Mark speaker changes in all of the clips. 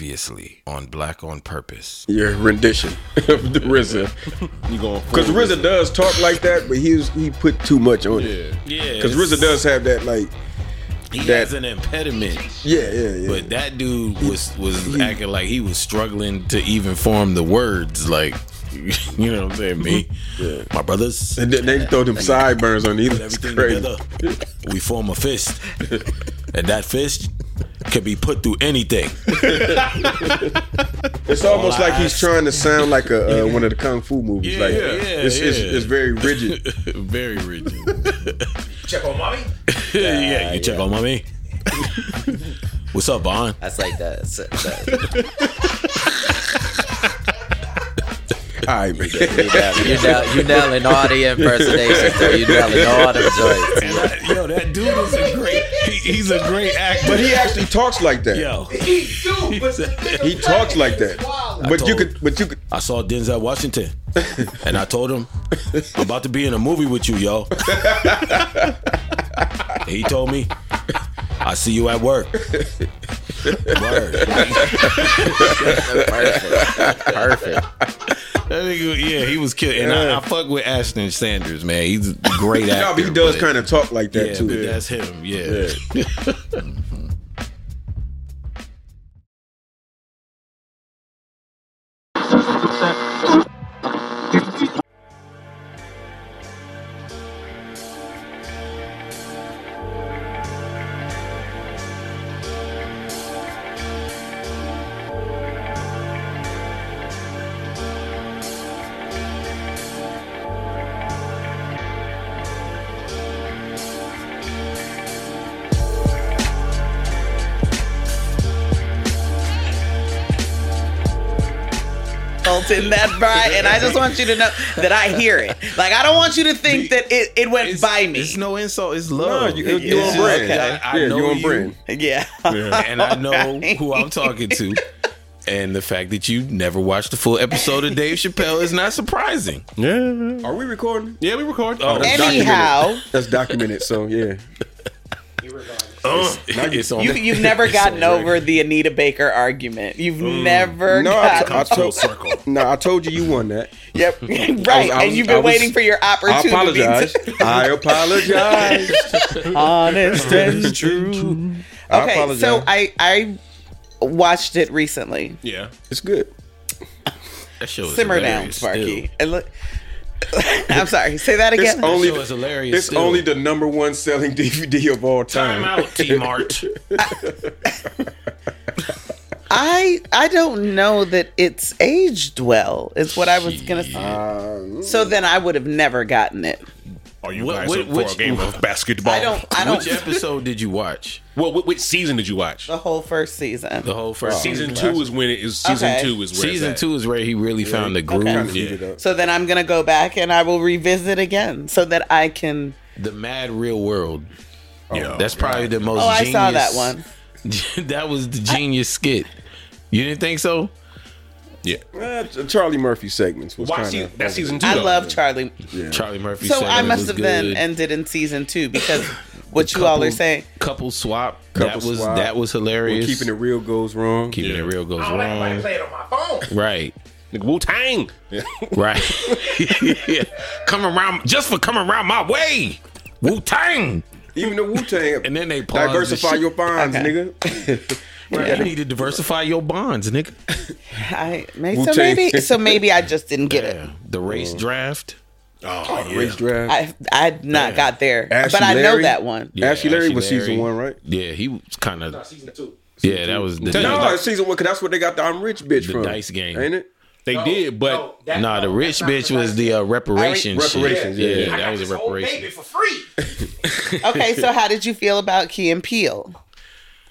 Speaker 1: previously on Black on Purpose.
Speaker 2: your rendition of the RZA.
Speaker 3: You going
Speaker 2: Because RZA does talk like that, but he was, he put too much on it.
Speaker 3: Yeah.
Speaker 1: Yeah,
Speaker 2: Because RZA does have that like
Speaker 1: He
Speaker 2: that-
Speaker 1: has an impediment,
Speaker 2: yeah yeah yeah.
Speaker 1: but that dude was was acting like he was struggling to even form the words. Like, you know what I'm saying? Me,
Speaker 2: Mm-hmm.
Speaker 1: my brothers,
Speaker 2: and then they throw them sideburns on either. It's
Speaker 1: everything
Speaker 2: crazy.
Speaker 1: together. We form a fist, and that fist can be put through anything.
Speaker 2: It's almost
Speaker 1: all I
Speaker 2: like he's
Speaker 1: ask.
Speaker 2: trying to sound like a uh, one of the kung fu movies.
Speaker 1: Yeah,
Speaker 2: like
Speaker 1: yeah,
Speaker 2: it's, it's
Speaker 1: yeah.
Speaker 2: it's very rigid.
Speaker 1: Very rigid.
Speaker 4: Check on mommy.
Speaker 1: yeah, you
Speaker 2: Ah,
Speaker 1: check on mommy. What's up, Bond?
Speaker 4: That's like that. So- so-
Speaker 2: All right, man.
Speaker 4: You nail, you nailing all the impersonations. Though. You nailing all the joints.
Speaker 1: Yo, that dude is a great. He, he's a great actor.
Speaker 2: but he actually talks like that.
Speaker 1: Yo,
Speaker 2: He talks like that. But you
Speaker 1: told-
Speaker 2: could but you could
Speaker 1: I saw Denzel Washington, and I told him I'm about to be in a movie with you, yo. he told me, "I see you at work." Word.
Speaker 4: Perfect. Perfect.
Speaker 1: That nigga, yeah, he was killing. And I, I fuck with Ashton Sanders, man. He's a great actor.
Speaker 2: no, but he does
Speaker 1: but-
Speaker 2: kind of talk like that
Speaker 1: Yeah,
Speaker 2: too.
Speaker 1: but that's him. Yeah.
Speaker 5: result in that Brian. And I just want you to know that I hear it. Like I don't want you to think that it, it went
Speaker 1: It's-
Speaker 5: by me.
Speaker 1: It's no insult. It's
Speaker 2: No,
Speaker 1: love.
Speaker 2: Oh, you, you, you
Speaker 5: Yeah,
Speaker 2: on
Speaker 5: it's
Speaker 2: brand.
Speaker 5: okay.
Speaker 2: Yeah,
Speaker 1: I- I know
Speaker 2: you on
Speaker 1: you.
Speaker 2: brand.
Speaker 5: yeah.
Speaker 1: and I know who I'm talking to. And the fact that you never watched the full episode of Dave Chappelle is not surprising.
Speaker 3: Yeah.
Speaker 2: Are we recording?
Speaker 3: Yeah, we record.
Speaker 1: Oh,
Speaker 2: That's documented.
Speaker 5: Anyhow.
Speaker 2: That's documented, so yeah.
Speaker 1: it's on.
Speaker 5: Uh, You, you've never gotten over the Anita Baker argument. You've never
Speaker 2: Mm. No, I,
Speaker 5: gotten
Speaker 2: t- I told No, I told you you won that.
Speaker 5: Yep. right.
Speaker 2: I was-
Speaker 5: and you've
Speaker 2: I
Speaker 5: been
Speaker 2: was-
Speaker 5: waiting for your
Speaker 2: I
Speaker 5: opportunity.
Speaker 2: apologize.
Speaker 5: To,
Speaker 2: I apologize.
Speaker 5: honest and true.
Speaker 2: I
Speaker 5: Okay,
Speaker 2: apologize.
Speaker 5: so I I watched it recently.
Speaker 1: yeah.
Speaker 2: it's good.
Speaker 1: That show is
Speaker 5: Simmer down,
Speaker 1: hilarious still.
Speaker 5: Sparky. And look, I'm sorry. Say that
Speaker 2: It's
Speaker 5: again.
Speaker 2: only
Speaker 1: That show is hilarious.
Speaker 2: it's
Speaker 1: still.
Speaker 2: only the number one selling DVD of all time.
Speaker 1: time out, T Mart.
Speaker 5: I I don't know that it's aged well. Is what I was gonna say. so then I would have never gotten it.
Speaker 3: Are you
Speaker 1: What-
Speaker 3: guys
Speaker 1: what-
Speaker 3: up for
Speaker 1: which-
Speaker 3: a game of basketball?
Speaker 5: I don't. I don't.
Speaker 1: Which episode did Oh, you watch?
Speaker 3: Well, wh- which season did you watch?
Speaker 1: Oh,
Speaker 5: the whole first season.
Speaker 1: The whole
Speaker 5: Oh.
Speaker 1: first
Speaker 3: Season two is when it is. Season
Speaker 5: Okay.
Speaker 3: two is where
Speaker 1: Season
Speaker 3: it's at.
Speaker 1: two is where he really found the groove.
Speaker 2: Kinda
Speaker 1: Yeah.
Speaker 2: beat it up.
Speaker 5: So then I'm gonna go back and I will revisit again so that I can.
Speaker 1: The Mad Real World.
Speaker 3: Yeah.
Speaker 1: That's probably the most.
Speaker 5: Oh, I
Speaker 1: genius,
Speaker 5: saw that one.
Speaker 1: that was the genius skit. You didn't think so?
Speaker 3: yeah.
Speaker 2: Uh, Ch- Charlie Murphy segments was
Speaker 3: Watch
Speaker 2: kind
Speaker 3: season,
Speaker 2: of
Speaker 3: that's season two.
Speaker 5: I
Speaker 3: though.
Speaker 5: love Charlie.
Speaker 1: Charlie Murphy.
Speaker 5: So
Speaker 1: said
Speaker 5: I
Speaker 1: it
Speaker 5: must
Speaker 1: was
Speaker 5: have then
Speaker 1: good.
Speaker 5: ended in season two because what you all are saying.
Speaker 1: Couple swap. that
Speaker 2: Couple
Speaker 1: was
Speaker 2: swap.
Speaker 1: that was hilarious.
Speaker 2: keeping it real goes wrong.
Speaker 1: Keeping
Speaker 3: Yeah.
Speaker 1: it real goes
Speaker 4: I don't like when I
Speaker 1: wrong.
Speaker 4: play it on my phone.
Speaker 1: Right.
Speaker 3: Nigga, Wu Tang.
Speaker 1: Right. yeah. Come around just for coming around my way. Wu Tang.
Speaker 2: Even the Wu Tang.
Speaker 1: And then they paused
Speaker 2: Diversify
Speaker 1: the shit.
Speaker 2: your bonds, nigga.
Speaker 1: Right. You need to diversify your bonds, nigga.
Speaker 5: I may, so
Speaker 2: Wu-Tang.
Speaker 5: maybe so maybe I just didn't get it.
Speaker 1: Yeah. The
Speaker 2: Mm.
Speaker 1: race draft.
Speaker 3: Oh, yeah.
Speaker 2: Race draft.
Speaker 5: I I not got there,
Speaker 2: Ashy
Speaker 5: but I know
Speaker 2: Larry?
Speaker 5: that one.
Speaker 1: Yeah,
Speaker 2: Ashley Larry
Speaker 1: Ashy
Speaker 2: was season one, right?
Speaker 1: Yeah, he was kind of.
Speaker 4: Season two.
Speaker 1: Yeah, that was the.
Speaker 2: No,
Speaker 1: No,
Speaker 2: it's season one because that's what they got the I'm rich bitch
Speaker 1: The
Speaker 2: from.
Speaker 1: dice game.
Speaker 2: ain't it?
Speaker 3: They did, but
Speaker 4: that-
Speaker 1: nah, the
Speaker 4: no, that's
Speaker 1: rich
Speaker 4: not
Speaker 1: bitch
Speaker 4: for
Speaker 1: was
Speaker 4: that.
Speaker 1: the uh, reparation
Speaker 2: Re-
Speaker 1: shit.
Speaker 2: reparations, yeah, yeah.
Speaker 1: yeah, that was a reparation.
Speaker 4: for free.
Speaker 5: Okay, so how did you feel about Key and Peele?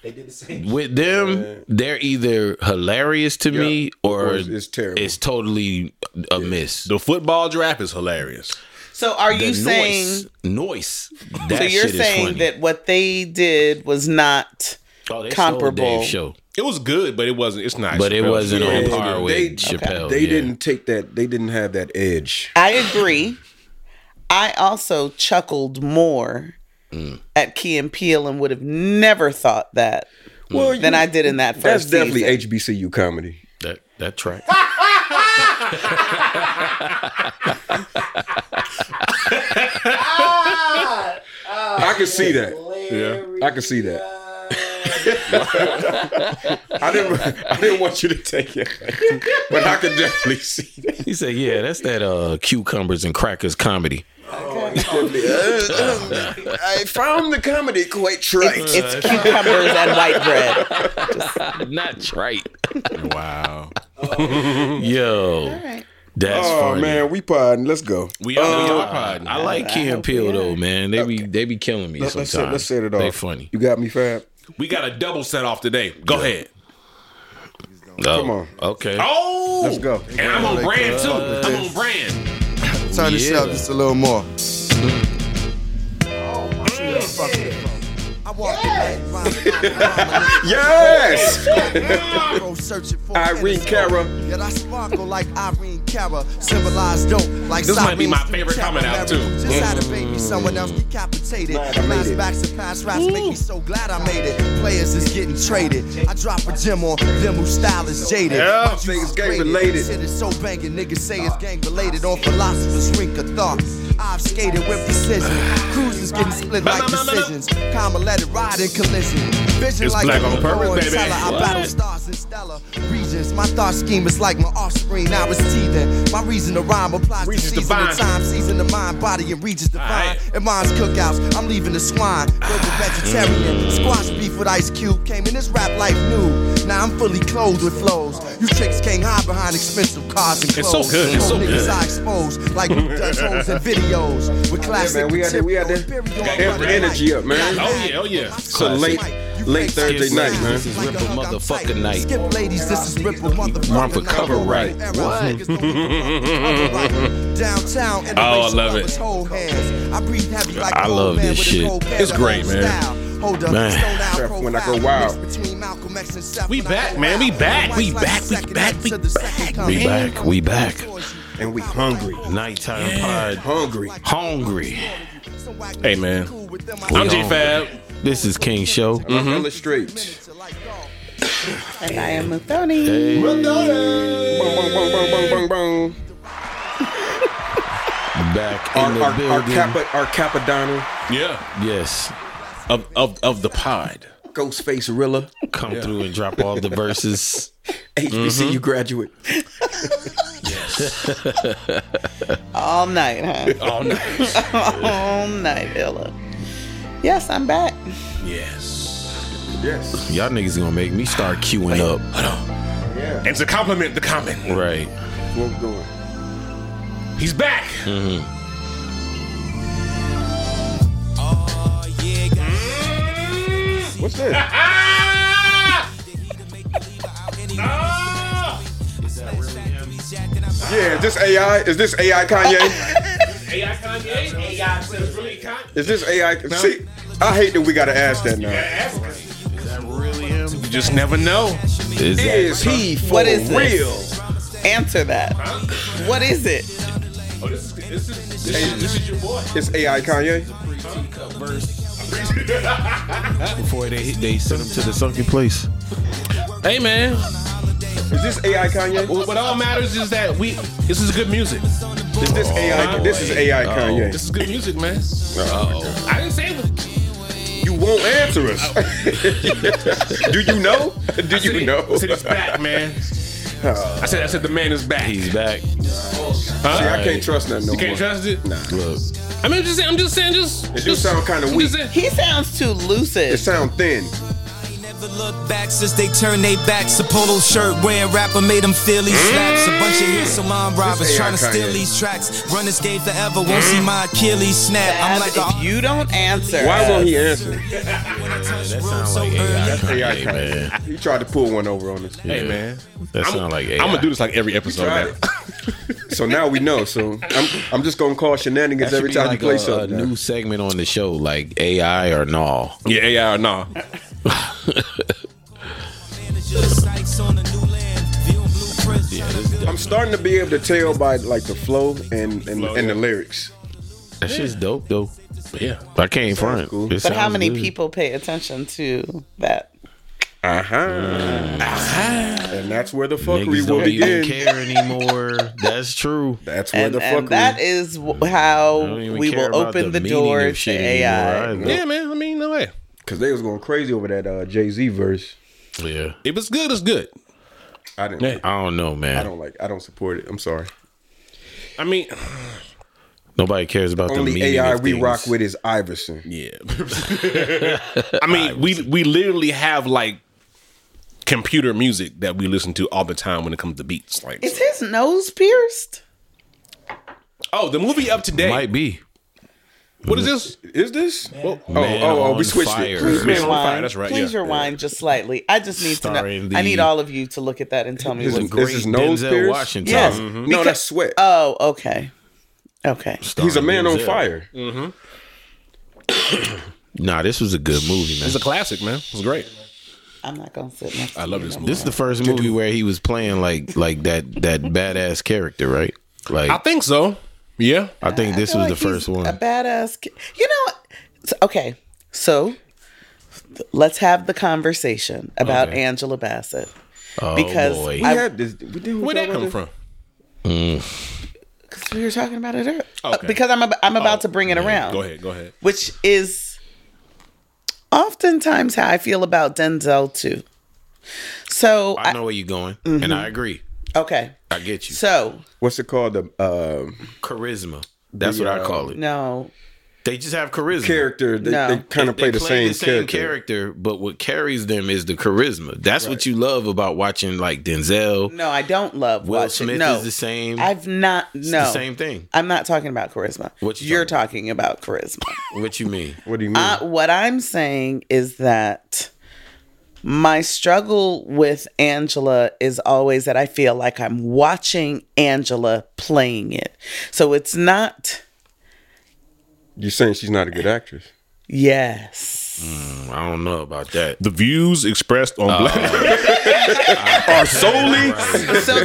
Speaker 4: They did the same.
Speaker 1: with them, they're either hilarious to me or
Speaker 2: it's- it's terrible.
Speaker 1: It's totally a miss.
Speaker 3: the football draft is hilarious.
Speaker 5: So are you saying?
Speaker 1: noise? That
Speaker 5: So you're
Speaker 1: shit
Speaker 5: saying
Speaker 1: is funny.
Speaker 5: that what they did was not
Speaker 1: oh, they
Speaker 5: comparable-
Speaker 1: Dave show,
Speaker 3: It was good, but it wasn't. It's not.
Speaker 1: but it
Speaker 3: Chappelle's
Speaker 1: wasn't
Speaker 3: show.
Speaker 1: on
Speaker 2: they-
Speaker 1: par with
Speaker 2: they-
Speaker 1: Chappelle.
Speaker 2: They
Speaker 1: Oh, yeah.
Speaker 2: didn't take that. They didn't have that edge.
Speaker 5: I agree. I also
Speaker 2: Mm.
Speaker 5: chuckled more at Key and Peele and would have never thought that
Speaker 2: Mm. Well,
Speaker 5: than
Speaker 2: you-
Speaker 5: I did in that first.
Speaker 2: That's definitely
Speaker 5: season.
Speaker 2: HBCU comedy.
Speaker 1: That that track.
Speaker 2: I can see that.
Speaker 3: Yeah.
Speaker 2: I can see that. I didn't. I didn't want you to take it, but I could definitely see that.
Speaker 1: He said, "Yeah, that's that uh cucumbers and crackers comedy."
Speaker 2: uh, I found the comedy quite trite.
Speaker 5: It's cucumbers and white bread.
Speaker 1: Not trite.
Speaker 3: Wow.
Speaker 1: Yo,
Speaker 5: Right.
Speaker 1: that's
Speaker 2: oh
Speaker 1: funny.
Speaker 2: man, we podding. Let's go.
Speaker 3: We are, we
Speaker 1: Uh,
Speaker 3: are podding.
Speaker 1: I like Key and Peele though, man. They be they be killing me
Speaker 2: Let's, let's,
Speaker 1: sometimes.
Speaker 2: set, let's set it off.
Speaker 1: They funny.
Speaker 2: You got me, Fab.
Speaker 3: We got a double set off today. Go ahead.
Speaker 1: Come
Speaker 2: on.
Speaker 1: Okay.
Speaker 3: Oh,
Speaker 2: Let's go. uh,
Speaker 3: And I'm on brand too. I'm on brand.
Speaker 6: Turn this
Speaker 1: Yeah.
Speaker 6: up just a little more. I walked in like
Speaker 2: Yes,
Speaker 6: Rhino, searching for
Speaker 2: Irene Cara.
Speaker 6: Yet I sparkle like Irene Cara, symbolized dope like
Speaker 3: This might be my
Speaker 6: Socrates through
Speaker 3: favorite coming out, too. Mm.
Speaker 6: Capoeira. Just had a baby, someone else decapitated.
Speaker 2: Glad I made it.
Speaker 6: Flashbacks and past raps make me so glad I made it. Players is getting traded. I drop a gem on them whose style is jaded.
Speaker 2: Yeah,
Speaker 6: But you
Speaker 2: niggas
Speaker 6: is
Speaker 2: gang
Speaker 6: graded.
Speaker 2: related.
Speaker 6: Considered so banging, niggas say it's gang related on philosophers' rink of thought. I've skated with precision. Cruises getting split
Speaker 3: Ba- ba-
Speaker 6: like
Speaker 3: ba- ba- ba.
Speaker 6: decisions. Karma let it ride in collision. Vision
Speaker 3: It's
Speaker 6: like
Speaker 3: black
Speaker 6: a
Speaker 3: on purpose,
Speaker 6: Lord
Speaker 3: baby.
Speaker 6: Teller. I
Speaker 3: What?
Speaker 6: battle stars and stellar regions. My thought scheme is like my offspring. I was teething. My reason to rhyme applies
Speaker 3: Reaches
Speaker 6: to season
Speaker 3: divine.
Speaker 6: and time, season the mind, body, and reaches divine.
Speaker 3: Aight.
Speaker 6: And mine's cookouts. I'm leaving the swine.
Speaker 3: Ah,
Speaker 6: Global vegetarian. Squash beef with Ice Cube. Came in this rap life new. Now I'm fully clothed with flows. You tricks can't hide behind expensive cars and
Speaker 3: It's
Speaker 6: clothes.
Speaker 3: so good, it's so
Speaker 6: Old niggas
Speaker 3: good.
Speaker 6: I expose like Dutch hoes and videos with classic.
Speaker 2: man, we out there- we out there.
Speaker 6: material.
Speaker 2: Amp energy up, man.
Speaker 3: Oh, yeah, oh, yeah.
Speaker 6: So
Speaker 2: late- late Thursday
Speaker 1: night, man. This is Ripple motherfucker night.
Speaker 6: Skip ladies, this is Ripple motherfucker
Speaker 1: Run for
Speaker 6: night.
Speaker 1: cover right.
Speaker 6: What? Downtown. and
Speaker 3: Oh,
Speaker 6: the
Speaker 3: I love
Speaker 6: racial
Speaker 3: it.
Speaker 6: lovers hold hands. I breathe heavy like
Speaker 1: I
Speaker 6: a
Speaker 1: love
Speaker 6: old man
Speaker 1: this
Speaker 6: with a
Speaker 1: shit.
Speaker 6: cold pair
Speaker 3: It's
Speaker 6: of
Speaker 3: great,
Speaker 6: old
Speaker 3: man.
Speaker 6: style. Hold up,
Speaker 1: Man.
Speaker 6: stone out
Speaker 2: Except when I go
Speaker 6: profile,
Speaker 2: wild.
Speaker 6: mixed between Malcolm X and Seth
Speaker 3: We
Speaker 6: when I
Speaker 3: back,
Speaker 6: go
Speaker 3: man, we
Speaker 6: wild.
Speaker 3: back, we
Speaker 6: White
Speaker 3: back,
Speaker 6: like
Speaker 3: we
Speaker 6: second
Speaker 3: back,
Speaker 6: up
Speaker 3: we
Speaker 6: to the second
Speaker 1: We
Speaker 6: coming.
Speaker 1: back, we back.
Speaker 2: And we hungry.
Speaker 1: Nighttime pod.
Speaker 2: Hungry.
Speaker 1: Hungry.
Speaker 6: Hey
Speaker 3: man.
Speaker 1: We Mm-hmm.
Speaker 3: I'm G
Speaker 1: on.
Speaker 3: Fab.
Speaker 1: This is King Show.
Speaker 2: Illustrates.
Speaker 5: And I am Muthoni.
Speaker 2: Bong, bong, bong, bong, bong, bong, bong.
Speaker 1: Back in
Speaker 2: Our,
Speaker 1: the
Speaker 2: our, our
Speaker 1: building.
Speaker 2: Kappa, our Capadonna,
Speaker 3: Yeah.
Speaker 1: yes.
Speaker 3: Of of of the pod.
Speaker 2: Ghostface Rilla,
Speaker 1: Come through and drop all the verses.
Speaker 2: HBCU
Speaker 1: Mm-hmm.
Speaker 2: graduate.
Speaker 5: All night, huh?
Speaker 3: Oh no.
Speaker 5: All night, Ella. Yes, I'm back.
Speaker 3: yes.
Speaker 2: Yes.
Speaker 1: Y'all niggas gonna make me start queuing up.
Speaker 2: Yeah.
Speaker 3: And to compliment the comment,
Speaker 1: Right.
Speaker 2: Where we going?
Speaker 3: he's back.
Speaker 7: Oh,
Speaker 2: What's that?
Speaker 3: Ah! Ah!
Speaker 2: Yeah, is this AI? Is this AI Kanye?
Speaker 3: AI Kanye, AI says really Kanye.
Speaker 2: Is this AI? See, I hate that we gotta ask that now.
Speaker 3: You just never know.
Speaker 1: Is that
Speaker 2: Is he for
Speaker 5: What is this?
Speaker 2: real?
Speaker 5: Answer that. What is it?
Speaker 3: Oh, this is this is this, is, this is your boy.
Speaker 2: It's AI Kanye.
Speaker 1: before they they sent him to the sunken place? Hey man,
Speaker 2: Is this AI Kanye?
Speaker 3: What, what all matters is that we. This is good music.
Speaker 2: Is this AI?
Speaker 3: Oh,
Speaker 2: This is AI Kanye.
Speaker 3: This is good music, man. Uh-oh. I didn't say it was.
Speaker 2: You won't answer us. Do you know? Do
Speaker 3: I said
Speaker 2: you
Speaker 3: it-
Speaker 2: know?
Speaker 3: I said it's back, man. I said I said the man is back.
Speaker 1: he's back.
Speaker 3: Huh?
Speaker 2: See, I can't trust that no
Speaker 3: You
Speaker 2: more.
Speaker 3: can't trust it. Nah.
Speaker 1: Look,
Speaker 3: I mean, I'm just saying. I'm just saying. Just
Speaker 2: It do
Speaker 3: just-
Speaker 2: sound kinda
Speaker 3: I'm just saying-
Speaker 5: He sounds too
Speaker 2: It
Speaker 5: lucid.
Speaker 2: sound thin.
Speaker 7: Never look back since they turned they backs. A polo shirt wearing rapper made them feel these slaps. A bunch of hits mom robbers
Speaker 2: This
Speaker 7: trying to
Speaker 2: AI
Speaker 7: steal
Speaker 2: Kanye.
Speaker 7: these tracks. Run this game forever, won't see my Achilles snap. I'm like,
Speaker 5: if
Speaker 7: a
Speaker 5: you don't answer,
Speaker 2: uh, Why won't he
Speaker 5: us,
Speaker 2: answer?
Speaker 1: that sounds like AI
Speaker 2: AI
Speaker 1: Kanye,
Speaker 2: Kanye.
Speaker 1: man.
Speaker 2: He tried to pull one over on us.
Speaker 1: Yeah.
Speaker 3: Hey, man.
Speaker 1: that sounds like AI.
Speaker 3: I'm gonna do this like every episode.
Speaker 2: Tried
Speaker 3: Now.
Speaker 2: it. so now we know. So I'm, I'm just gonna call shenanigans
Speaker 1: That
Speaker 2: every
Speaker 1: should be
Speaker 2: time
Speaker 1: like uh,
Speaker 2: you play
Speaker 1: a, a
Speaker 2: something.
Speaker 1: new segment on the show, like AI or Nah.
Speaker 3: Yeah, AI or nah.
Speaker 7: manager Sykes on a new land. Viewing blueprints.
Speaker 2: I'm starting to be able to tell by like the flow and and, and the lyrics.
Speaker 1: That shit's dope though.
Speaker 3: Yeah.
Speaker 1: I can't front.
Speaker 2: cool.
Speaker 1: It
Speaker 5: but how
Speaker 1: sounds
Speaker 5: many
Speaker 1: good.
Speaker 5: people pay attention to that?
Speaker 2: Uh huh. And that's where the fuckery
Speaker 1: Niggas
Speaker 2: will
Speaker 1: don't even
Speaker 2: begin.
Speaker 1: care anymore. That's true.
Speaker 2: That's where
Speaker 5: And,
Speaker 2: the
Speaker 5: and
Speaker 2: fuckery.
Speaker 5: that is wh-
Speaker 1: I
Speaker 5: how
Speaker 1: don't even
Speaker 5: we
Speaker 1: care
Speaker 5: will
Speaker 1: about
Speaker 5: open the,
Speaker 1: meaning of
Speaker 5: door to
Speaker 1: shit
Speaker 5: AI.
Speaker 1: anymore.
Speaker 3: Yeah, man. I mean, no way.
Speaker 2: Cause they was going crazy over that uh, Jay Z verse.
Speaker 1: I- yeah.
Speaker 3: If it's good, it's good.
Speaker 2: I didn't.
Speaker 3: Yeah.
Speaker 1: I don't know, man.
Speaker 2: I don't like. I don't support it. I'm sorry.
Speaker 3: I mean,
Speaker 1: Nobody cares about the
Speaker 2: Only
Speaker 1: meaning
Speaker 2: AI
Speaker 1: of
Speaker 2: we
Speaker 1: things.
Speaker 2: rock with is Iverson.
Speaker 3: yeah. I mean, we we literally have like computer music that we listen to all the time when it comes to beats. Like,
Speaker 5: Is his nose pierced?
Speaker 3: oh, the movie up today.
Speaker 1: Might be.
Speaker 3: what is this?
Speaker 2: Is this? Oh, oh,
Speaker 1: Man
Speaker 2: oh, we
Speaker 1: on
Speaker 2: switched
Speaker 1: fire.
Speaker 2: it.
Speaker 1: Please
Speaker 2: Please,
Speaker 3: Man on Fire,
Speaker 5: Rewind.
Speaker 3: that's right,
Speaker 5: Please
Speaker 3: yeah.
Speaker 5: rewind just slightly. I just need to
Speaker 1: Starring
Speaker 5: know. I need
Speaker 1: the-
Speaker 5: all of you to look at that and tell me
Speaker 2: This
Speaker 5: what.
Speaker 2: is
Speaker 1: Great
Speaker 2: his nose
Speaker 1: Denzel
Speaker 2: pierced?
Speaker 1: Washington.
Speaker 5: Yes.
Speaker 2: No,
Speaker 5: Because-
Speaker 2: that's sweat.
Speaker 5: Oh, okay. Okay.
Speaker 2: He's a man on
Speaker 1: Denzel.
Speaker 2: fire.
Speaker 1: Nah, this was a good movie, man.
Speaker 3: It's a classic, man. It's great.
Speaker 5: I'm not gonna sit next.
Speaker 3: I
Speaker 5: to
Speaker 3: love
Speaker 5: you
Speaker 3: this
Speaker 5: no
Speaker 3: movie.
Speaker 1: This is the first movie where he was playing like like that that badass character, right? Like
Speaker 3: I think so. Yeah.
Speaker 1: I think this
Speaker 5: I feel
Speaker 1: was the
Speaker 5: like he's
Speaker 1: first one.
Speaker 5: A badass. ki- You know. so- Okay. So th- let's have the conversation about
Speaker 1: Okay.
Speaker 5: Angela Bassett
Speaker 1: oh
Speaker 5: because
Speaker 1: boy.
Speaker 2: We
Speaker 5: I-
Speaker 2: had this. We did
Speaker 3: Where'd that come from?
Speaker 5: because we were talking about it earlier.
Speaker 3: Okay.
Speaker 5: Because I'm ab- I'm
Speaker 1: Oh,
Speaker 5: about to bring it around.
Speaker 3: Go ahead. Go ahead.
Speaker 5: Which is oftentimes how I feel about Denzel too. So
Speaker 1: I
Speaker 5: I,
Speaker 1: know where you're going, and I agree.
Speaker 5: okay.
Speaker 1: I get you.
Speaker 5: So
Speaker 2: What's it called? The um
Speaker 1: charisma. That's what I call it.
Speaker 5: no,
Speaker 1: They just have charisma.
Speaker 2: character. They,
Speaker 5: No.
Speaker 2: they kind of play,
Speaker 1: They
Speaker 2: the same, character.
Speaker 1: but what carries them is the charisma. That's what you love about watching like Denzel.
Speaker 5: no, I don't love
Speaker 1: Will
Speaker 5: watching.
Speaker 1: Smith
Speaker 5: no,
Speaker 1: is the same.
Speaker 5: I've not. No,
Speaker 1: the same thing.
Speaker 5: I'm not talking about charisma.
Speaker 1: What you
Speaker 5: are talking about charisma.
Speaker 1: What you mean?
Speaker 2: What do you mean?
Speaker 5: I, what I'm saying is that my struggle with Angela is always that I feel like I'm watching Angela playing it. So it's not.
Speaker 2: You're saying she's not a good actress.
Speaker 5: Yes.
Speaker 1: I don't know about that.
Speaker 3: The views expressed
Speaker 1: Uh,
Speaker 3: on Black are solely.
Speaker 5: So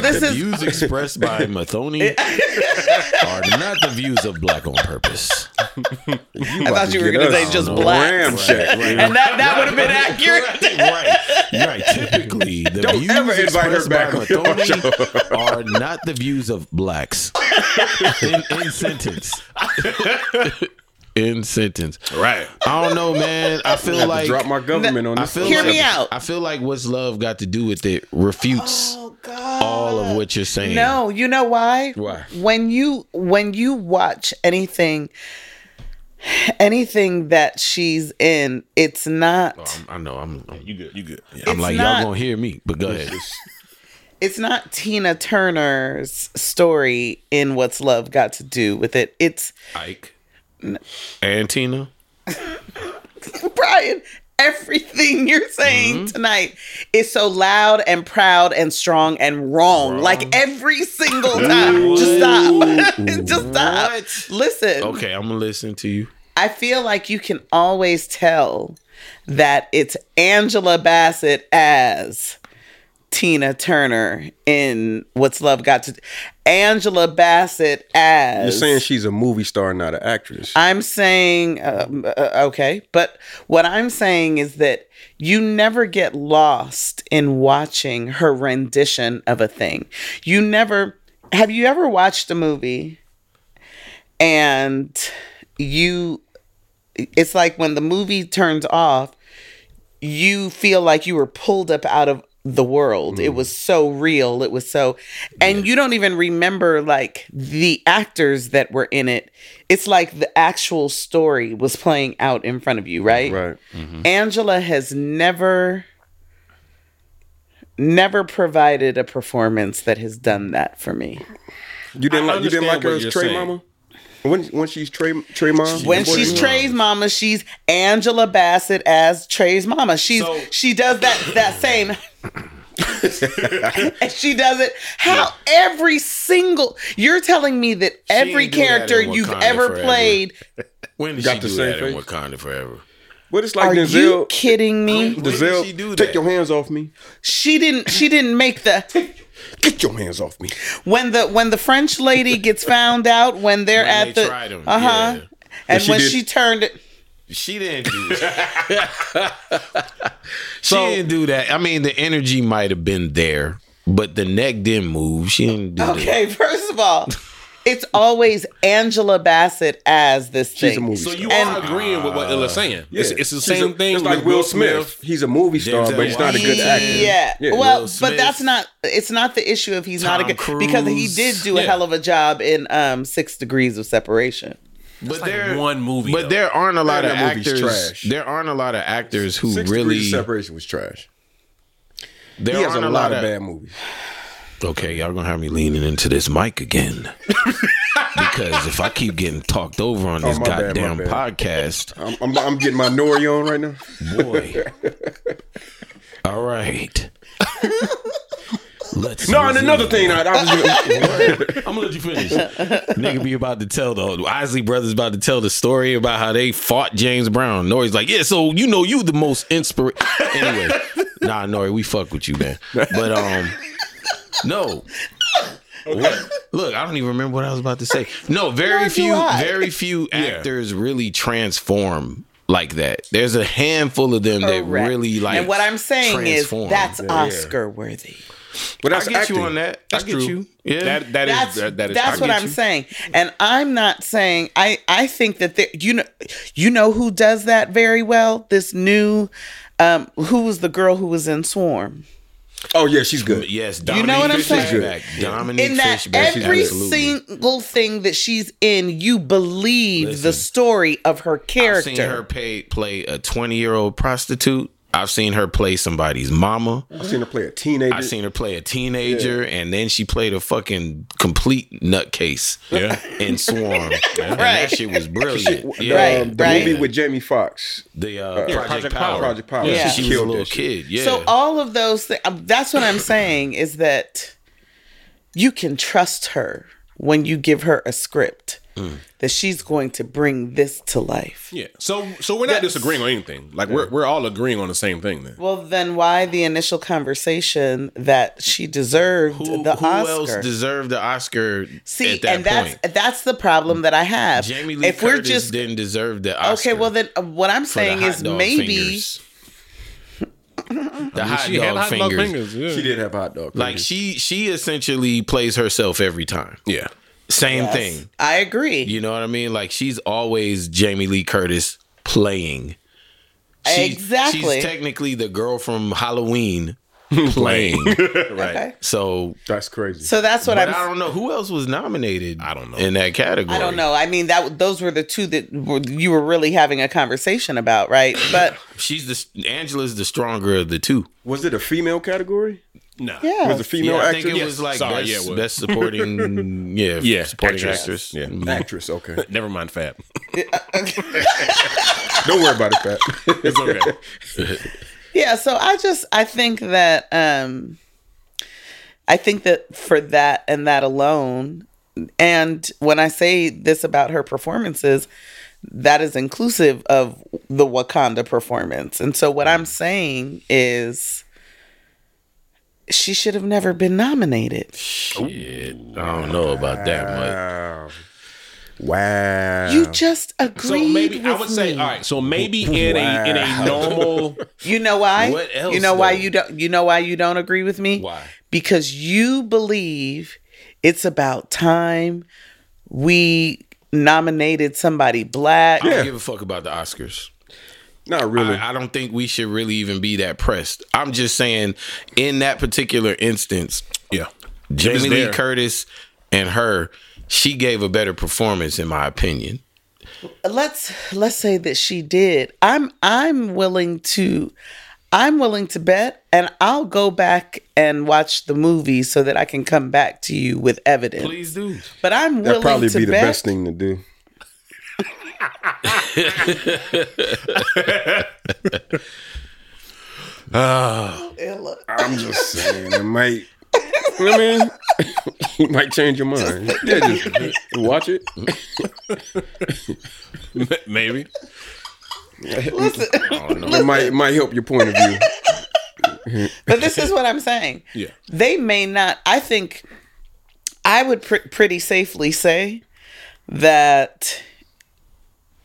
Speaker 5: this
Speaker 1: The
Speaker 5: is
Speaker 1: views expressed by Mathoni are not the views of Black on Purpose.
Speaker 5: I thought you were going to say just black.
Speaker 2: Ramshack.
Speaker 5: And that, that would have been accurate.
Speaker 1: right, right. Typically, the views
Speaker 2: ever invite her
Speaker 1: expressed by
Speaker 2: back on your
Speaker 1: Mathoni are not the views of blacks. in, in sentence. in sentence.
Speaker 3: Right.
Speaker 1: I don't know, man. I feel like
Speaker 2: Drop my government on
Speaker 1: I
Speaker 2: this.
Speaker 1: feel
Speaker 5: Hear
Speaker 1: like-
Speaker 5: me out.
Speaker 1: I feel like what's love got to do with it refutes
Speaker 5: Oh, God.
Speaker 1: all of what you're saying.
Speaker 5: No, you know why?
Speaker 1: Why?
Speaker 5: When you when you watch anything anything that she's in, it's not
Speaker 1: I'm- I know. I'm. I'm,
Speaker 3: You good? You good? Yeah.
Speaker 1: I'm
Speaker 5: It's
Speaker 1: like
Speaker 5: not-
Speaker 1: y'all gonna hear me, but go ahead.
Speaker 5: it's not Tina Turner's story in what's love got to do with it. It's
Speaker 1: Ike and Tina.
Speaker 5: Brian, everything you're saying tonight is so loud and proud and strong and wrong. Like every single time. Just stop. Just stop. Listen.
Speaker 1: Okay, I'm gonna listen to you.
Speaker 5: I feel like you can always tell that it's Angela Bassett as Tina Turner in What's Love Got to Angela Bassett
Speaker 2: You're
Speaker 5: as
Speaker 2: saying she's a movie star, not an actress.
Speaker 5: I'm saying um, uh, okay, but what I'm saying is that you never get lost in watching her rendition of a thing. You never have you ever watched a movie and you it's like when the movie turns off, you feel like you were pulled up out of the world. It was so real. It was so, and you don't even remember like the actors that were in it. It's like the actual story was playing out in front of you, right?
Speaker 2: right.
Speaker 5: Angela has never, never provided a performance that has done that for me.
Speaker 2: You didn't
Speaker 3: I
Speaker 2: like. You didn't
Speaker 3: understand
Speaker 2: like her
Speaker 3: what
Speaker 2: as
Speaker 3: you're
Speaker 2: Trey
Speaker 3: saying.
Speaker 2: Mama. When when she's Trey Trey Mom.
Speaker 5: When she's Trey's mama, she's Angela Bassett as Trey's mama. She's
Speaker 3: So-
Speaker 5: she does that that same. and she does it how every single you're telling me that every
Speaker 1: ain't do that in
Speaker 5: character you've
Speaker 1: Wakanda
Speaker 5: ever
Speaker 1: Forever.
Speaker 5: played
Speaker 1: When did
Speaker 2: Got
Speaker 1: she
Speaker 2: the
Speaker 1: do
Speaker 2: same
Speaker 1: that in
Speaker 2: face?
Speaker 1: Wakanda Forever?
Speaker 2: What it's
Speaker 5: are
Speaker 2: like
Speaker 5: you
Speaker 2: Denzel.
Speaker 5: kidding me
Speaker 1: did
Speaker 2: Denzel,
Speaker 1: she do
Speaker 2: take
Speaker 1: that?
Speaker 2: your hands off me.
Speaker 5: she didn't she didn't make the
Speaker 2: Get your hands off me.
Speaker 5: when the when the french lady gets found out when they're
Speaker 1: When
Speaker 5: at
Speaker 1: they
Speaker 5: the
Speaker 1: tried 'em,
Speaker 5: uh-huh
Speaker 1: yeah.
Speaker 5: and
Speaker 2: she
Speaker 5: when
Speaker 2: did-
Speaker 5: she turned it
Speaker 1: She didn't do that. she didn't do that. I mean, the energy might have been there, but the neck didn't move. She didn't do that.
Speaker 5: Okay, first of all, it's always Angela Bassett as this thing.
Speaker 2: She's a movie
Speaker 3: So
Speaker 2: star.
Speaker 3: you
Speaker 5: And-
Speaker 3: are agreeing with what Illa's saying. It's, it's the
Speaker 2: She's
Speaker 3: same
Speaker 2: a-
Speaker 3: thing.
Speaker 2: It's like
Speaker 3: with
Speaker 2: Will Smith. He's a movie star,
Speaker 1: Denzel
Speaker 2: but he's not a good
Speaker 1: Washington.
Speaker 2: actor.
Speaker 5: Yeah.
Speaker 2: Yeah.
Speaker 5: well,
Speaker 1: Will
Speaker 5: but
Speaker 1: Smith.
Speaker 5: that's not. It's not the issue if he's not a
Speaker 1: Tom
Speaker 5: good because he
Speaker 1: Cruise.
Speaker 5: did do a
Speaker 3: Yeah.
Speaker 5: hell of a job in um Six Degrees of Separation.
Speaker 1: But
Speaker 3: like
Speaker 1: there,
Speaker 3: one movie,
Speaker 1: But
Speaker 3: though.
Speaker 1: there aren't a lot
Speaker 2: Man,
Speaker 1: of
Speaker 2: that movie's
Speaker 1: actors.
Speaker 2: trash.
Speaker 1: There aren't a lot of actors who
Speaker 2: Six
Speaker 1: really.
Speaker 2: Degrees of Separation was trash.
Speaker 1: There
Speaker 2: He has a
Speaker 1: aren't
Speaker 2: lot, of bad movies.
Speaker 1: Okay, y'all gonna have me leaning into this mic again. because if I keep getting talked over on this
Speaker 2: Oh, my bad, my
Speaker 1: goddamn
Speaker 2: bad. Oh.
Speaker 1: podcast,
Speaker 2: I'm, I'm, I'm getting my Nori on right now.
Speaker 1: boy. All right. Let's
Speaker 2: No, and
Speaker 1: resume.
Speaker 2: another thing, I, I was
Speaker 1: I'm gonna let you finish. Nigga be about to tell the Isley brothers about to tell the story about how they fought James Brown. Nori's like, yeah, so you know you the most inspired. Anyway, nah, Nori, we fuck with you, man. But um, no. What? Look, I don't even remember what I was about to say. No, very
Speaker 5: Nor do
Speaker 1: few,
Speaker 5: I.
Speaker 1: very few actors really transform like that. There's a handful of them that
Speaker 5: Correct.
Speaker 1: really like.
Speaker 5: And what I'm saying is
Speaker 1: transform.
Speaker 5: that's Oscar worthy.
Speaker 2: But
Speaker 1: I
Speaker 2: that's
Speaker 1: get
Speaker 2: acting.
Speaker 1: you on that.
Speaker 3: That's
Speaker 1: I get
Speaker 3: true.
Speaker 1: you. Yeah,
Speaker 3: That that is
Speaker 5: that's
Speaker 3: that, that is
Speaker 5: that's
Speaker 3: I
Speaker 5: what
Speaker 3: get
Speaker 5: I'm
Speaker 3: you.
Speaker 5: saying, and I'm not saying I I think that there you know you know who does that very well. This new, um, who was the girl who was in Swarm?
Speaker 2: Oh yeah, she's good.
Speaker 1: Yes,
Speaker 5: You know what I'm saying?
Speaker 1: Fishback. Dominique
Speaker 5: in that
Speaker 1: Fishback,
Speaker 5: every
Speaker 1: absolutely.
Speaker 5: single thing that she's in, you believe the story of her
Speaker 1: I've
Speaker 5: character.
Speaker 1: seen her pay, play a 20 year old prostitute. I've seen her play somebody's mama.
Speaker 2: I've seen her play a teenager.
Speaker 1: I've seen her play a teenager, and then she played a fucking complete nutcase. Yeah, in Swarm. And that shit was brilliant.
Speaker 2: the,
Speaker 1: yeah,
Speaker 2: um, the
Speaker 5: right.
Speaker 2: movie with Jamie Foxx.
Speaker 1: the uh, Project,
Speaker 3: Project
Speaker 1: Power.
Speaker 3: Power.
Speaker 2: Project Power.
Speaker 1: Yeah,
Speaker 5: Yeah.
Speaker 1: she, was a
Speaker 2: Killed
Speaker 1: little
Speaker 2: that shit.
Speaker 1: kid. Yeah.
Speaker 5: So uh, all of those things. That's what I'm saying is that you can trust her when you give her a script
Speaker 1: Mm.
Speaker 5: that she's going to bring this to life.
Speaker 3: Yeah. So so we're not disagreeing on anything. Like we're we're all agreeing on the same thing then.
Speaker 5: Well, then why the initial conversation that she deserved
Speaker 1: who,
Speaker 5: the
Speaker 1: who
Speaker 5: Oscar?
Speaker 1: else deserved the Oscar
Speaker 5: See,
Speaker 1: at that
Speaker 5: and that's
Speaker 1: point?
Speaker 5: that's the problem that I have.
Speaker 1: Jamie Lee
Speaker 5: if
Speaker 1: Curtis
Speaker 5: we're just
Speaker 1: didn't deserve the Oscar.
Speaker 5: okay, well then uh, what I'm
Speaker 1: for the
Speaker 5: saying
Speaker 1: hot
Speaker 5: is
Speaker 1: dog
Speaker 5: maybe.
Speaker 1: fingers. the hot,
Speaker 3: She
Speaker 1: dog,
Speaker 3: had hot dog
Speaker 1: fingers.
Speaker 3: fingers.
Speaker 2: She
Speaker 3: yeah.
Speaker 2: did have hot dog.
Speaker 1: Like she she essentially plays herself every time.
Speaker 3: Yeah.
Speaker 1: Same
Speaker 5: Yes,
Speaker 1: thing.
Speaker 5: I agree.
Speaker 1: You know what I mean? Like she's always Jamie Lee Curtis playing. She-
Speaker 5: Exactly.
Speaker 1: She's technically the girl from Halloween playing. right.
Speaker 5: Okay.
Speaker 1: So
Speaker 2: that's crazy.
Speaker 5: So that's what
Speaker 1: but
Speaker 5: I'm.
Speaker 1: I don't know who else was nominated. I
Speaker 3: don't know.
Speaker 1: in that category.
Speaker 5: I don't know. I mean, that those were the two that were, you were really having a conversation about, right? But
Speaker 1: She's the Angela's the stronger of the two.
Speaker 2: was it a female category?
Speaker 3: No.
Speaker 5: yeah,
Speaker 2: Was it a female
Speaker 1: Yeah, I
Speaker 2: actress?
Speaker 1: think it was like
Speaker 3: Sorry,
Speaker 1: best,
Speaker 3: yeah, it was.
Speaker 1: best supporting. Yeah,
Speaker 3: Yeah,
Speaker 1: supporting actress.
Speaker 3: actress. Yeah.
Speaker 2: actress. Okay,
Speaker 3: Never mind Fab.
Speaker 2: don't worry about it, Pat.
Speaker 3: It's okay.
Speaker 5: yeah. So I just I think that um, I think that for that and that alone, and when I say this about her performances, that is inclusive of the Wakanda performance. And so what I'm saying is. She should have never been nominated.
Speaker 1: Shit, I don't know about that much.
Speaker 2: Wow.
Speaker 5: You just agreed.
Speaker 3: Um, So maybe I
Speaker 5: with
Speaker 3: would say,
Speaker 5: me.
Speaker 3: all right. So maybe in a in a normal
Speaker 5: You know why?
Speaker 1: What else,
Speaker 5: You know why
Speaker 1: though?
Speaker 5: you don't you know why you don't agree with me?
Speaker 3: Why?
Speaker 5: Because you believe it's about time we nominated somebody black.
Speaker 1: I don't give a fuck about the Oscars.
Speaker 2: Not really.
Speaker 1: I, I don't think we should really even be that pressed. I'm just saying, in that particular instance,
Speaker 3: Yeah. was
Speaker 1: Jamie Lee
Speaker 3: there.
Speaker 1: Curtis and her, she gave a better performance, in my opinion.
Speaker 5: Let's let's say that she did. I'm I'm willing to I'm willing to bet and I'll go back and watch the movie so that I can come back to you with evidence.
Speaker 1: Please do.
Speaker 5: But I'm
Speaker 2: That'd
Speaker 5: willing
Speaker 2: probably
Speaker 5: to
Speaker 2: be the
Speaker 5: bet
Speaker 2: best thing to do.
Speaker 3: Ah.
Speaker 2: I'm just saying, it might. You know what I mean, you might change your mind. Yeah, just watch it.
Speaker 3: maybe.
Speaker 2: It might it might help your point of view.
Speaker 5: But this is what I'm saying.
Speaker 3: Yeah.
Speaker 5: They may not. I think I would pr- pretty safely say that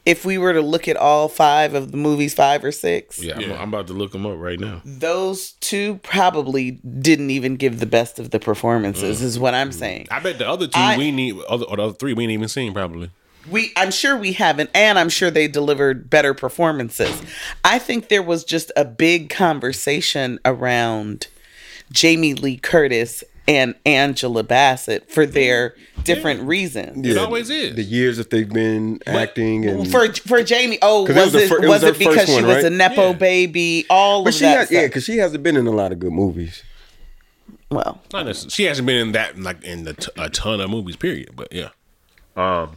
Speaker 5: if we were to look at all five of the movies, five or six,
Speaker 1: Yeah, I'm, I'm about to look him up right now.
Speaker 5: those two probably didn't even give the best of the performances, is what I'm saying.
Speaker 3: I bet the other two
Speaker 5: I-
Speaker 3: we need, other, or the other three we ain't even seen probably.
Speaker 5: we i'm sure we haven't and i'm sure they delivered better performances i think there was just a big conversation around jamie lee curtis and angela bassett for their different reasons
Speaker 3: It always is.
Speaker 2: The years that they've been acting and
Speaker 5: for for jamie oh
Speaker 2: 'Cause that was
Speaker 5: was
Speaker 2: the
Speaker 5: it
Speaker 2: fir- it
Speaker 5: was
Speaker 2: was
Speaker 5: it
Speaker 2: her first
Speaker 5: because she
Speaker 2: one,
Speaker 5: was
Speaker 2: right?
Speaker 5: a nepo
Speaker 3: Yeah.
Speaker 5: baby all
Speaker 2: but
Speaker 5: of
Speaker 2: she
Speaker 5: that
Speaker 2: has, yeah,
Speaker 5: stuff.
Speaker 2: because she hasn't been in a lot of good movies.
Speaker 5: well
Speaker 3: Not necessarily. She hasn't been in that like in the t- a ton of movies, period. But yeah, um,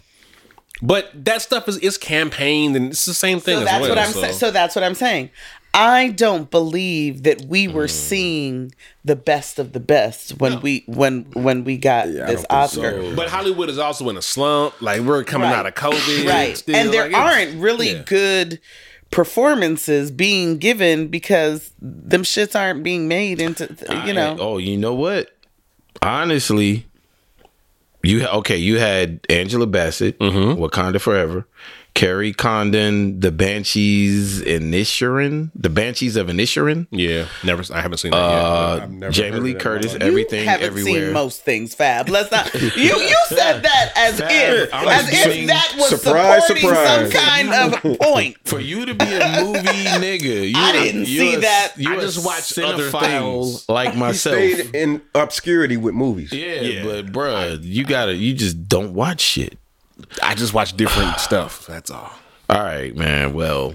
Speaker 3: but that stuff is is campaigned and it's the same thing.
Speaker 5: So
Speaker 3: as
Speaker 5: that's
Speaker 3: well,
Speaker 5: what I'm
Speaker 3: so.
Speaker 5: saying. So that's what I'm saying. I don't believe that we
Speaker 3: Mm.
Speaker 5: were seeing the best of the best when we when when we got
Speaker 2: Yeah, I
Speaker 5: this
Speaker 2: don't think
Speaker 5: Oscar.
Speaker 3: But Hollywood is also in a slump. Like we're coming
Speaker 5: Right.
Speaker 3: out of COVID,
Speaker 5: right
Speaker 3: still,
Speaker 5: and there
Speaker 3: like, it's-
Speaker 5: aren't really
Speaker 3: yeah.
Speaker 5: good performances being given because them shits aren't being made into you know
Speaker 1: I- oh, you know what? Honestly, you ha- okay? You had Angela Bassett,
Speaker 3: Mm-hmm.
Speaker 1: Wakanda Forever, Carrie Condon, The Banshees, Inisherin, The Banshees of Inisherin,
Speaker 3: Yeah, never. I haven't seen that yet.
Speaker 1: uh,
Speaker 2: never
Speaker 1: Jamie
Speaker 2: heard
Speaker 1: Lee
Speaker 2: of that
Speaker 1: Curtis,
Speaker 2: one.
Speaker 5: You
Speaker 1: everything,
Speaker 5: haven't
Speaker 1: everywhere.
Speaker 5: seen most things, Fab. Let's not. You you said that as
Speaker 1: Fab,
Speaker 5: if
Speaker 1: I'm
Speaker 5: as if
Speaker 1: saying-
Speaker 5: that was
Speaker 2: Surprise,
Speaker 5: supporting
Speaker 2: surprise.
Speaker 5: some kind of point.
Speaker 1: For you to be a movie nigga, you
Speaker 5: I
Speaker 1: you're
Speaker 5: didn't see
Speaker 1: a-
Speaker 5: that.
Speaker 1: you're
Speaker 3: I
Speaker 1: a
Speaker 3: just watched other
Speaker 1: cinephile
Speaker 3: things.
Speaker 1: like
Speaker 2: He
Speaker 1: myself.
Speaker 2: stayed in obscurity with movies.
Speaker 1: Yeah,
Speaker 3: Yeah.
Speaker 1: but bruh, you gotta, you just don't watch shit.
Speaker 2: Uh,
Speaker 3: I just watch different stuff. That's all.
Speaker 1: All right, man. Well,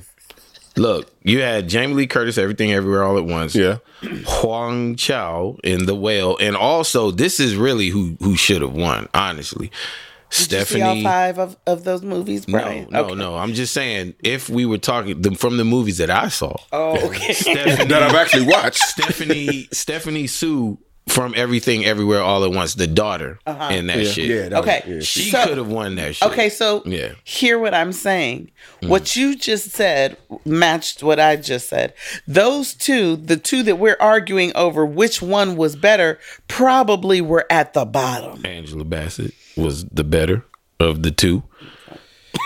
Speaker 1: look, you had Jamie Lee Curtis, Everything Everywhere All at Once. Huang Chao in The Whale. And also, this is really who who should have won, honestly.
Speaker 5: See all
Speaker 1: Stephanie.
Speaker 5: five of, of those movies,
Speaker 1: No,
Speaker 5: Brian.
Speaker 1: no,
Speaker 5: okay.
Speaker 1: no. I'm just saying, if we were talking the, from the movies that I saw,
Speaker 5: Oh, okay.
Speaker 1: Stephanie,
Speaker 2: That I've actually watched.
Speaker 1: Stephanie, Stephanie Sue from Everything Everywhere All at Once, the daughter in that shit.
Speaker 2: Yeah, that was-
Speaker 5: Okay.
Speaker 2: yeah.
Speaker 1: She
Speaker 5: Uh-huh. So-
Speaker 1: could have won that shit.
Speaker 5: Okay, so
Speaker 1: Yeah.
Speaker 5: hear what I'm saying. What you just said matched what I just said. Those two, the two that we're arguing over which one was better, probably were at the bottom.
Speaker 1: Angela Bassett was the better of the two.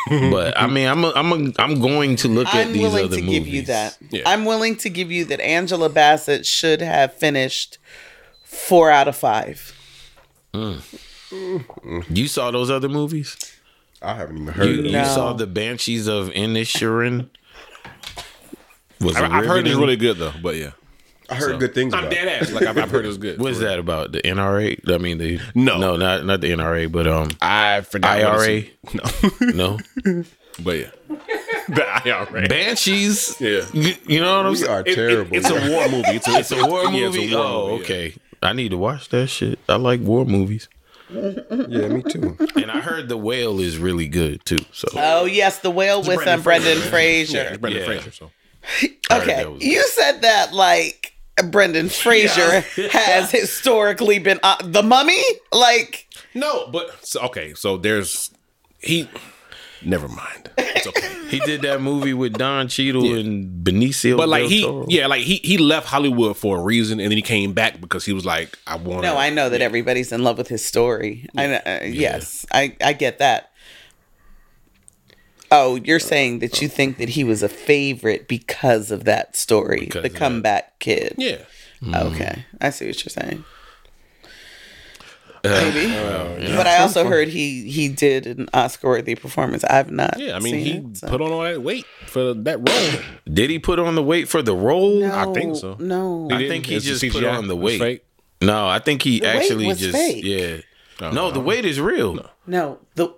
Speaker 1: but I mean, I'm a, I'm a, I'm going to look at
Speaker 5: I'm
Speaker 1: these
Speaker 5: willing
Speaker 1: other
Speaker 5: to
Speaker 1: movies.
Speaker 5: give you that. I'm willing to give you that Angela Bassett should have finished four out of five.
Speaker 1: You saw those other movies?
Speaker 2: I haven't even
Speaker 1: You,
Speaker 2: heard of
Speaker 1: you
Speaker 2: them.
Speaker 5: No.
Speaker 1: saw the Banshees of Inisherin? Was
Speaker 3: I, I've heard it's
Speaker 1: riveting?
Speaker 3: really good though. But yeah,
Speaker 2: I heard good things
Speaker 3: I'm
Speaker 2: about
Speaker 3: dead
Speaker 2: it.
Speaker 3: ass. Like I've, I've heard it's good.
Speaker 1: What's that about? The NRA? I mean, the
Speaker 3: No.
Speaker 1: no, not not the NRA, but um,
Speaker 3: I forgot. what
Speaker 1: IRA.
Speaker 3: it's- No,
Speaker 1: no
Speaker 3: but yeah, the IRA.
Speaker 1: Banshees.
Speaker 3: Yeah.
Speaker 1: you, you know what I'm
Speaker 2: We
Speaker 1: saying?
Speaker 2: are
Speaker 3: It- it-
Speaker 2: terrible.
Speaker 3: it's a war movie. It's a, it's a
Speaker 1: War movie.
Speaker 3: Yeah, it's a war
Speaker 1: oh,
Speaker 3: movie, yeah.
Speaker 1: okay. I need to watch that shit. I like war movies,
Speaker 2: yeah, me too.
Speaker 1: and I heard the whale is really good too. So
Speaker 5: Oh yes, the whale with um, Brendan Fraser.
Speaker 3: It's Brendan
Speaker 1: Yeah.
Speaker 3: Fraser. So
Speaker 5: Okay,
Speaker 1: that was-
Speaker 5: you said that like Brendan Fraser has historically been uh, the Mummy. Like,
Speaker 3: no, but so, okay. So there's he. Never mind. It's okay.
Speaker 1: he did that movie with Don Cheadle and Benicio.
Speaker 3: But like
Speaker 1: del
Speaker 3: he,
Speaker 1: Toro.
Speaker 3: yeah, like he he left Hollywood for a reason, and then he came back because he was like, I want.
Speaker 5: no, I know that everybody's in love with his story. I know, uh, yes, I I get that. Oh, you're saying that you think that he was a favorite because of that story, the
Speaker 1: of that.
Speaker 5: comeback kid.
Speaker 3: Yeah,
Speaker 5: Okay, I see what you're saying. Maybe, but I also heard he he did an Oscar-worthy performance. I've not.
Speaker 3: yeah. I mean, he
Speaker 5: seen it, so.
Speaker 3: put on all that weight for that role.
Speaker 1: did he put on the weight for the role?
Speaker 3: I think so.
Speaker 5: No,
Speaker 1: I think he
Speaker 3: It's
Speaker 1: just
Speaker 3: the
Speaker 1: put
Speaker 3: CGI.
Speaker 1: on the
Speaker 3: It's
Speaker 1: weight.
Speaker 3: fake.
Speaker 1: No, I think he
Speaker 5: weight
Speaker 1: actually
Speaker 5: was
Speaker 1: just
Speaker 5: fake.
Speaker 1: yeah. No, the weight is real.
Speaker 5: no. The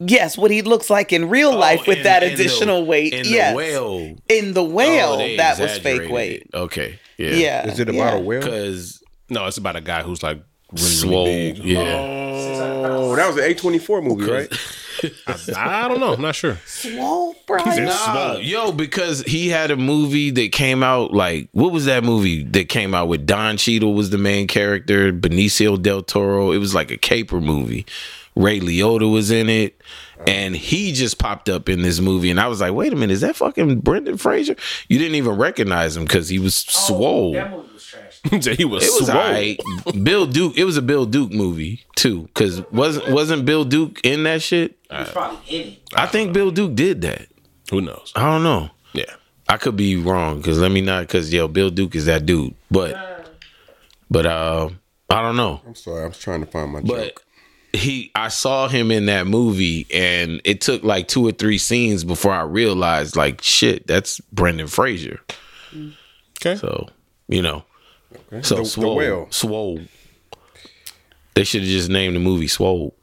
Speaker 5: yes, what he looks like in real life with that additional weight.
Speaker 1: Oh, In
Speaker 5: yes,
Speaker 1: the whale.
Speaker 5: in the whale,
Speaker 1: Oh, they
Speaker 5: that was
Speaker 1: exaggerated
Speaker 5: fake weight.
Speaker 1: it. Okay. Yeah.
Speaker 5: Yeah.
Speaker 2: Is it about
Speaker 5: yeah.
Speaker 2: a whale?
Speaker 1: Because
Speaker 3: No, it's about a guy who's like
Speaker 1: swole.
Speaker 3: big.
Speaker 1: Yeah.
Speaker 2: Oh, that was an A24 movie, right?
Speaker 3: I don't know. I'm not sure.
Speaker 5: Swole, Brian.
Speaker 1: Nah, yo, because he had a movie that came out like what was that movie that came out with Don Cheadle was the main character, Benicio del Toro. It was like a caper movie. Ray Liotta was in it, and he just popped up in this movie, and I was like, "Wait a minute, is that fucking Brendan Fraser?" You didn't even recognize him because he was swole.
Speaker 3: Jay, he was,
Speaker 1: It was
Speaker 3: swole.
Speaker 1: alright. Bill Duke. It was a Bill Duke movie too, because wasn't wasn't Bill Duke in that shit? I think Bill Duke did that.
Speaker 3: Who knows?
Speaker 1: I don't know.
Speaker 3: Yeah.
Speaker 1: I could be wrong because let me not because yo Bill Duke is that dude, but but uh I don't know.
Speaker 2: I'm sorry, I was trying to find my
Speaker 1: But
Speaker 2: joke.
Speaker 1: he, I saw him in that movie, and it took like two or three scenes before I realized like shit, that's Brendan Fraser.
Speaker 3: Okay.
Speaker 1: So you know, so
Speaker 2: The- the
Speaker 1: Swole,
Speaker 2: whale.
Speaker 1: Swole. They should have just named the movie Swole.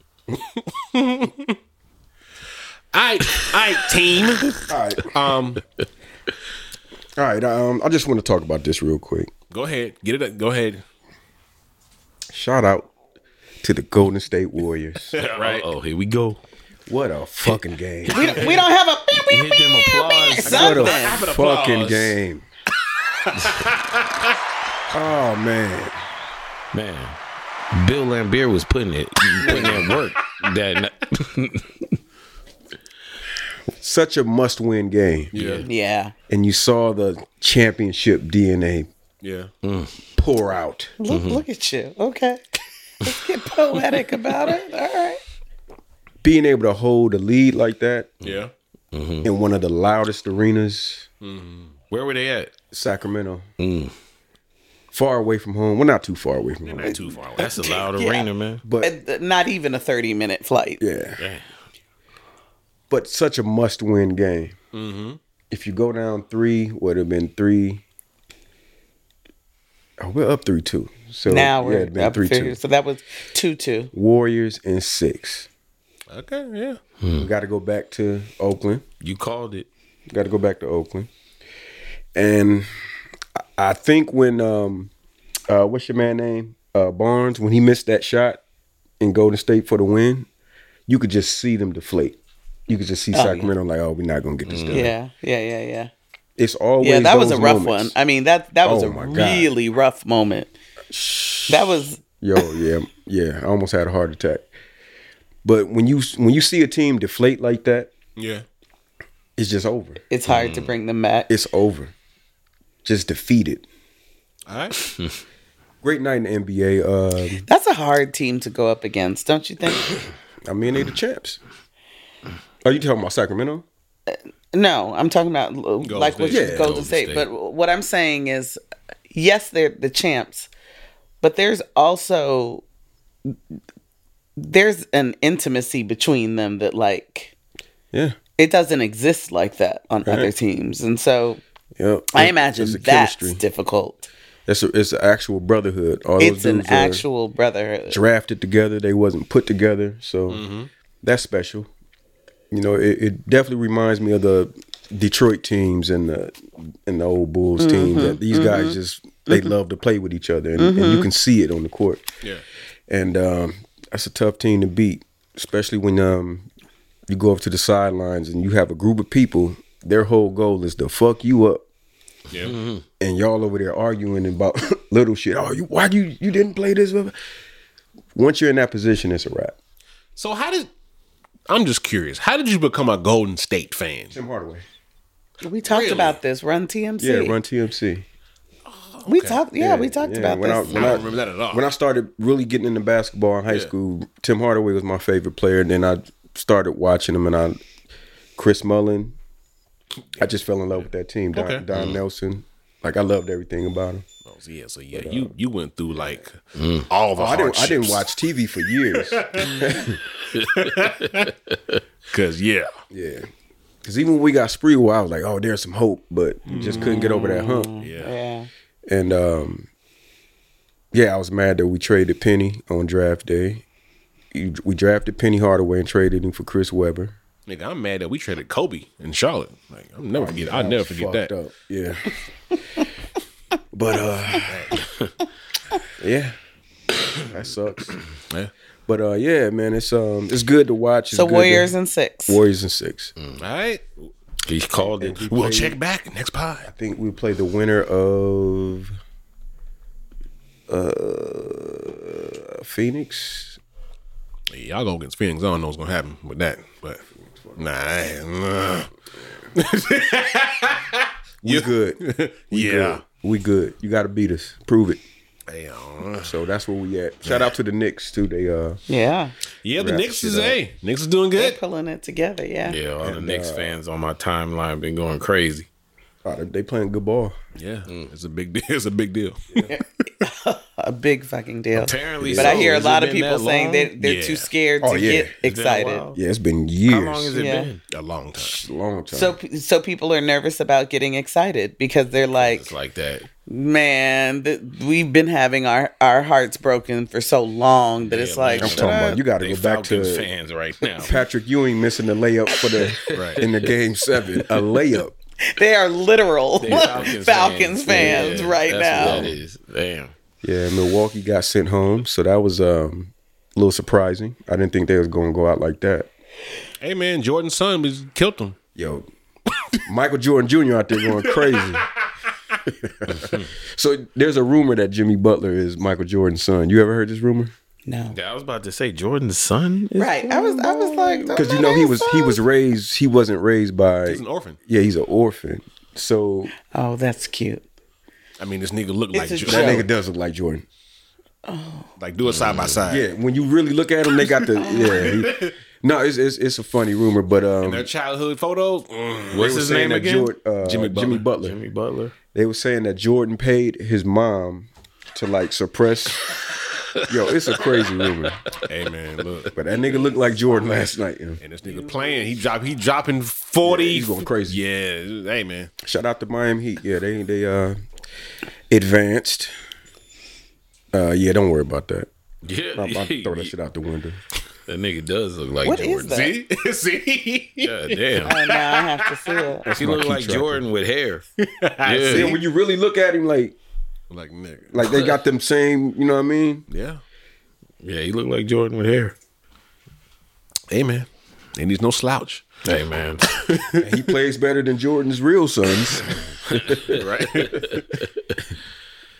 Speaker 3: I, I team.
Speaker 2: All right,
Speaker 3: Um,
Speaker 2: all right. Um, I just want to talk about this real quick.
Speaker 3: go ahead, get it. up. Go ahead.
Speaker 2: Shout out to the Golden State Warriors.
Speaker 3: Right.
Speaker 1: Oh, here we go.
Speaker 2: what a fucking game!
Speaker 5: We, we don't have a beep, beep,
Speaker 1: Hit them applause.
Speaker 2: What a
Speaker 5: something.
Speaker 2: fucking game! oh man,
Speaker 1: Man, Bill Lambier was putting it, putting in work. That
Speaker 2: such a must-win game.
Speaker 3: Yeah.
Speaker 5: Yeah.
Speaker 2: And you saw the championship DNA
Speaker 3: Yeah.
Speaker 2: pour out.
Speaker 5: Look, look at you. Okay. Let's get poetic about it. All right.
Speaker 2: Being able to hold a lead like that
Speaker 3: Yeah.
Speaker 2: in one of the loudest arenas,
Speaker 1: where were they at?
Speaker 2: Sacramento, far away from home. Well, not too far away from home.
Speaker 3: Not too far away.
Speaker 1: That's a loud
Speaker 5: Yeah.
Speaker 1: arena, man.
Speaker 2: But
Speaker 5: And, uh, Not even a 30 minute flight.
Speaker 2: Yeah. But such a must win game. If you go down three, would have been three. Oh, we're up 3 2. So
Speaker 5: Now
Speaker 2: yeah,
Speaker 5: we're
Speaker 2: it'd been
Speaker 5: up
Speaker 2: 3
Speaker 5: to,
Speaker 2: 2.
Speaker 5: so that was 2 2.
Speaker 2: Warriors and six.
Speaker 3: Okay. Yeah.
Speaker 2: We got to go back to Oakland.
Speaker 1: You called it.
Speaker 2: Got to go back to Oakland. And I- I think when, um, uh, what's your man name? Uh, Barnes, when he missed that shot in Golden State for the win, you could just see them deflate. You could just see Sacramento like, oh, we're not going to get this done.
Speaker 5: Yeah. Yeah. Yeah. Yeah.
Speaker 2: It's always
Speaker 5: Yeah. That was a
Speaker 2: those
Speaker 5: rough one.
Speaker 2: moments.
Speaker 5: I mean, that, that was
Speaker 2: Oh
Speaker 5: a
Speaker 2: my God.
Speaker 5: really rough moment. That was,
Speaker 2: Yo, yeah, yeah. I almost had a heart attack. But when you when you see a team deflate like that,
Speaker 3: Yeah.
Speaker 2: it's just over.
Speaker 5: it's hard to
Speaker 2: Mm.
Speaker 5: bring them back.
Speaker 2: It's over. Just defeated.
Speaker 3: All right.
Speaker 2: Great night in the NBA. Um,
Speaker 5: That's a hard team to go up against, don't you think?
Speaker 2: I mean, they the champs. Are you talking about Sacramento?
Speaker 5: No, I'm talking about l- like what
Speaker 3: State.
Speaker 5: you-
Speaker 2: Yeah,
Speaker 5: Golden,
Speaker 1: Golden
Speaker 5: State.
Speaker 1: State.
Speaker 5: But what I'm saying is, yes, they're the champs, but there's also there's an intimacy between them that like
Speaker 2: Yeah.
Speaker 5: it doesn't exist like that on other teams, and so
Speaker 2: Yep.
Speaker 5: I
Speaker 2: It's-
Speaker 5: imagine
Speaker 2: it's a
Speaker 5: that's
Speaker 2: chemistry.
Speaker 5: difficult.
Speaker 2: It's a, it's an actual brotherhood. All
Speaker 5: It's
Speaker 2: those
Speaker 5: an
Speaker 2: dudes are
Speaker 5: actual brotherhood.
Speaker 2: drafted together. They wasn't put together, so
Speaker 5: Mm-hmm.
Speaker 2: that's special. You know, it, it definitely reminds me of the Detroit teams and the and the old Bulls
Speaker 5: Mm-hmm.
Speaker 2: teams. That these guys just they love to play with each other, and, and you
Speaker 5: Mm-hmm.
Speaker 2: can see it on the court.
Speaker 3: Yeah.
Speaker 2: And um, that's a tough team to beat, especially when um, you go up to the sidelines and you have a group of people. Their whole goal is to fuck you up
Speaker 3: Yeah.
Speaker 2: and y'all over there arguing about little shit. Oh, you why you you didn't play this? Once you're in that position, it's a wrap.
Speaker 3: So how did? I'm just curious. How did you become a Golden State fan?
Speaker 2: Tim Hardaway.
Speaker 5: We talked
Speaker 3: Really?
Speaker 5: about this. Run TMC.
Speaker 2: Yeah, run TMC.
Speaker 5: We talked. Yeah, we talked
Speaker 2: Yeah,
Speaker 5: about
Speaker 2: when I-
Speaker 5: this.
Speaker 2: when
Speaker 3: I don't remember that at all.
Speaker 2: When I started really getting into basketball in high school, Tim Hardaway was my favorite player. And then I started watching him, and I Chris Mullen. I just fell in love with that team. Don,
Speaker 3: Okay.
Speaker 5: Mm.
Speaker 2: Don Nelson. Like I loved everything about him.
Speaker 3: Oh, yeah. So yeah, you you went through like
Speaker 1: Mm.
Speaker 3: all
Speaker 5: Oh,
Speaker 3: the
Speaker 2: I didn't. I didn't
Speaker 3: hardships.
Speaker 2: watch TV for years.
Speaker 3: Cause yeah,
Speaker 2: yeah, because even when we got Spreewell, I was like, "Oh, there's some hope," but just couldn't get over that hump.
Speaker 5: Mm.
Speaker 3: yeah.
Speaker 5: yeah.
Speaker 2: And um, yeah, I was mad that we traded Penny on draft day. You- We drafted Penny Hardaway and traded him for Chris Webber.
Speaker 3: Nigga, I'm mad that we traded Kobe in Charlotte. Like I'm never forget. I'll never
Speaker 2: Fucked
Speaker 3: forget that.
Speaker 2: up. Yeah. but uh, yeah, that sucks.
Speaker 3: Yeah.
Speaker 2: But uh, yeah, man, it's um, it's good to watch. It's
Speaker 5: So
Speaker 2: good to-
Speaker 5: Warriors and six.
Speaker 2: Warriors and six.
Speaker 3: All right.
Speaker 1: He called it.
Speaker 3: We'll check back next pod.
Speaker 2: I think we play the winner of uh Phoenix.
Speaker 3: Yeah, y'all go against Phoenix. I don't know what's gonna happen with that, but nah. I ain't- nah.
Speaker 2: We good.
Speaker 3: yeah.
Speaker 2: We good. You got to beat us. Prove it.
Speaker 3: Damn.
Speaker 2: So that's where we at. Shout out to the Knicks too. They uh
Speaker 5: Yeah.
Speaker 3: Yeah, the
Speaker 2: Wrap
Speaker 3: Knicks
Speaker 2: shit
Speaker 3: is
Speaker 2: up.
Speaker 3: a Knicks is doing
Speaker 5: They're
Speaker 3: good.
Speaker 5: pulling it together. Yeah.
Speaker 1: Yeah, all the Knicks
Speaker 3: uh,
Speaker 1: fans on my timeline been going crazy. Mm.
Speaker 2: oh, they- they playing good ball.
Speaker 3: Yeah, it's a big deal. It's a big deal.
Speaker 5: A big fucking deal.
Speaker 1: Apparently,
Speaker 5: But I
Speaker 1: so.
Speaker 5: hear a
Speaker 1: Has it
Speaker 5: lot of
Speaker 1: been
Speaker 5: people
Speaker 1: that
Speaker 5: saying
Speaker 1: long?
Speaker 5: that they're
Speaker 3: Yeah.
Speaker 5: too scared to
Speaker 2: Oh, yeah.
Speaker 5: get
Speaker 2: It's
Speaker 1: been a
Speaker 5: excited.
Speaker 1: while.
Speaker 2: Yeah, it's been years.
Speaker 1: How long has it
Speaker 5: Yeah.
Speaker 1: been?
Speaker 3: A long time.
Speaker 2: Long time.
Speaker 5: So, p- so people are nervous about getting excited because they're like,
Speaker 1: It's like that.
Speaker 5: man, th- we've been having our, our hearts broken for so long that it's
Speaker 1: Yeah,
Speaker 5: like,
Speaker 1: man.
Speaker 2: I'm
Speaker 5: shut
Speaker 2: talking
Speaker 5: up.
Speaker 2: about you got to
Speaker 1: They
Speaker 2: go back to
Speaker 1: Falcons fans right now.
Speaker 2: Patrick Ewing missing the layup for the
Speaker 1: Right.
Speaker 2: in the game seven. A layup.
Speaker 5: they are literal Falcons, fans,
Speaker 1: Yeah,
Speaker 5: right
Speaker 1: that's
Speaker 5: now.
Speaker 1: What that is. Damn.
Speaker 2: Yeah, Milwaukee got sent home, so that was um, a little surprising. I didn't think they was going to go out like that.
Speaker 3: Hey man, Jordan's son was killed him.
Speaker 2: Yo, Michael Jordan Jr. out there going crazy. so there's a rumor that Jimmy Butler is Michael Jordan's son. You ever heard this rumor?
Speaker 5: No.
Speaker 1: Yeah, I was about to say Jordan's son. is-
Speaker 5: Right. I was I was like, "Oh,
Speaker 2: Because you know he was he was raised he wasn't raised by
Speaker 3: He's an orphan.
Speaker 2: yeah he's an orphan. So
Speaker 5: Oh, that's cute.
Speaker 3: I mean, this nigga looked like
Speaker 5: It's a
Speaker 3: Jordan.
Speaker 2: that
Speaker 5: joke.
Speaker 2: nigga does look like Jordan.
Speaker 3: Like do it side
Speaker 1: Mm.
Speaker 3: by side.
Speaker 2: Yeah, when you really look at him, they got the yeah. he- no, it's, it's it's a funny rumor, but um,
Speaker 3: Their childhood photos. mm.
Speaker 1: What's
Speaker 2: they were
Speaker 1: his
Speaker 2: saying
Speaker 1: name
Speaker 2: that
Speaker 1: again?
Speaker 2: Jord- uh, Jimmy Butler. Jimmy Butler.
Speaker 1: Jimmy Butler.
Speaker 2: They were saying that Jordan paid his mom to like suppress. Yo, it's a crazy rumor,
Speaker 3: Hey man, look.
Speaker 2: but that nigga looked like Jordan last night. you know.
Speaker 3: And this nigga playing. He drop. He dropping forty.
Speaker 2: Yeah, he's going crazy.
Speaker 3: Yeah. Hey man.
Speaker 2: Shout out to Miami Heat. Yeah, they they uh advanced. Uh, yeah, don't worry about that.
Speaker 1: Yeah,
Speaker 2: I'm about to throw that
Speaker 1: that,
Speaker 2: shit out the window.
Speaker 1: nigga does look like
Speaker 5: What is
Speaker 1: Jordan.
Speaker 5: that?
Speaker 3: See. See.
Speaker 1: God damn.
Speaker 5: And now I have to see it.
Speaker 1: He looked like
Speaker 2: tracker.
Speaker 1: Jordan with hair.
Speaker 2: Then
Speaker 1: Yeah.
Speaker 2: when you really look at him, like
Speaker 3: Like nigga.
Speaker 2: like they got them same, you know what I mean?
Speaker 3: Yeah.
Speaker 1: yeah, he looked like Jordan with hair.
Speaker 3: Hey man. And he's no slouch.
Speaker 1: Hey man.
Speaker 2: He plays better than Jordan's real sons.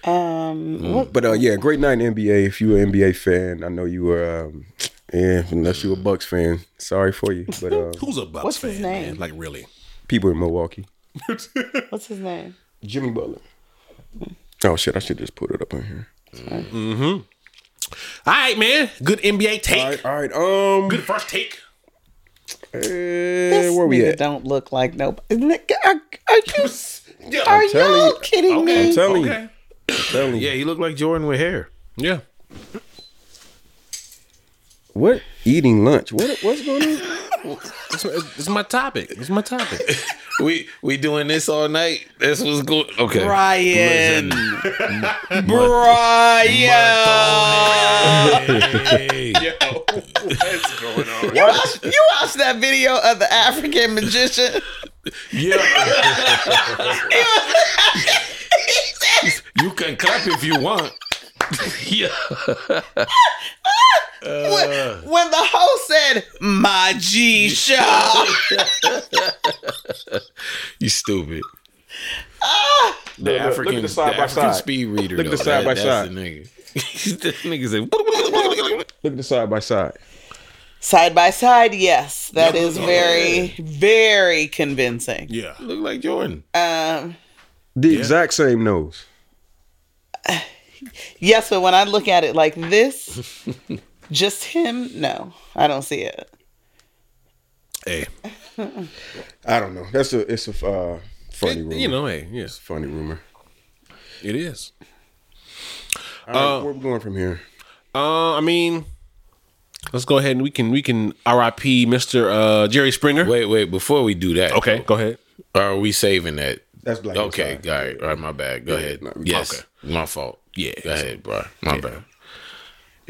Speaker 5: Um, what,
Speaker 2: But uh, yeah, great night in NBA. If you're an NBA fan, I know you were. Um, yeah, unless you're a Bucks fan, sorry for you. But uh,
Speaker 3: Who's a Bucks
Speaker 5: What's
Speaker 3: fan?
Speaker 5: his
Speaker 3: man?
Speaker 5: name?
Speaker 3: Like really?
Speaker 2: people in Milwaukee,
Speaker 5: what's his name?
Speaker 2: Jimmy Butler. Oh shit! I should just put it up in here.
Speaker 3: All right, man. Good NBA take.
Speaker 2: All right, all right. Um,
Speaker 3: Good first take.
Speaker 2: eh,
Speaker 5: This
Speaker 2: where we
Speaker 5: nigga
Speaker 2: at?
Speaker 5: don't look like nobody. Nigga, Are, are you
Speaker 3: Yeah.
Speaker 5: are
Speaker 2: telling
Speaker 5: y'all
Speaker 2: you.
Speaker 5: kidding
Speaker 2: I'm
Speaker 5: me?
Speaker 2: telling you,
Speaker 3: Okay.
Speaker 2: telling you.
Speaker 1: Yeah, he looked like Jordan with hair.
Speaker 3: Yeah.
Speaker 2: What eating lunch? What what's going on?
Speaker 3: This is my topic. This is my topic.
Speaker 1: We we doing this all night. This was good. Okay.
Speaker 5: Brian. Brian.
Speaker 1: Hey.
Speaker 5: You watched, you watched that video of the African magician?
Speaker 1: Yeah. you can clap if you want. yeah.
Speaker 5: When, when the host said, My G Show.
Speaker 1: You stupid. The
Speaker 5: Ah!
Speaker 2: look, look
Speaker 1: African,
Speaker 2: at the side
Speaker 1: the
Speaker 2: by
Speaker 1: African
Speaker 2: side.
Speaker 1: speed reader.
Speaker 2: Look at the
Speaker 1: though.
Speaker 2: side by
Speaker 1: that's
Speaker 2: side.
Speaker 1: The nigga. this nigga said.
Speaker 2: Look at the side by side.
Speaker 5: Side by side, yes. That is very, very convincing.
Speaker 3: Yeah.
Speaker 1: Look like Jordan.
Speaker 5: Um,
Speaker 2: The exact same nose.
Speaker 5: yes, but when I look at it like this, just him, no, I don't see it.
Speaker 3: Hey.
Speaker 2: I don't know. That's a it's a uh, funny rumor.
Speaker 3: You know, hey, yes,
Speaker 2: funny rumor.
Speaker 3: it is.
Speaker 2: All right, where we going from here?
Speaker 3: Uh, I mean, let's go ahead and we can we can R.I.P. Mr. Uh, Jerry Springer.
Speaker 1: Wait, wait. Before we do that,
Speaker 3: Okay, go ahead.
Speaker 1: Are we saving that?
Speaker 2: That's black
Speaker 1: Okay,
Speaker 2: inside.
Speaker 1: all right, all right, my bad. Go ahead.
Speaker 2: no,
Speaker 1: yes, my fault.
Speaker 3: Yeah.
Speaker 1: go ahead, bro. My bad.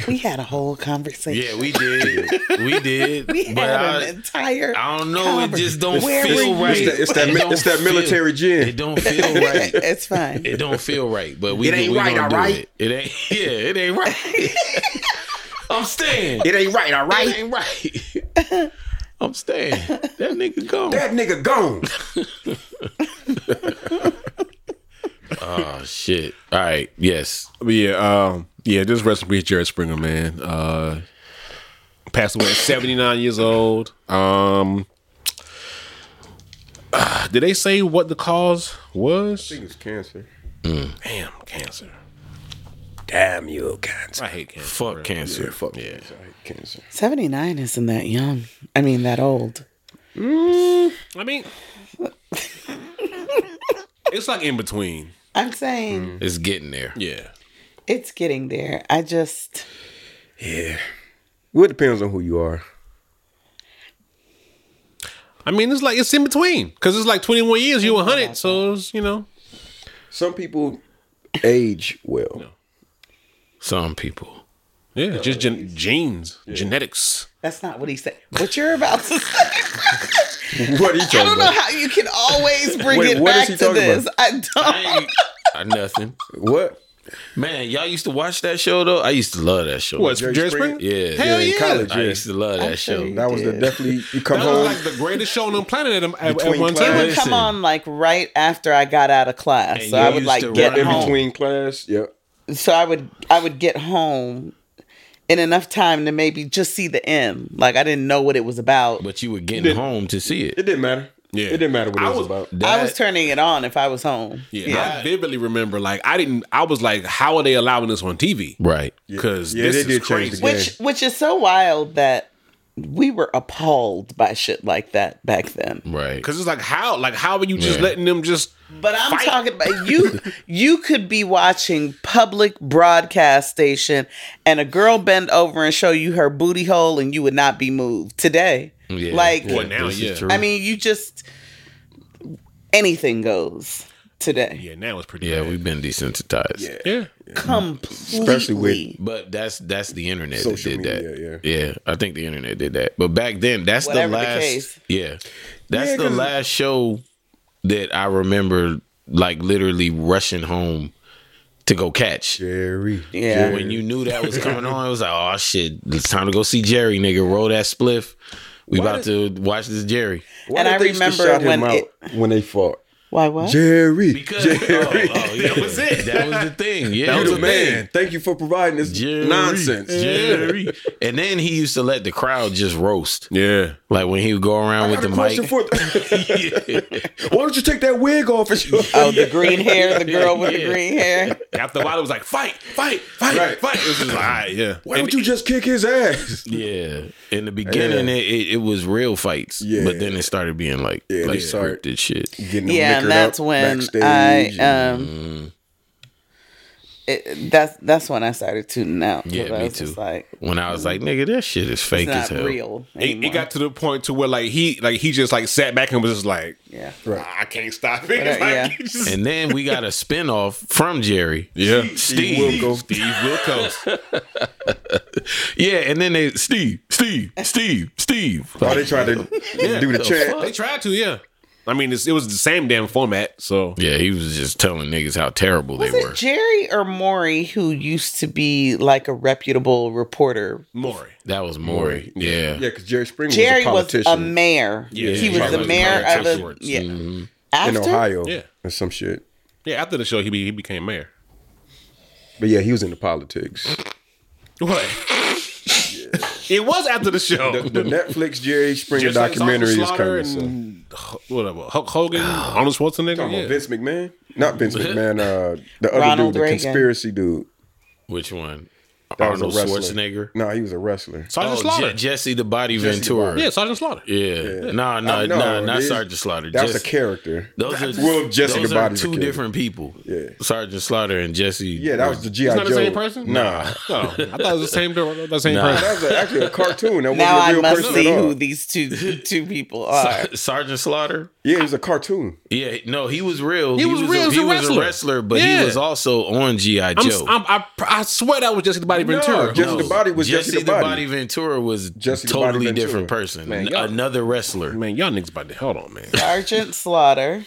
Speaker 5: We had a whole conversation.
Speaker 1: Yeah, we did. we did.
Speaker 5: We
Speaker 1: but
Speaker 5: had
Speaker 1: I,
Speaker 5: an entire.
Speaker 1: I don't know. It just don't
Speaker 5: Where
Speaker 1: feel
Speaker 5: were you?
Speaker 1: right.
Speaker 2: It's that, it's that,
Speaker 1: It
Speaker 2: mi-
Speaker 1: don't
Speaker 2: it's that
Speaker 1: feel-
Speaker 2: military
Speaker 1: It
Speaker 2: gin.
Speaker 1: don't feel right.
Speaker 5: it's fine.
Speaker 1: It don't feel right. But we
Speaker 2: It ain't
Speaker 1: we
Speaker 2: right,
Speaker 1: gonna do
Speaker 2: alright?
Speaker 1: It. it ain't. Yeah, it ain't right. I'm staying.
Speaker 2: It ain't right, all
Speaker 1: It ain't right. I'm staying. That nigga gone.
Speaker 2: That nigga gone.
Speaker 1: Oh shit. All right. Yes.
Speaker 3: But yeah, um, yeah, just rest in peace, Jerry Springer, man. Uh, passed away at 79 years old. Um, did they say what the cause was?
Speaker 2: I think it's cancer.
Speaker 3: Damn, cancer.
Speaker 2: Damn you, cancer.
Speaker 3: I hate cancer.
Speaker 1: Fuck
Speaker 3: bro.
Speaker 1: cancer.
Speaker 2: Yeah, fuck
Speaker 1: Yeah.
Speaker 2: cancer. I hate cancer.
Speaker 5: 79 isn't that young. I mean, that old.
Speaker 3: I mean, it's like in between.
Speaker 5: I'm saying
Speaker 1: It's getting there.
Speaker 3: Yeah.
Speaker 5: it's getting there. I just,
Speaker 2: Yeah. Well, it depends on who you are.
Speaker 3: I mean, it's like it's in between because it's like 21 years. You 100, so it's, you know.
Speaker 2: Some people age well.
Speaker 1: Some people.
Speaker 3: Yeah, just gen- genes, genetics.
Speaker 5: that's not what he said. What you're about to say.
Speaker 2: What are you talking
Speaker 5: I don't know
Speaker 2: about?
Speaker 5: how you can always bring
Speaker 2: Wait,
Speaker 5: it
Speaker 2: what is
Speaker 5: back
Speaker 2: he
Speaker 5: to
Speaker 2: talking
Speaker 5: this.
Speaker 2: about?
Speaker 5: I don't.
Speaker 1: I nothing.
Speaker 2: What?
Speaker 1: Man, y'all used to watch that show though. I used to love that show.
Speaker 3: What,
Speaker 2: Jerry
Speaker 3: Jerry
Speaker 2: Springer?
Speaker 3: Springer?
Speaker 1: Yeah.
Speaker 3: Hell
Speaker 2: Yeah, in
Speaker 3: yeah.
Speaker 2: college.
Speaker 1: I used to love that
Speaker 5: sure
Speaker 1: show.
Speaker 5: you
Speaker 2: That was the
Speaker 5: did.
Speaker 2: definitely you come
Speaker 3: That was
Speaker 2: home.
Speaker 3: like the greatest show on the planet at, at, at
Speaker 2: Between
Speaker 3: one
Speaker 5: It
Speaker 3: time.
Speaker 5: would
Speaker 1: Listen.
Speaker 5: come on like right after I got out of class.
Speaker 1: And
Speaker 5: So
Speaker 1: you
Speaker 5: I would
Speaker 1: used
Speaker 5: like
Speaker 1: to
Speaker 5: get
Speaker 1: run
Speaker 2: in
Speaker 5: home.
Speaker 2: between class. Yep.
Speaker 5: So I would I would get home in enough time to maybe just see the end. Like I didn't know what it was about.
Speaker 1: But you were getting home to see it.
Speaker 2: It didn't matter.
Speaker 3: Yeah.
Speaker 2: It didn't matter what it
Speaker 3: I
Speaker 2: was,
Speaker 3: was-
Speaker 2: about.
Speaker 1: That-
Speaker 5: I was turning it on if I was home.
Speaker 3: Yeah, I vividly remember. Like, I didn't. I was like, "How are they allowing this on TV?"
Speaker 1: right.
Speaker 3: Because
Speaker 2: Yeah,
Speaker 3: this
Speaker 2: they
Speaker 3: is
Speaker 2: did change the
Speaker 3: crazy.
Speaker 2: game.
Speaker 5: Which which is so wild that we were appalled by shit like that back then.
Speaker 1: Right.
Speaker 3: Because it's like, how? Like, how are you just
Speaker 1: Yeah.
Speaker 3: letting them just?
Speaker 5: But I'm
Speaker 3: Fight.
Speaker 5: talking about you you could be watching public broadcast station and a girl bend over and show you her booty hole and you would not be moved today.
Speaker 1: Yeah.
Speaker 5: Like
Speaker 3: Well, now,
Speaker 1: This is
Speaker 3: yeah.
Speaker 1: true.
Speaker 5: I mean, you just anything goes today.
Speaker 3: Yeah, now it's pretty.
Speaker 1: Yeah,
Speaker 3: bad.
Speaker 1: we've been desensitized. Yeah.
Speaker 3: yeah.
Speaker 5: Completely.
Speaker 2: Especially with-
Speaker 1: But that's that's the internet
Speaker 2: Social
Speaker 1: that did
Speaker 2: media,
Speaker 1: that. Yeah. I think the internet did that. But back then, that's
Speaker 5: Whatever
Speaker 1: the
Speaker 5: the
Speaker 1: last.
Speaker 5: case.
Speaker 1: Yeah, that's
Speaker 2: Yeah,
Speaker 1: the
Speaker 2: 'cause-
Speaker 1: last show that I remember, like literally rushing home to go catch.
Speaker 2: Jerry.
Speaker 5: Yeah.
Speaker 1: When you knew that was coming on, it was like, oh shit, it's time to go see Jerry, nigga. Roll that spliff. We about to watch this Jerry.
Speaker 2: Why
Speaker 5: And
Speaker 2: did
Speaker 5: I
Speaker 2: they used to
Speaker 5: remember
Speaker 2: shout him
Speaker 5: when
Speaker 2: out when they fought.
Speaker 5: Why what?
Speaker 2: Jerry.
Speaker 1: Because oh,
Speaker 2: Jerry.
Speaker 1: oh, yeah. that was it. That was the thing. Yeah,
Speaker 2: You
Speaker 1: it was
Speaker 2: the
Speaker 1: a
Speaker 2: man.
Speaker 1: thing.
Speaker 2: Thank you for providing this
Speaker 1: Jerry,
Speaker 2: nonsense.
Speaker 1: Jerry. and then he used to let the crowd just roast.
Speaker 3: Yeah.
Speaker 1: Like when he would go around with
Speaker 2: I
Speaker 1: the
Speaker 2: got a question
Speaker 1: mic.
Speaker 2: for- Why don't you take that wig off? And show-
Speaker 5: Oh, the green hair, the girl with the green hair.
Speaker 3: After a while, it was like fight, fight, fight,
Speaker 2: Right.
Speaker 3: fight. It was just like, all right, yeah.
Speaker 2: Why
Speaker 3: And
Speaker 2: don't you just kick his ass?
Speaker 1: Yeah. In the beginning,
Speaker 2: Yeah.
Speaker 1: it, it, it was real fights.
Speaker 2: Yeah.
Speaker 1: But then it started being like,
Speaker 2: Yeah, they
Speaker 1: like
Speaker 2: start-
Speaker 1: scripted shit.
Speaker 2: Getting them
Speaker 5: Yeah, and
Speaker 2: liquored
Speaker 5: that's
Speaker 2: up
Speaker 5: when
Speaker 2: backstage
Speaker 5: I
Speaker 2: and-
Speaker 5: um. It, that's that's when I started tuning out. 'cause
Speaker 1: Yeah,
Speaker 5: I
Speaker 1: me
Speaker 5: was just
Speaker 1: too.
Speaker 5: Like
Speaker 1: When I was like, nigga, that shit is fake
Speaker 5: it's not
Speaker 1: as hell.
Speaker 5: real.
Speaker 3: It,
Speaker 5: Anymore.
Speaker 3: it got to the point to where like he like he just like sat back and was just like,
Speaker 5: yeah.
Speaker 3: "Ah, I can't stop it.
Speaker 5: uh,
Speaker 3: Like,
Speaker 5: yeah.
Speaker 3: he just-
Speaker 1: And then we got a spinoff from Jerry.
Speaker 3: yeah.
Speaker 1: Steve.
Speaker 2: Wilkos.
Speaker 3: Steve Wilkos.
Speaker 1: Yeah, and then they Steve, Steve, Steve, Steve.
Speaker 2: Oh, they tried to do the chant.
Speaker 3: they tried to, yeah. I mean, it's, it was the same damn format. So
Speaker 1: Yeah, he was just telling niggas how terrible
Speaker 5: Was
Speaker 1: they
Speaker 5: it
Speaker 1: were.
Speaker 5: Jerry or Maury who used to be like a reputable reporter?
Speaker 3: Maury.
Speaker 1: that was Maury. Yeah.
Speaker 2: Yeah, because Jerry Springer
Speaker 5: Jerry
Speaker 2: was a
Speaker 5: was
Speaker 2: politician
Speaker 5: a mayor.
Speaker 3: Yeah,
Speaker 5: he
Speaker 3: he
Speaker 5: was
Speaker 3: probably
Speaker 5: the
Speaker 3: was a
Speaker 5: mayor of
Speaker 3: politician.
Speaker 5: a yeah.
Speaker 2: in
Speaker 5: After?
Speaker 2: Ohio
Speaker 3: Yeah.
Speaker 2: or some shit.
Speaker 3: Yeah, after the show, he be, he became mayor.
Speaker 2: But yeah, he was into politics.
Speaker 3: What? It was after the show.
Speaker 2: The, the Netflix Jerry Springer
Speaker 3: Just like
Speaker 2: documentary is
Speaker 3: Sergeant Slaughter
Speaker 2: coming. soon.
Speaker 3: and H- whatever. Hulk Hogan, Arnold Schwarzenegger.
Speaker 2: Talking about
Speaker 3: Yeah.
Speaker 2: Vince McMahon? Not Vince McMahon. Uh, the other
Speaker 5: Ronald
Speaker 2: dude, the
Speaker 5: Reagan.
Speaker 2: conspiracy dude.
Speaker 1: Which one?
Speaker 2: That
Speaker 1: Arnold
Speaker 2: was a wrestler.
Speaker 1: Schwarzenegger.
Speaker 2: No, he was a wrestler.
Speaker 3: Sergeant
Speaker 1: Oh,
Speaker 3: Slaughter.
Speaker 1: Je- Jesse the Body Ventura.
Speaker 3: yeah, Sergeant Slaughter.
Speaker 1: Yeah. Nah, nah,
Speaker 2: I know,
Speaker 1: nah, not
Speaker 2: dude.
Speaker 1: Sergeant Slaughter.
Speaker 2: That's
Speaker 1: Jesse-
Speaker 2: a character.
Speaker 1: Those are
Speaker 2: Well, Jesse
Speaker 1: those
Speaker 2: the
Speaker 1: are
Speaker 2: Body's a
Speaker 1: two
Speaker 2: kid.
Speaker 1: different people.
Speaker 2: Yeah.
Speaker 1: Sergeant Slaughter and Jesse.
Speaker 2: Yeah, that was the GI
Speaker 3: It's
Speaker 2: Joe.
Speaker 3: not the same person?
Speaker 2: Nah,
Speaker 3: Oh, I thought it was the same, the same
Speaker 1: Nah.
Speaker 3: person.
Speaker 2: that was a, actually a cartoon. That wasn't
Speaker 5: Now
Speaker 2: a
Speaker 5: I
Speaker 2: real
Speaker 5: must
Speaker 2: person
Speaker 5: see
Speaker 2: at all.
Speaker 5: who these two two people are.
Speaker 1: Sergeant Slaughter.
Speaker 2: yeah, it was a cartoon.
Speaker 1: Yeah, no, he was real.
Speaker 3: He was real as
Speaker 1: He
Speaker 3: a
Speaker 1: was a
Speaker 3: wrestler.
Speaker 1: wrestler, but he
Speaker 3: Yeah.
Speaker 1: was also on GI
Speaker 3: I'm,
Speaker 1: Joe.
Speaker 3: I'm, I, pr- I swear that was Jesse the Body Ventura.
Speaker 2: No, Jesse the Body was Jesse, the Body.
Speaker 1: Ventura was
Speaker 2: Jesse the Body
Speaker 1: totally
Speaker 2: Ventura.
Speaker 1: different person.
Speaker 3: Man,
Speaker 1: N-
Speaker 3: y'all-
Speaker 1: Another wrestler.
Speaker 3: Man, y'all niggas about to hold on, man.
Speaker 5: Sergeant Slaughter.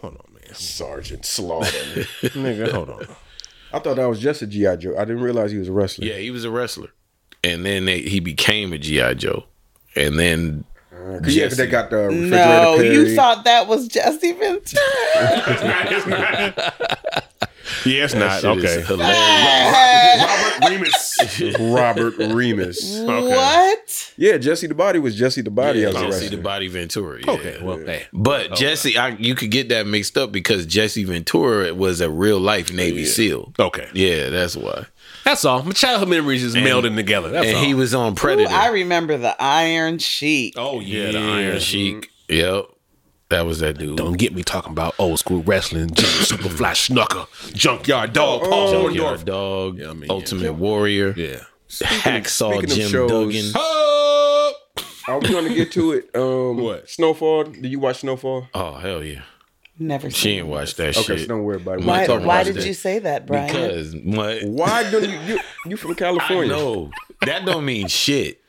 Speaker 3: Hold on, man.
Speaker 2: Sergeant Slaughter.
Speaker 3: Nigga, hold on.
Speaker 2: I thought that was just a GI Joe. I didn't realize he was a wrestler.
Speaker 1: Yeah, he was a wrestler, and then they, he became a GI Joe, and then
Speaker 2: Uh, 'cause yeah, 'cause they
Speaker 1: Jesse.
Speaker 2: got the refrigerator.
Speaker 5: No, you
Speaker 2: Perry.
Speaker 5: thought that was Jesse Ventura.
Speaker 3: Yeah, it's not. Okay.
Speaker 2: Robert Remus. Robert Remus.
Speaker 3: Okay.
Speaker 5: What?
Speaker 2: Yeah, Jesse the Body was Jesse the Body. I was
Speaker 1: Jesse the
Speaker 2: arrested.
Speaker 1: Body Ventura. yeah.
Speaker 3: Okay. Well, hey.
Speaker 1: But Jesse, I, you could get that mixed up because Jesse Ventura was a real
Speaker 3: Oh,
Speaker 1: life Navy SEAL.
Speaker 3: Okay.
Speaker 1: Yeah, that's why.
Speaker 3: That's all. My childhood memories is melding together. That's
Speaker 1: and
Speaker 3: all.
Speaker 1: he was on
Speaker 5: Ooh,
Speaker 1: Predator.
Speaker 5: I remember the Iron Sheik.
Speaker 3: oh yeah,
Speaker 1: yeah, the Iron Sheik. Yep, that was that dude.
Speaker 3: Don't get me talking about old school wrestling, Superfly Snucker, Junkyard Dog, Paul
Speaker 1: Junkyard
Speaker 3: Orndorff.
Speaker 1: Dog,
Speaker 3: Yeah, I mean, yeah.
Speaker 1: Ultimate Warrior,
Speaker 3: Yeah.
Speaker 1: Hacksaw
Speaker 2: speaking of
Speaker 1: Jim
Speaker 2: shows-
Speaker 1: Duggan.
Speaker 3: Oh,
Speaker 2: Are we going to get to it? Um,
Speaker 3: What?
Speaker 2: Snowfall. Did you watch Snowfall?
Speaker 1: Oh hell yeah,
Speaker 5: Never
Speaker 1: she
Speaker 5: seen.
Speaker 1: ain't watched that
Speaker 2: Okay,
Speaker 1: shit.
Speaker 2: so don't worry about it.
Speaker 5: Why,
Speaker 1: Talk about
Speaker 5: why
Speaker 1: it
Speaker 5: did
Speaker 1: then.
Speaker 5: you say that, Brian?
Speaker 1: because what?
Speaker 2: Why don't you, you? You from
Speaker 1: I
Speaker 2: California?
Speaker 1: know that don't mean shit.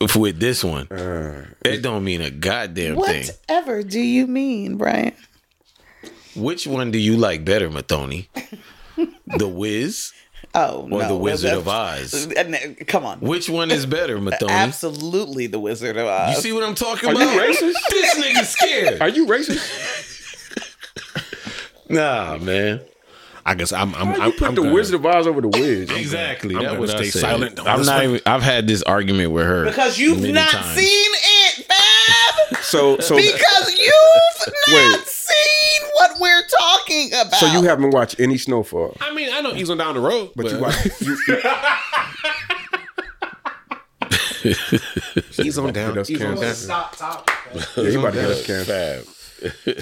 Speaker 1: if With this one,
Speaker 3: Uh,
Speaker 1: that don't mean a goddamn thing.
Speaker 5: Whatever do you mean, Brian?
Speaker 1: Which one do you like better, Matoni? the Wiz
Speaker 5: Oh
Speaker 1: or
Speaker 5: no,
Speaker 1: the Wizard
Speaker 5: that's-
Speaker 1: of Oz?
Speaker 5: Uh, no, Come on,
Speaker 1: Which one is better, Matoni?
Speaker 5: absolutely the Wizard of Oz.
Speaker 1: You see what I'm talking
Speaker 2: Are you
Speaker 1: about?
Speaker 2: racist?
Speaker 1: This nigga's
Speaker 2: Are
Speaker 1: scared.
Speaker 2: you racist?
Speaker 1: Nah, man.
Speaker 3: I guess I'm. I'm.
Speaker 2: You
Speaker 3: I'm,
Speaker 2: put
Speaker 3: I'm
Speaker 2: the
Speaker 3: gonna-
Speaker 2: Wizard of Oz over the Wiz.
Speaker 1: Exactly.
Speaker 3: I'm
Speaker 1: that
Speaker 3: gonna
Speaker 1: what
Speaker 3: stay
Speaker 1: I said.
Speaker 3: silent on
Speaker 1: I'm
Speaker 3: this
Speaker 1: not
Speaker 3: one.
Speaker 1: even. I've had this argument with her
Speaker 5: because you've
Speaker 1: many
Speaker 5: not
Speaker 1: times.
Speaker 5: seen it, Fab.
Speaker 2: So, so,
Speaker 5: because you've not
Speaker 2: Wait.
Speaker 5: seen what we're talking about.
Speaker 2: so you haven't watched any Snowfall,
Speaker 3: I mean, I know he's on down the road,
Speaker 2: but you watch. You,
Speaker 3: he's on down.
Speaker 2: That's
Speaker 3: He's on down.
Speaker 2: cancer. yeah, you about to get us canceled.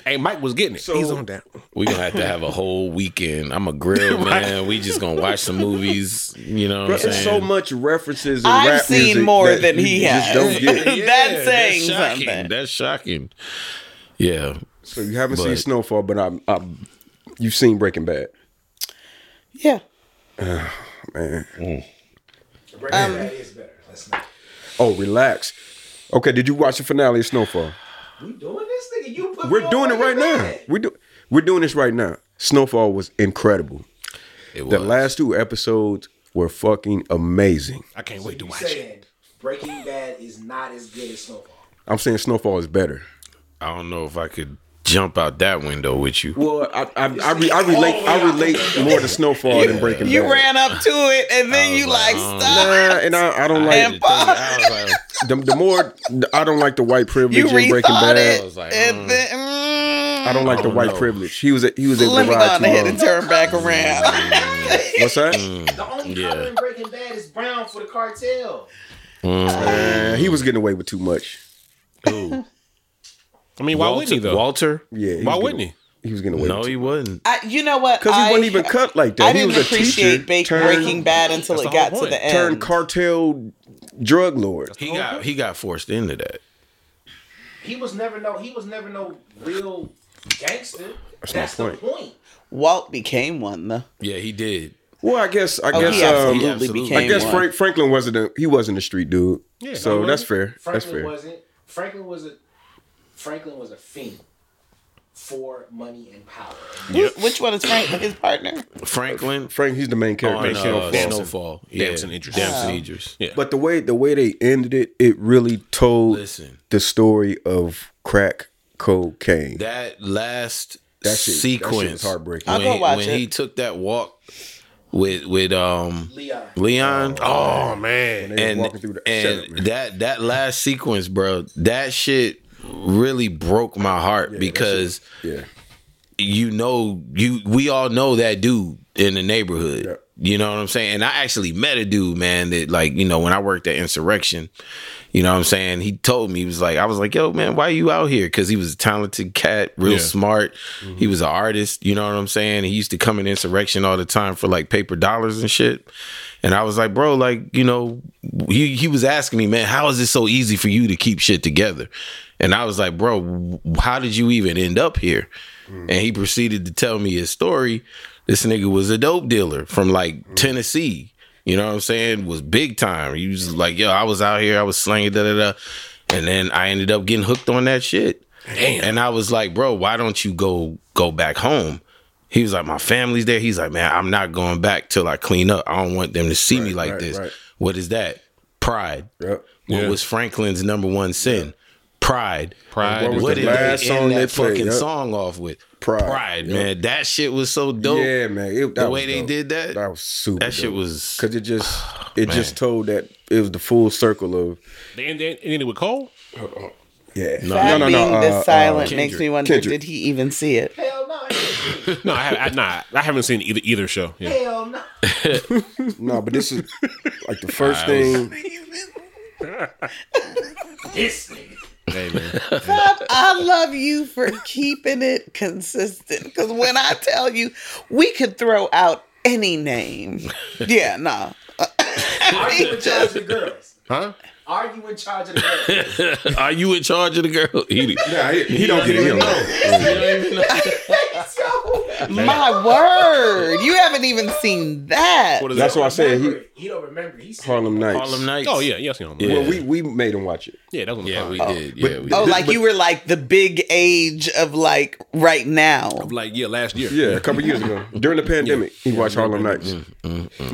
Speaker 3: Hey, Mike was getting it. he's on down.
Speaker 1: We gonna have to have a whole weekend. I'm a grill man. We just gonna watch some movies. You know what I'm
Speaker 2: But it's
Speaker 1: saying?
Speaker 2: so much references. And
Speaker 5: I've
Speaker 2: rap
Speaker 5: seen
Speaker 2: music
Speaker 5: more
Speaker 2: that
Speaker 5: than
Speaker 2: you
Speaker 5: he
Speaker 2: just
Speaker 5: has.
Speaker 2: Don't get.
Speaker 5: That's saying
Speaker 1: shocking.
Speaker 5: something.
Speaker 1: That's shocking. Yeah.
Speaker 2: So you haven't seen
Speaker 1: But-
Speaker 2: Snowfall, but I'm, I'm. You've seen Breaking Bad,
Speaker 5: yeah.
Speaker 2: man.
Speaker 5: Um,
Speaker 2: Oh, relax. Okay, did you watch the finale of Snowfall? We're doing it right now. We do. We're doing this right now. Snowfall was incredible.
Speaker 1: It
Speaker 2: The
Speaker 1: was.
Speaker 2: last two episodes were fucking amazing.
Speaker 3: I can't wait to
Speaker 8: You
Speaker 3: watch it.
Speaker 8: saying Breaking Bad is not as good as Snowfall?
Speaker 2: I'm saying Snowfall is better.
Speaker 1: I don't know if I could jump out that window with you.
Speaker 2: Well, I I, I, re- I relate I relate more to Snowfall than Breaking
Speaker 5: you
Speaker 2: Bad.
Speaker 5: ran up to it and then you like stop.
Speaker 2: Nah, and I, I don't
Speaker 1: I had
Speaker 2: like
Speaker 1: to think. I was like,
Speaker 2: the, the more I don't like the white privilege
Speaker 5: You
Speaker 2: in Breaking
Speaker 5: rethought
Speaker 2: Bad.
Speaker 5: it,
Speaker 1: like,
Speaker 5: and then mm,
Speaker 2: I don't like the
Speaker 1: don't
Speaker 2: white
Speaker 1: know.
Speaker 2: privilege. He was a, he was able
Speaker 5: let
Speaker 2: to
Speaker 5: me go
Speaker 2: ride
Speaker 5: on
Speaker 2: too
Speaker 5: ahead
Speaker 2: long.
Speaker 5: and turn back around.
Speaker 2: What's that?
Speaker 1: Mm.
Speaker 8: The only
Speaker 1: Yeah.
Speaker 8: color in Breaking Bad is brown for the cartel.
Speaker 2: Uh, he was getting away with too much.
Speaker 3: I mean, why
Speaker 1: Walter,
Speaker 3: wouldn't he though?
Speaker 1: Walter?
Speaker 2: Yeah, he was
Speaker 3: why
Speaker 2: getting-
Speaker 3: wouldn't he?
Speaker 2: He was getting away.
Speaker 1: No,
Speaker 2: with
Speaker 1: he
Speaker 2: too
Speaker 1: wasn't.
Speaker 5: I, you know what?
Speaker 2: because he
Speaker 5: I-
Speaker 2: wasn't even cut like that. he
Speaker 5: I
Speaker 2: was
Speaker 5: didn't
Speaker 2: a
Speaker 5: appreciate
Speaker 2: teacher,
Speaker 5: Bake-
Speaker 2: turned,
Speaker 5: Breaking Bad until
Speaker 3: That's
Speaker 5: it
Speaker 3: the whole
Speaker 5: got to
Speaker 3: point.
Speaker 5: the end.
Speaker 2: turned cartel drug lord.
Speaker 1: He got he got forced into that.
Speaker 8: He was never no. He was never no real gangster. That's,
Speaker 2: my
Speaker 8: the
Speaker 2: point.
Speaker 8: point.
Speaker 5: Walt became one though.
Speaker 1: Yeah, he did.
Speaker 2: Well, I guess I
Speaker 5: Oh,
Speaker 2: guess
Speaker 5: he
Speaker 2: um,
Speaker 5: absolutely,
Speaker 1: absolutely.
Speaker 5: became
Speaker 2: I guess
Speaker 5: one.
Speaker 2: Frank Franklin wasn't a he wasn't a street dude. so
Speaker 3: he
Speaker 2: that's
Speaker 3: wasn't.
Speaker 2: fair. that's
Speaker 8: Franklin
Speaker 2: fair.
Speaker 8: wasn't. Franklin was a. Franklin was a fiend for money and power.
Speaker 5: Who- Which one is Frank? His partner?
Speaker 1: Franklin
Speaker 2: Frank, he's the main character.
Speaker 1: on
Speaker 2: in
Speaker 1: uh,
Speaker 2: Snowfall.
Speaker 1: Snowfall. Yeah.
Speaker 3: Damson Idris.
Speaker 1: Damson Idris. Yeah.
Speaker 2: But the way the way they ended it, it really told
Speaker 1: Listen.
Speaker 2: the story of crack cocaine.
Speaker 1: That last
Speaker 2: That shit- that shit was
Speaker 1: sequence
Speaker 2: heartbreaking.
Speaker 5: I'll
Speaker 1: When,
Speaker 5: go
Speaker 1: he,
Speaker 5: watch
Speaker 1: when
Speaker 5: it.
Speaker 1: he took that walk with with um
Speaker 8: Leon.
Speaker 1: Leon. Oh,
Speaker 3: man.
Speaker 2: They was
Speaker 1: and
Speaker 2: walking through the-
Speaker 1: and
Speaker 2: Shut up, man.
Speaker 1: that that last sequence, bro, that shit really broke my heart because
Speaker 2: yeah.
Speaker 1: you know you we all know that dude in the neighborhood.
Speaker 2: Yeah.
Speaker 1: You know what I'm saying? And I actually met a dude, man, that like, you know, when I worked at Insurrection, you know what I'm saying? He told me, he was like, I was like, yo, man, why you out here? Cause he was a talented cat, real
Speaker 3: Yeah.
Speaker 1: smart. He was an artist, you know what I'm saying? He used to come in Insurrection all the time for like paper dollars and shit. And I was like, bro, like, you know, he, he was asking me, man, how is it so easy for you to keep shit together? And I was like, bro, w- how did you even end up here? And he proceeded to tell me his story. This nigga was a dope dealer from like Tennessee. You know what I'm saying? Was big time. He was like, yo, I was out here, I was slinging, da da da. And then I ended up getting hooked on that shit. And I was like, bro, why don't you go go back home? He was like, my family's there. He's like, man, I'm not going back till I clean up. I don't want them to see me like
Speaker 2: right,
Speaker 1: this.
Speaker 2: right.
Speaker 1: What is that? Pride.
Speaker 2: Yep.
Speaker 1: What
Speaker 3: Yeah.
Speaker 1: was Franklin's number one sin? Pride.
Speaker 3: Pride
Speaker 1: What,
Speaker 3: is
Speaker 2: the
Speaker 1: did
Speaker 2: last
Speaker 1: they
Speaker 2: song
Speaker 1: end
Speaker 2: they
Speaker 1: that
Speaker 2: played?
Speaker 1: fucking
Speaker 2: Yep.
Speaker 1: song off with?
Speaker 2: Pride.
Speaker 1: Pride, man. That shit was so dope.
Speaker 2: Yeah, man. It, that
Speaker 1: the
Speaker 2: was
Speaker 1: way they
Speaker 2: dope.
Speaker 1: did that,
Speaker 2: That was super.
Speaker 1: That shit was-
Speaker 2: because it just it
Speaker 1: Man.
Speaker 2: just told that it was the full circle of
Speaker 3: They end they ended with Cole.
Speaker 2: yeah.
Speaker 5: That being this
Speaker 2: uh,
Speaker 5: silent
Speaker 3: uh,
Speaker 5: makes me
Speaker 3: Kendrick.
Speaker 5: wonder,
Speaker 2: Kendrick.
Speaker 5: did he even see it?
Speaker 8: Hell no. I ain't-
Speaker 3: No, I, have, I, nah, I haven't seen either either show. Yeah.
Speaker 8: Hell no.
Speaker 2: uh, no, but this is like the first thing.
Speaker 8: This nigga.
Speaker 3: Hey, man.
Speaker 5: Bob, I love you for keeping it consistent. Because when I tell you, we could throw out any name. Yeah, no.
Speaker 8: Argue in charge of the girls.
Speaker 3: Huh?
Speaker 8: Argue in charge of the girls.
Speaker 1: Are you in charge of the girl? He,
Speaker 2: Nah, he, he don't get it. He don't know.
Speaker 5: My word, you haven't even seen that.
Speaker 3: What is
Speaker 2: That's
Speaker 3: that?
Speaker 2: why I said he
Speaker 8: Remember it. he don't remember. it. He said,
Speaker 2: Harlem Nights.
Speaker 1: Harlem Nights.
Speaker 3: Oh yeah, yeah, I seen him.
Speaker 1: Yeah.
Speaker 3: Yeah,
Speaker 2: Well, we we made him watch it.
Speaker 3: yeah, that was on the
Speaker 1: Yeah, we
Speaker 3: podcast.
Speaker 1: did. Yeah, we did.
Speaker 5: Oh, like you were like the big age of like right now.
Speaker 3: like yeah, last year.
Speaker 2: Yeah, a couple years ago during the pandemic, he watched Harlem Nights.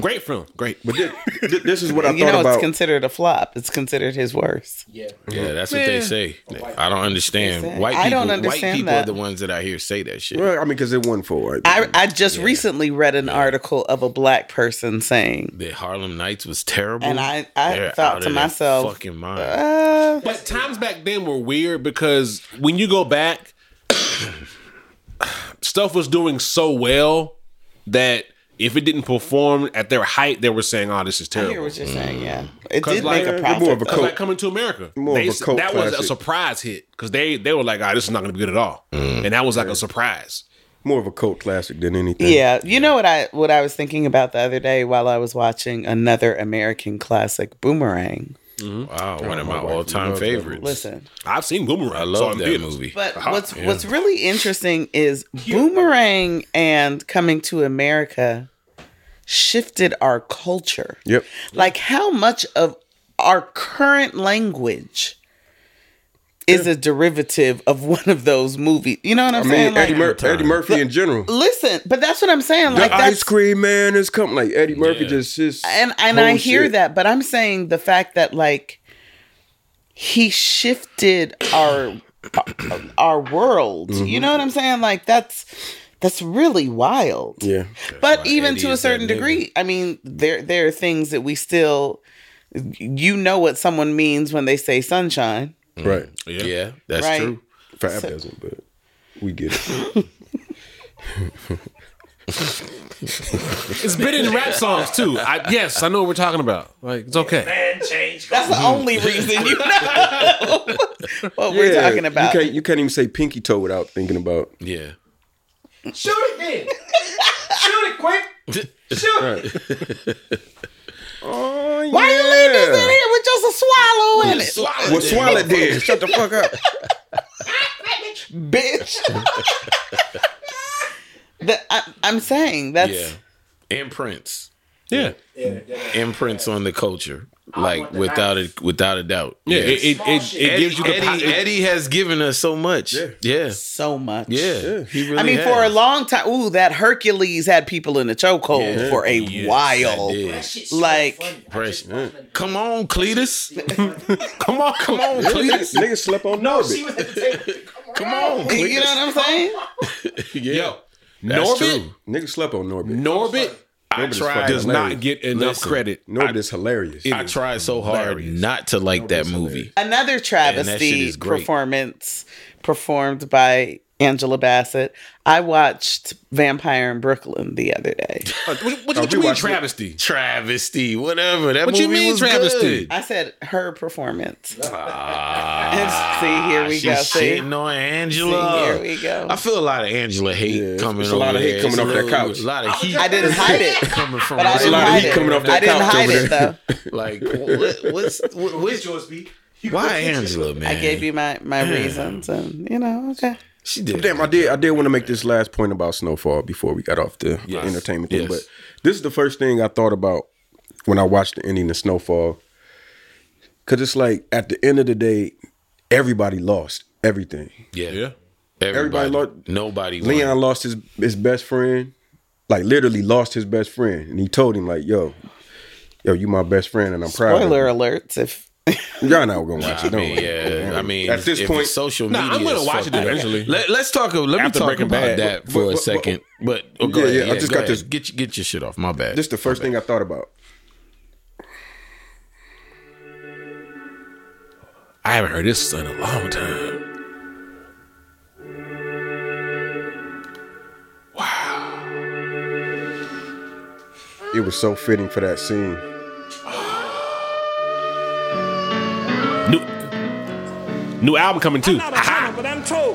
Speaker 3: great film, great.
Speaker 2: But thi- thi- this is what I
Speaker 5: You
Speaker 2: thought
Speaker 5: know, it's
Speaker 2: about.
Speaker 5: considered a flop. It's considered his worst.
Speaker 8: yeah.
Speaker 1: Yeah, that's what they say. I don't
Speaker 5: They say-
Speaker 1: understand. White people,
Speaker 5: I don't
Speaker 1: white
Speaker 5: understand
Speaker 1: people
Speaker 5: that.
Speaker 1: are the ones that I hear say that shit.
Speaker 2: well, I mean, because it wasn't for white.
Speaker 5: I, I just recently read an article of a black person saying,
Speaker 1: The Harlem Nights was terrible.
Speaker 5: And I- I thought
Speaker 1: out
Speaker 5: to
Speaker 1: of their
Speaker 5: myself,
Speaker 1: fucking mind.
Speaker 5: uh,
Speaker 3: But times back then were weird because when you go back, stuff was doing so well that if it didn't perform at their height, they were saying, "Oh, this is
Speaker 5: I hear
Speaker 3: terrible."
Speaker 5: what you're saying. Yeah, it
Speaker 3: 'Cause
Speaker 5: did
Speaker 3: like-
Speaker 5: make a
Speaker 2: Mm. They're more of
Speaker 5: profit.
Speaker 2: a
Speaker 3: That's
Speaker 2: cult.
Speaker 3: like coming to America.
Speaker 2: More
Speaker 3: They-
Speaker 2: of a cult
Speaker 3: that was a
Speaker 2: classic.
Speaker 3: surprise hit because they they were like, "Oh, this is not going to be good at all," and that was like a surprise.
Speaker 2: More of a cult classic than anything.
Speaker 5: Yeah, you know what I what I was thinking about the other day while I was watching another American classic, Boomerang.
Speaker 1: wow, one of my all time favorites.
Speaker 5: Listen,
Speaker 3: I've seen Boomerang.
Speaker 1: I
Speaker 3: saw it in
Speaker 1: love that
Speaker 3: theaters.
Speaker 1: movie.
Speaker 5: but
Speaker 2: Ah,
Speaker 5: what's what's really interesting is Boomerang and Coming to America shifted our culture.
Speaker 2: Yep.
Speaker 5: Like how much of our current language is a derivative of one of those movies. You know what I'm
Speaker 2: I
Speaker 5: saying?
Speaker 2: mean, Eddie,
Speaker 5: Like,
Speaker 2: Mur- Eddie Murphy in general.
Speaker 5: listen, but that's what I'm saying. Like
Speaker 2: the
Speaker 5: that's
Speaker 2: ice cream man is coming. Like Eddie Murphy just his
Speaker 5: and and
Speaker 2: whole
Speaker 5: I hear
Speaker 2: shit.
Speaker 5: that, but I'm saying the fact that like he shifted our our world.
Speaker 2: Mm-hmm.
Speaker 5: You know what I'm saying? Like that's that's really wild.
Speaker 2: Yeah,
Speaker 5: But even
Speaker 1: Eddie
Speaker 5: to a
Speaker 1: is that
Speaker 5: certain
Speaker 1: nigga.
Speaker 5: degree, I mean, there there are things that we still you know what someone means when they say sunshine.
Speaker 2: right.
Speaker 1: yeah. that's
Speaker 5: Right.
Speaker 1: true.
Speaker 2: Fab doesn't, but we get it.
Speaker 3: It's been in rap songs too. I, yes, I know what we're talking about. Like it's okay.
Speaker 8: And change.
Speaker 5: That's
Speaker 1: Mm-hmm.
Speaker 5: the only reason you know what we're
Speaker 2: Yeah,
Speaker 5: talking about.
Speaker 2: You can't, you can't even say pinky toe without thinking about.
Speaker 1: Yeah.
Speaker 8: Shoot it then. Shoot it quick. Shoot it.
Speaker 2: Oh,
Speaker 5: Why you leave this in here with just a
Speaker 2: Well,
Speaker 5: swallow in it?
Speaker 2: Swallow did. Shut the fuck up.
Speaker 5: bitch. The- I, am saying that's
Speaker 1: Yeah. Imprints.
Speaker 3: Yeah,
Speaker 8: Yeah, yeah.
Speaker 1: Imprints on the culture. Like
Speaker 8: want the
Speaker 1: without
Speaker 8: knife.
Speaker 1: a without a doubt.
Speaker 3: yeah.
Speaker 1: Yes.
Speaker 3: It, it, it, it
Speaker 1: Eddie,
Speaker 3: gives you the po-
Speaker 1: Eddie,
Speaker 3: it-
Speaker 1: Eddie has given us so much. Yeah. Yeah.
Speaker 5: so much.
Speaker 1: Yeah. He really
Speaker 5: I mean,
Speaker 1: has.
Speaker 5: for a long time, ooh, that Hercules had people in the chokehold for a while.
Speaker 1: Yeah.
Speaker 8: That shit's
Speaker 5: Like-
Speaker 8: so funny. I
Speaker 1: Fresh.
Speaker 8: just watched it.
Speaker 1: Come on, Cletus.
Speaker 3: come on, come on, please.
Speaker 2: Niggas niggas slept on
Speaker 8: No,
Speaker 2: Norbit.
Speaker 8: she was at the table. Come
Speaker 1: Come
Speaker 8: on.
Speaker 1: on, Cletus.
Speaker 5: You know what I'm saying?
Speaker 1: Yeah. That's
Speaker 3: Norbit,
Speaker 1: true.
Speaker 2: Niggas slept on Norbit.
Speaker 3: Norbit
Speaker 1: I
Speaker 2: Norbit is
Speaker 1: tried.
Speaker 2: fucking
Speaker 3: does not
Speaker 2: Hilarious.
Speaker 3: get enough
Speaker 1: Listen.
Speaker 3: credit.
Speaker 2: Norbit is hilarious.
Speaker 1: I tried so hard
Speaker 3: hilarious.
Speaker 1: not to like that movie.
Speaker 5: Another travesty
Speaker 1: is great.
Speaker 5: performance performed by Angela Bassett. I watched Vampire in Brooklyn the other day.
Speaker 3: What, what, what,
Speaker 2: we
Speaker 3: you mean
Speaker 2: watched it.
Speaker 3: travesty?
Speaker 1: Travesty, whatever. That
Speaker 3: What
Speaker 1: movie
Speaker 3: you mean
Speaker 1: was
Speaker 3: travesty?
Speaker 1: good.
Speaker 5: I said her performance. And see, here we
Speaker 1: She's
Speaker 5: go. See,
Speaker 1: Ah, shitting on
Speaker 5: see,
Speaker 1: Angela.
Speaker 5: here we go.
Speaker 1: I feel a lot of Angela hate
Speaker 2: it's-
Speaker 1: coming.
Speaker 2: it's a lot
Speaker 1: over
Speaker 2: of hate
Speaker 1: there.
Speaker 2: coming
Speaker 1: It's
Speaker 2: off
Speaker 1: a
Speaker 2: that
Speaker 1: little-
Speaker 2: couch.
Speaker 1: A lot of heat
Speaker 5: I didn't hide it.
Speaker 1: coming from.
Speaker 5: But I
Speaker 1: right
Speaker 5: didn't
Speaker 2: lot of
Speaker 5: hide
Speaker 2: heat
Speaker 5: it.
Speaker 2: coming off that
Speaker 5: I didn't
Speaker 2: couch
Speaker 5: hide
Speaker 2: over
Speaker 5: it
Speaker 2: there.
Speaker 5: though.
Speaker 1: Like what, what's what,
Speaker 8: Where's
Speaker 1: what's
Speaker 8: yours, B?
Speaker 1: why Angela man?
Speaker 5: I gave you my my reasons, and you know, okay.
Speaker 1: She did.
Speaker 2: Damn, I did. I did want to make this last point about Snowfall before we got off the
Speaker 1: Yes.
Speaker 2: entertainment thing.
Speaker 1: Yes.
Speaker 2: But this is the first thing I thought about when I watched the ending of Snowfall, because it's like at the end of the day, everybody lost everything.
Speaker 1: Yeah.
Speaker 3: Yeah.
Speaker 1: Everybody,
Speaker 2: Everybody lo-
Speaker 1: nobody. won.
Speaker 2: Leon lost his his best friend, like literally lost his best friend, and he told him like, "Yo, yo, you my best friend, and I'm proud." of you."
Speaker 5: Spoiler alerts if
Speaker 2: Y'all not gonna watch it.
Speaker 1: I
Speaker 2: Don't
Speaker 1: mean,
Speaker 2: worry.
Speaker 1: yeah, I mean,
Speaker 2: at this
Speaker 1: if
Speaker 2: point,
Speaker 1: it's social
Speaker 3: Nah,
Speaker 1: media.
Speaker 3: I'm gonna
Speaker 1: is
Speaker 3: watch it
Speaker 1: fucked up.
Speaker 3: eventually.
Speaker 1: Let, us talk. Let me
Speaker 3: After
Speaker 1: talk
Speaker 3: Breaking
Speaker 1: about
Speaker 3: Bad.
Speaker 1: that
Speaker 2: But-
Speaker 1: for
Speaker 2: but-
Speaker 1: a
Speaker 2: but-
Speaker 1: second. But oh, go
Speaker 2: Yeah,
Speaker 1: ahead.
Speaker 2: yeah, I just
Speaker 1: go
Speaker 2: got
Speaker 1: ahead.
Speaker 2: this-
Speaker 1: Get your- get your shit off. My bad.
Speaker 2: this is the first thing I thought about.
Speaker 3: I haven't heard this in a long time.
Speaker 2: It was so fitting for that scene.
Speaker 3: New, new album coming too.
Speaker 9: not a hunter, but I'm told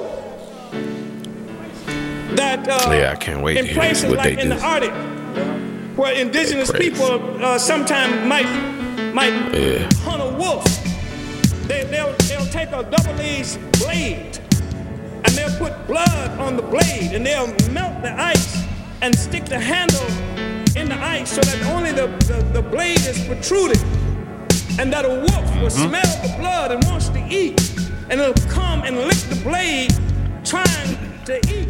Speaker 9: that uh,
Speaker 1: Yeah, I can't wait
Speaker 9: in
Speaker 1: to hear
Speaker 9: places
Speaker 1: what
Speaker 9: like
Speaker 1: they
Speaker 9: in
Speaker 1: do.
Speaker 9: the Arctic, where indigenous
Speaker 1: praise.
Speaker 9: people uh, sometimes might might
Speaker 1: Yeah.
Speaker 9: hunt a wolf, they, they'll, they'll take a double-edged blade and they'll put blood on the blade and they'll melt the ice and stick the handle in the ice so that only the, the, the blade is protruded and that a wolf will
Speaker 1: Mm-hmm.
Speaker 9: smell the blood and wants to eat, and it'll come and lick the blade, trying to eat.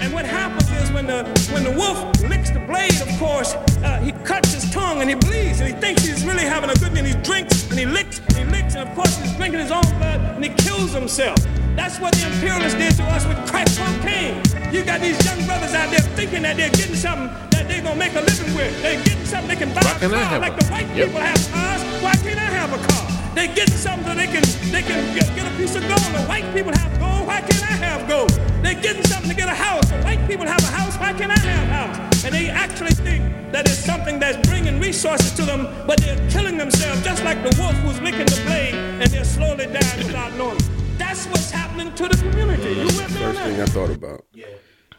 Speaker 9: And what happens is when the when the wolf licks the blade, of course, uh, he cuts his tongue and he bleeds, and he thinks he's really having a good day. And he drinks and he licks and he licks, and of course he's drinking his own blood and he kills himself. That's what the imperialists did to us with crack cocaine. You got these young brothers out there thinking that they're getting something that they're gonna make a living with. They're getting something they can buy a
Speaker 3: can I
Speaker 9: car
Speaker 3: have
Speaker 9: like
Speaker 3: a-
Speaker 9: the white
Speaker 3: Yep.
Speaker 9: people have cars. Why can't I have a car? They get something they can they can get, get a piece of gold. The white people have gold. Why can't I have gold? They getting something to get a house. The white people have a house. Why can't I have a house? And they actually think that it's something that's bringing resources to them, but they're killing themselves just like the wolf who's licking the blade, and they're slowly dying without knowing. That's what's happening to the community. You with me on
Speaker 2: First
Speaker 9: that?
Speaker 2: thing I thought about.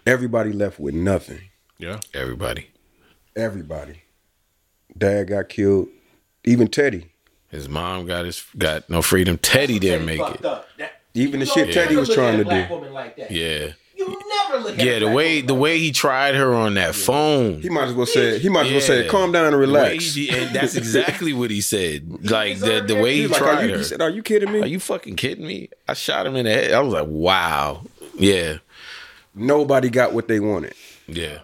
Speaker 2: Everybody left with nothing.
Speaker 3: Yeah.
Speaker 1: Everybody,
Speaker 2: Everybody. Dad got killed. Even Teddy.
Speaker 1: his mom got his got no freedom. Teddy didn't make
Speaker 8: fucked
Speaker 1: it.
Speaker 8: Up. That,
Speaker 2: Even the
Speaker 8: you
Speaker 2: shit
Speaker 8: don't
Speaker 2: Teddy
Speaker 8: never
Speaker 2: was
Speaker 8: look at
Speaker 2: trying
Speaker 8: a
Speaker 2: to
Speaker 8: black
Speaker 2: do.
Speaker 8: Woman like that.
Speaker 1: Yeah,
Speaker 8: You never look at
Speaker 1: yeah. The
Speaker 8: a black
Speaker 1: way
Speaker 8: woman
Speaker 1: the
Speaker 8: like
Speaker 1: way he tried her on that phone.
Speaker 2: He might as well say. He might as well say,
Speaker 1: Yeah.
Speaker 2: "Calm down and
Speaker 1: The way
Speaker 2: relax."
Speaker 1: he- and that's exactly what he said. Like the, the way he,
Speaker 2: He like, are
Speaker 1: tried
Speaker 2: you,
Speaker 1: her.
Speaker 2: he said, "Are you kidding me?"
Speaker 1: Are you fucking kidding me? I shot him in the head. I was like, wow. Yeah.
Speaker 2: Nobody got what they wanted.
Speaker 1: Yeah.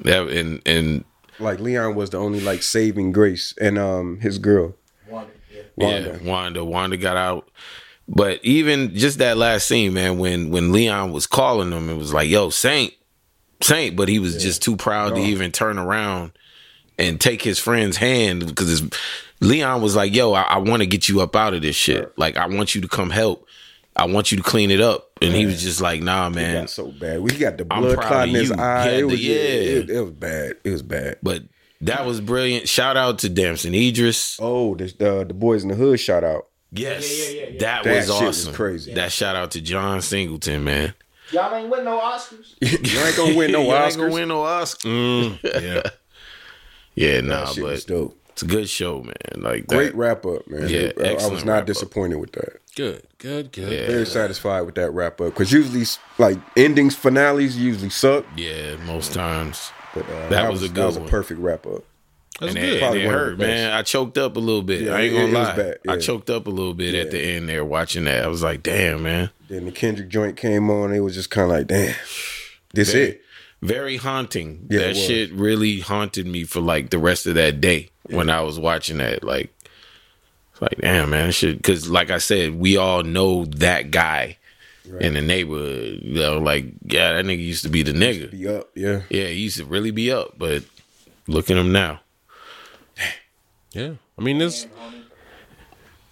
Speaker 1: That and and
Speaker 2: Like Leon was the only like saving grace, and um his girl.
Speaker 8: that. Woman, yeah.
Speaker 2: Wanda.
Speaker 1: yeah, Wanda. Wanda got out. But even just that last scene, man, when when Leon was calling him, it was like, yo, Saint, Saint, but he was just too proud to even turn around and take his friend's hand because Leon was like, yo, I, I want to get you up out of this shit. Like, I want you to come help. I want you to clean it up. And he was just like, nah,
Speaker 2: It
Speaker 1: man.
Speaker 2: got so bad. We got the
Speaker 1: I'm
Speaker 2: blood
Speaker 1: proud
Speaker 2: clot in
Speaker 1: of
Speaker 2: his
Speaker 1: you. He
Speaker 2: eye.
Speaker 1: had
Speaker 2: It
Speaker 1: the-
Speaker 2: was, yeah. it,
Speaker 1: yeah.
Speaker 2: it was bad. It was bad.
Speaker 1: But that was brilliant. Shout out to Damson Idris.
Speaker 2: Oh, this, uh, the boys in the hood shout out.
Speaker 1: Yes, that,
Speaker 2: That
Speaker 1: was
Speaker 2: shit
Speaker 1: awesome.
Speaker 2: was crazy.
Speaker 1: That shout out to John Singleton, man.
Speaker 8: Y'all ain't win no Oscars.
Speaker 2: You ain't gonna win no
Speaker 1: You ain't gonna
Speaker 2: Oscars.
Speaker 1: win no Oscar. Mm,
Speaker 3: Yeah.
Speaker 1: yeah, nah,
Speaker 2: That shit was
Speaker 1: but
Speaker 2: dope.
Speaker 1: it's a good show, man. Like
Speaker 2: Great
Speaker 1: that,
Speaker 2: wrap up, man.
Speaker 1: Yeah,
Speaker 2: I- I was
Speaker 1: excellent
Speaker 2: not
Speaker 1: wrap up.
Speaker 2: disappointed with that.
Speaker 3: Good. Good. Good.
Speaker 1: Yeah,
Speaker 2: Very satisfied with that wrap up because usually, like endings, finales usually suck.
Speaker 1: yeah, most times.
Speaker 2: But uh,
Speaker 1: That was a
Speaker 2: that
Speaker 1: good
Speaker 2: was
Speaker 1: one.
Speaker 2: a perfect wrap up.
Speaker 3: That's
Speaker 1: and
Speaker 3: good.
Speaker 1: It, and
Speaker 2: Probably
Speaker 1: it
Speaker 2: one of the
Speaker 1: hurt,
Speaker 2: best.
Speaker 1: man. I choked up a little bit.
Speaker 2: Yeah,
Speaker 1: I ain't
Speaker 2: it-
Speaker 1: gonna
Speaker 2: it was
Speaker 1: lie.
Speaker 2: bad,
Speaker 1: I
Speaker 2: yeah.
Speaker 1: choked up a little bit at the end there watching that. I was like, damn, man.
Speaker 2: Then the Kendrick joint came on. It was just kind of like, damn, this
Speaker 1: Very-
Speaker 2: it.
Speaker 1: Very haunting.
Speaker 2: Yeah, it
Speaker 1: that
Speaker 2: was.
Speaker 1: shit really haunted me for like the rest of that day when I was watching that. Like, it's like damn, man, this shit. Because like I said, we all know that guy in the neighborhood. You know, like, yeah, that nigga used to be the nigga.
Speaker 2: Be up, yeah.
Speaker 1: Yeah, he used to really be up. But look at him now.
Speaker 3: Yeah. I mean, this.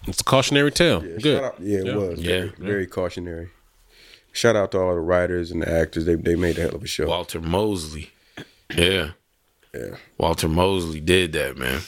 Speaker 3: It's a cautionary tale.
Speaker 2: Shout
Speaker 3: good.
Speaker 2: out- Yeah, it
Speaker 3: Yeah.
Speaker 2: was.
Speaker 1: Yeah.
Speaker 2: Very, very cautionary. Shout out to all the writers and the actors. They they made a hell of a show.
Speaker 1: Walter Mosley. Yeah,
Speaker 2: Yeah.
Speaker 1: Walter Mosley did that, man.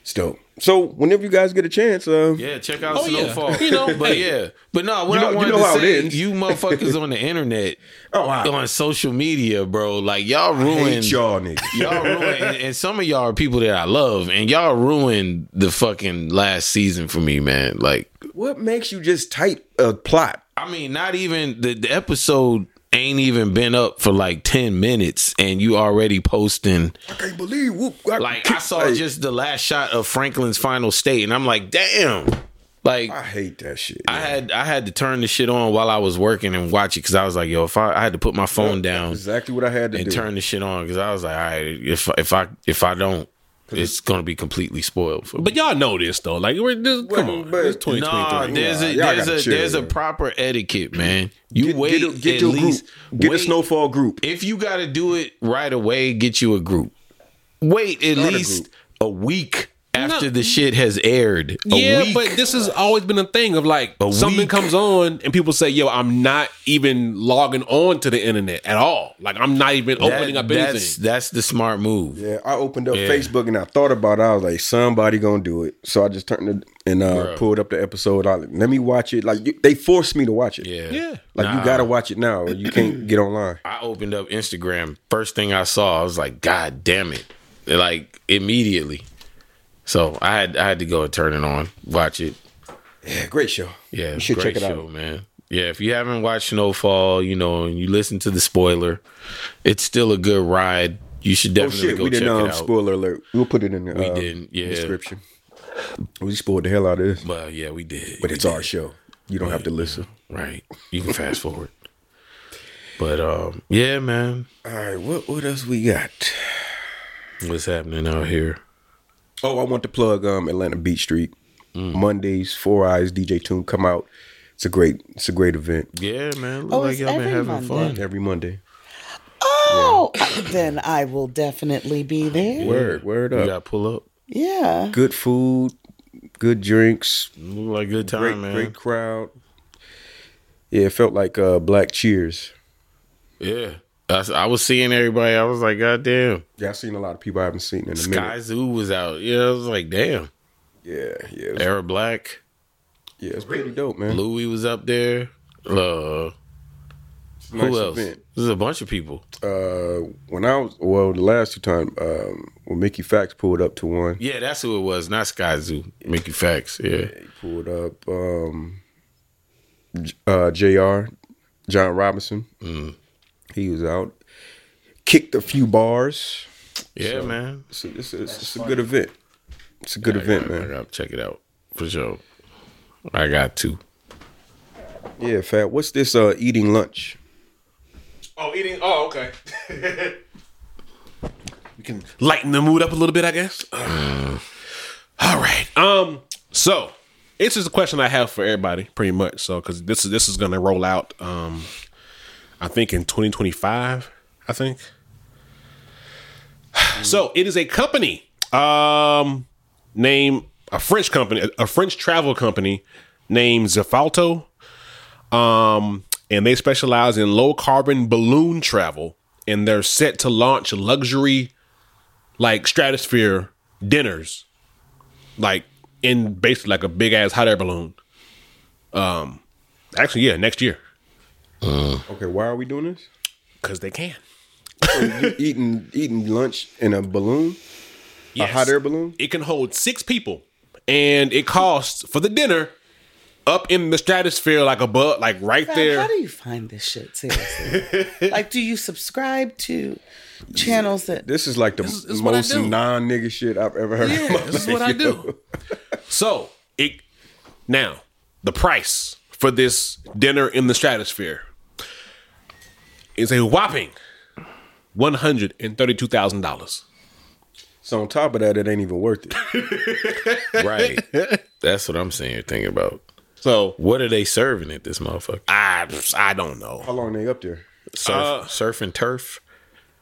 Speaker 2: It's dope. So whenever you guys get a chance, uh,
Speaker 1: Yeah, check out
Speaker 3: Oh, yeah.
Speaker 1: Snowfall.
Speaker 3: You know,
Speaker 1: but yeah, but no, what
Speaker 2: You know-
Speaker 1: I
Speaker 2: you
Speaker 1: wanted
Speaker 2: know how
Speaker 1: to
Speaker 2: it
Speaker 1: say,
Speaker 2: ends.
Speaker 1: you motherfuckers on the internet,
Speaker 2: Oh, I-
Speaker 1: on social media, bro, like y'all ruin
Speaker 2: hate y'all niggas.
Speaker 1: y'all ruin, and, and some of y'all are people that I love, and y'all ruined the fucking last season for me, man. Like,
Speaker 2: what makes you just type a plot?
Speaker 1: I mean, not even the, the episode ain't even been up for like ten minutes, and you already posting.
Speaker 2: I can't believe. Whoop,
Speaker 1: Like, I saw
Speaker 2: Hey,
Speaker 1: just the last shot of Franklin's final state, and I'm like, damn, like.
Speaker 2: I hate that shit.
Speaker 1: I had I had to turn the shit on while I was working and watch it because I was like, yo, if I, I had to put my phone down
Speaker 2: exactly what I had to
Speaker 1: and
Speaker 2: do.
Speaker 1: turn the shit on because I was like, all right, if if I if I don't, it's gonna be completely spoiled for.
Speaker 3: But y'all know this though. Like, we're, this, come on,
Speaker 2: but-
Speaker 3: it's twenty
Speaker 1: Nah,
Speaker 3: twenty three.
Speaker 1: there's a
Speaker 2: Nah, y'all
Speaker 1: there's
Speaker 2: gotta
Speaker 1: a
Speaker 2: chill,
Speaker 1: there's a
Speaker 2: man.
Speaker 1: proper etiquette, man. You wait
Speaker 2: Get, a- get
Speaker 1: at
Speaker 2: your
Speaker 1: least
Speaker 2: group. Get
Speaker 1: wait.
Speaker 2: a snowfall group.
Speaker 1: If you got to do it right away, get you a group. Wait at least a, week after the shit has aired. A
Speaker 3: Yeah,
Speaker 1: week.
Speaker 3: but this has always been a thing of like
Speaker 1: A
Speaker 3: something
Speaker 1: week.
Speaker 3: comes on and people say, "Yo, I'm not even logging on to the internet at all. Like, I'm not even
Speaker 1: That-
Speaker 3: opening up
Speaker 1: that's,
Speaker 3: anything."
Speaker 1: That's the smart move.
Speaker 2: Yeah, I opened up Facebook and I thought about it. I was like, somebody gonna do it. So I just turned it and uh, pulled up the episode. I like, let me watch it. Like you, they forced me to watch it.
Speaker 1: Yeah.
Speaker 3: Yeah.
Speaker 2: Like you gotta watch it now, or you can't get online.
Speaker 1: I opened up Instagram. First thing I saw, I was like, God damn it. Like immediately. So I had I had to go and turn it on, watch it.
Speaker 2: Yeah, great show.
Speaker 1: Yeah,
Speaker 2: you should
Speaker 1: great
Speaker 2: check it
Speaker 1: show,
Speaker 2: out.
Speaker 1: man. Yeah, if you haven't watched Snowfall, you know, and you listen to the spoiler, it's still a good ride. You should
Speaker 2: Oh
Speaker 1: definitely
Speaker 2: shit,
Speaker 1: go
Speaker 2: we
Speaker 1: check
Speaker 2: didn't.
Speaker 1: it
Speaker 2: Um,
Speaker 1: out.
Speaker 2: spoiler alert. We'll put it in the uh,
Speaker 1: didn't, yeah.
Speaker 2: description. We spoiled the hell out of this,
Speaker 1: Well, yeah, we did.
Speaker 2: but
Speaker 1: We
Speaker 2: it's
Speaker 1: did.
Speaker 2: our show. You don't have to listen.
Speaker 1: right. You can fast forward. But um, yeah, man,
Speaker 2: All right, what what else we got?
Speaker 1: what's happening out here?
Speaker 2: Oh, I want to plug um Atlanta Beat Street Mm. Mondays. Four Eyes DJ Tune come out. It's a great it's a great event
Speaker 1: Yeah, man. Look
Speaker 5: Oh,
Speaker 1: like
Speaker 5: it's
Speaker 1: y'all been
Speaker 5: every
Speaker 1: having
Speaker 5: Monday.
Speaker 1: fun.
Speaker 2: every Monday.
Speaker 5: Oh, then I will definitely be there.
Speaker 2: Word word
Speaker 1: You
Speaker 2: up.
Speaker 1: got to pull up.
Speaker 5: Yeah.
Speaker 2: Good food, good drinks,
Speaker 1: Look like good time,
Speaker 2: great
Speaker 1: man.
Speaker 2: great crowd. Yeah, it felt like uh Black Cheers.
Speaker 1: Yeah. I, s- I was seeing everybody. I was like, God damn.
Speaker 2: Yeah, I've seen a lot of people I haven't seen in a
Speaker 1: Sky Zoo was out. Yeah, I was like, damn.
Speaker 2: minute. Yeah, yeah, it was-
Speaker 1: Era Black.
Speaker 2: yeah. It's pretty dope, man.
Speaker 1: Louis was up there. Uh,
Speaker 2: It's a nice
Speaker 1: who else?
Speaker 2: event.
Speaker 1: There's a bunch of people.
Speaker 2: Uh, when I was well, the last two times um, when Mickey Fax pulled up to one,
Speaker 1: Yeah, that's who it was. Not Sky Zoo. Mickey Facts. Yeah.
Speaker 2: he pulled up um, J- uh, Jr. John Robinson. He was out, kicked a few bars.
Speaker 1: Yeah, man.
Speaker 2: It's a, it's a, it's a good event. It's a good event,
Speaker 1: I
Speaker 2: man.
Speaker 1: gotta check it out for sure. I got two.
Speaker 2: Yeah, Fat. What's this uh, eating lunch?
Speaker 3: Oh, eating. Oh, okay. we can lighten the mood up a little bit, I guess. All right. Um. So, this is a question I have for everybody, pretty much. So, because this is this is going to roll out. Um, I think in 2025. I think. So it is a company. Um, name a French company, a French travel company named Zafalto. Um, and they specialize in low carbon balloon travel, and they're set to launch luxury, like stratosphere dinners, like in basically like a big ass hot air balloon. Um, actually, yeah, next year
Speaker 2: Okay, why are we doing this?
Speaker 3: because they can.
Speaker 2: You eating eating lunch in a balloon,
Speaker 3: Yes.
Speaker 2: a hot air balloon.
Speaker 3: It can hold six people, and it costs for the dinner up in the stratosphere, like above, like right
Speaker 5: Man,
Speaker 3: there.
Speaker 5: How do you find this shit seriously? like, do you subscribe to channels that?
Speaker 2: This is like the
Speaker 3: is what I
Speaker 2: most
Speaker 3: do.
Speaker 2: non nigga shit I've ever heard. in my
Speaker 3: Yeah, this is what I
Speaker 2: life, yo.
Speaker 3: do. So it now the price for this dinner in the stratosphere is a whopping one hundred and thirty-two thousand dollars.
Speaker 2: So on top of that, it ain't even worth it.
Speaker 1: Right. that's what I'm saying. Thinking about
Speaker 3: So
Speaker 1: what are they serving at this motherfucker?
Speaker 3: I uh, I don't know.
Speaker 2: How long they up there?
Speaker 1: Surf, surf and turf,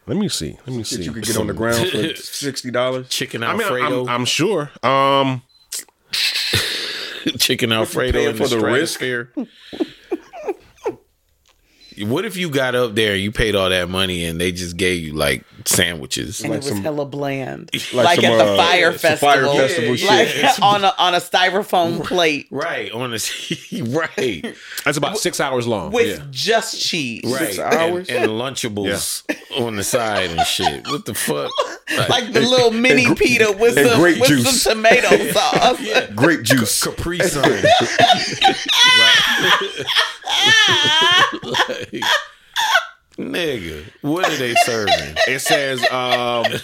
Speaker 3: Let me see. Let me
Speaker 2: Shit,
Speaker 3: see.
Speaker 2: you could get on the ground for sixty dollars.
Speaker 1: chicken
Speaker 3: I mean,
Speaker 1: Alfredo,
Speaker 3: I'm, I'm sure. Um,
Speaker 1: chicken Alfredo
Speaker 2: paying
Speaker 1: in the
Speaker 2: for the risk?
Speaker 1: stratosphere. what if you got up there, you paid all that money, and they just gave you like sandwiches?
Speaker 5: and it was
Speaker 2: some-
Speaker 5: hella bland, like,
Speaker 2: some,
Speaker 5: at the
Speaker 2: uh,
Speaker 5: fire
Speaker 2: some
Speaker 5: festival,
Speaker 2: fire festival shit.
Speaker 5: like on a on a styrofoam plate
Speaker 1: Right, honestly, right,
Speaker 3: that's about six hours long.
Speaker 5: with
Speaker 3: yeah.
Speaker 5: just cheese.
Speaker 1: right,
Speaker 2: Six
Speaker 1: And-
Speaker 2: hours?
Speaker 1: and, Lunchables on the side and shit. What the fuck?
Speaker 5: Like the little mini pita with
Speaker 2: and
Speaker 5: some
Speaker 2: grape
Speaker 5: with
Speaker 2: juice.
Speaker 5: some tomato sauce.
Speaker 2: Grape juice.
Speaker 1: Capri Sun. Right. Like, nigga, what are they serving?
Speaker 3: It says um,
Speaker 1: uh,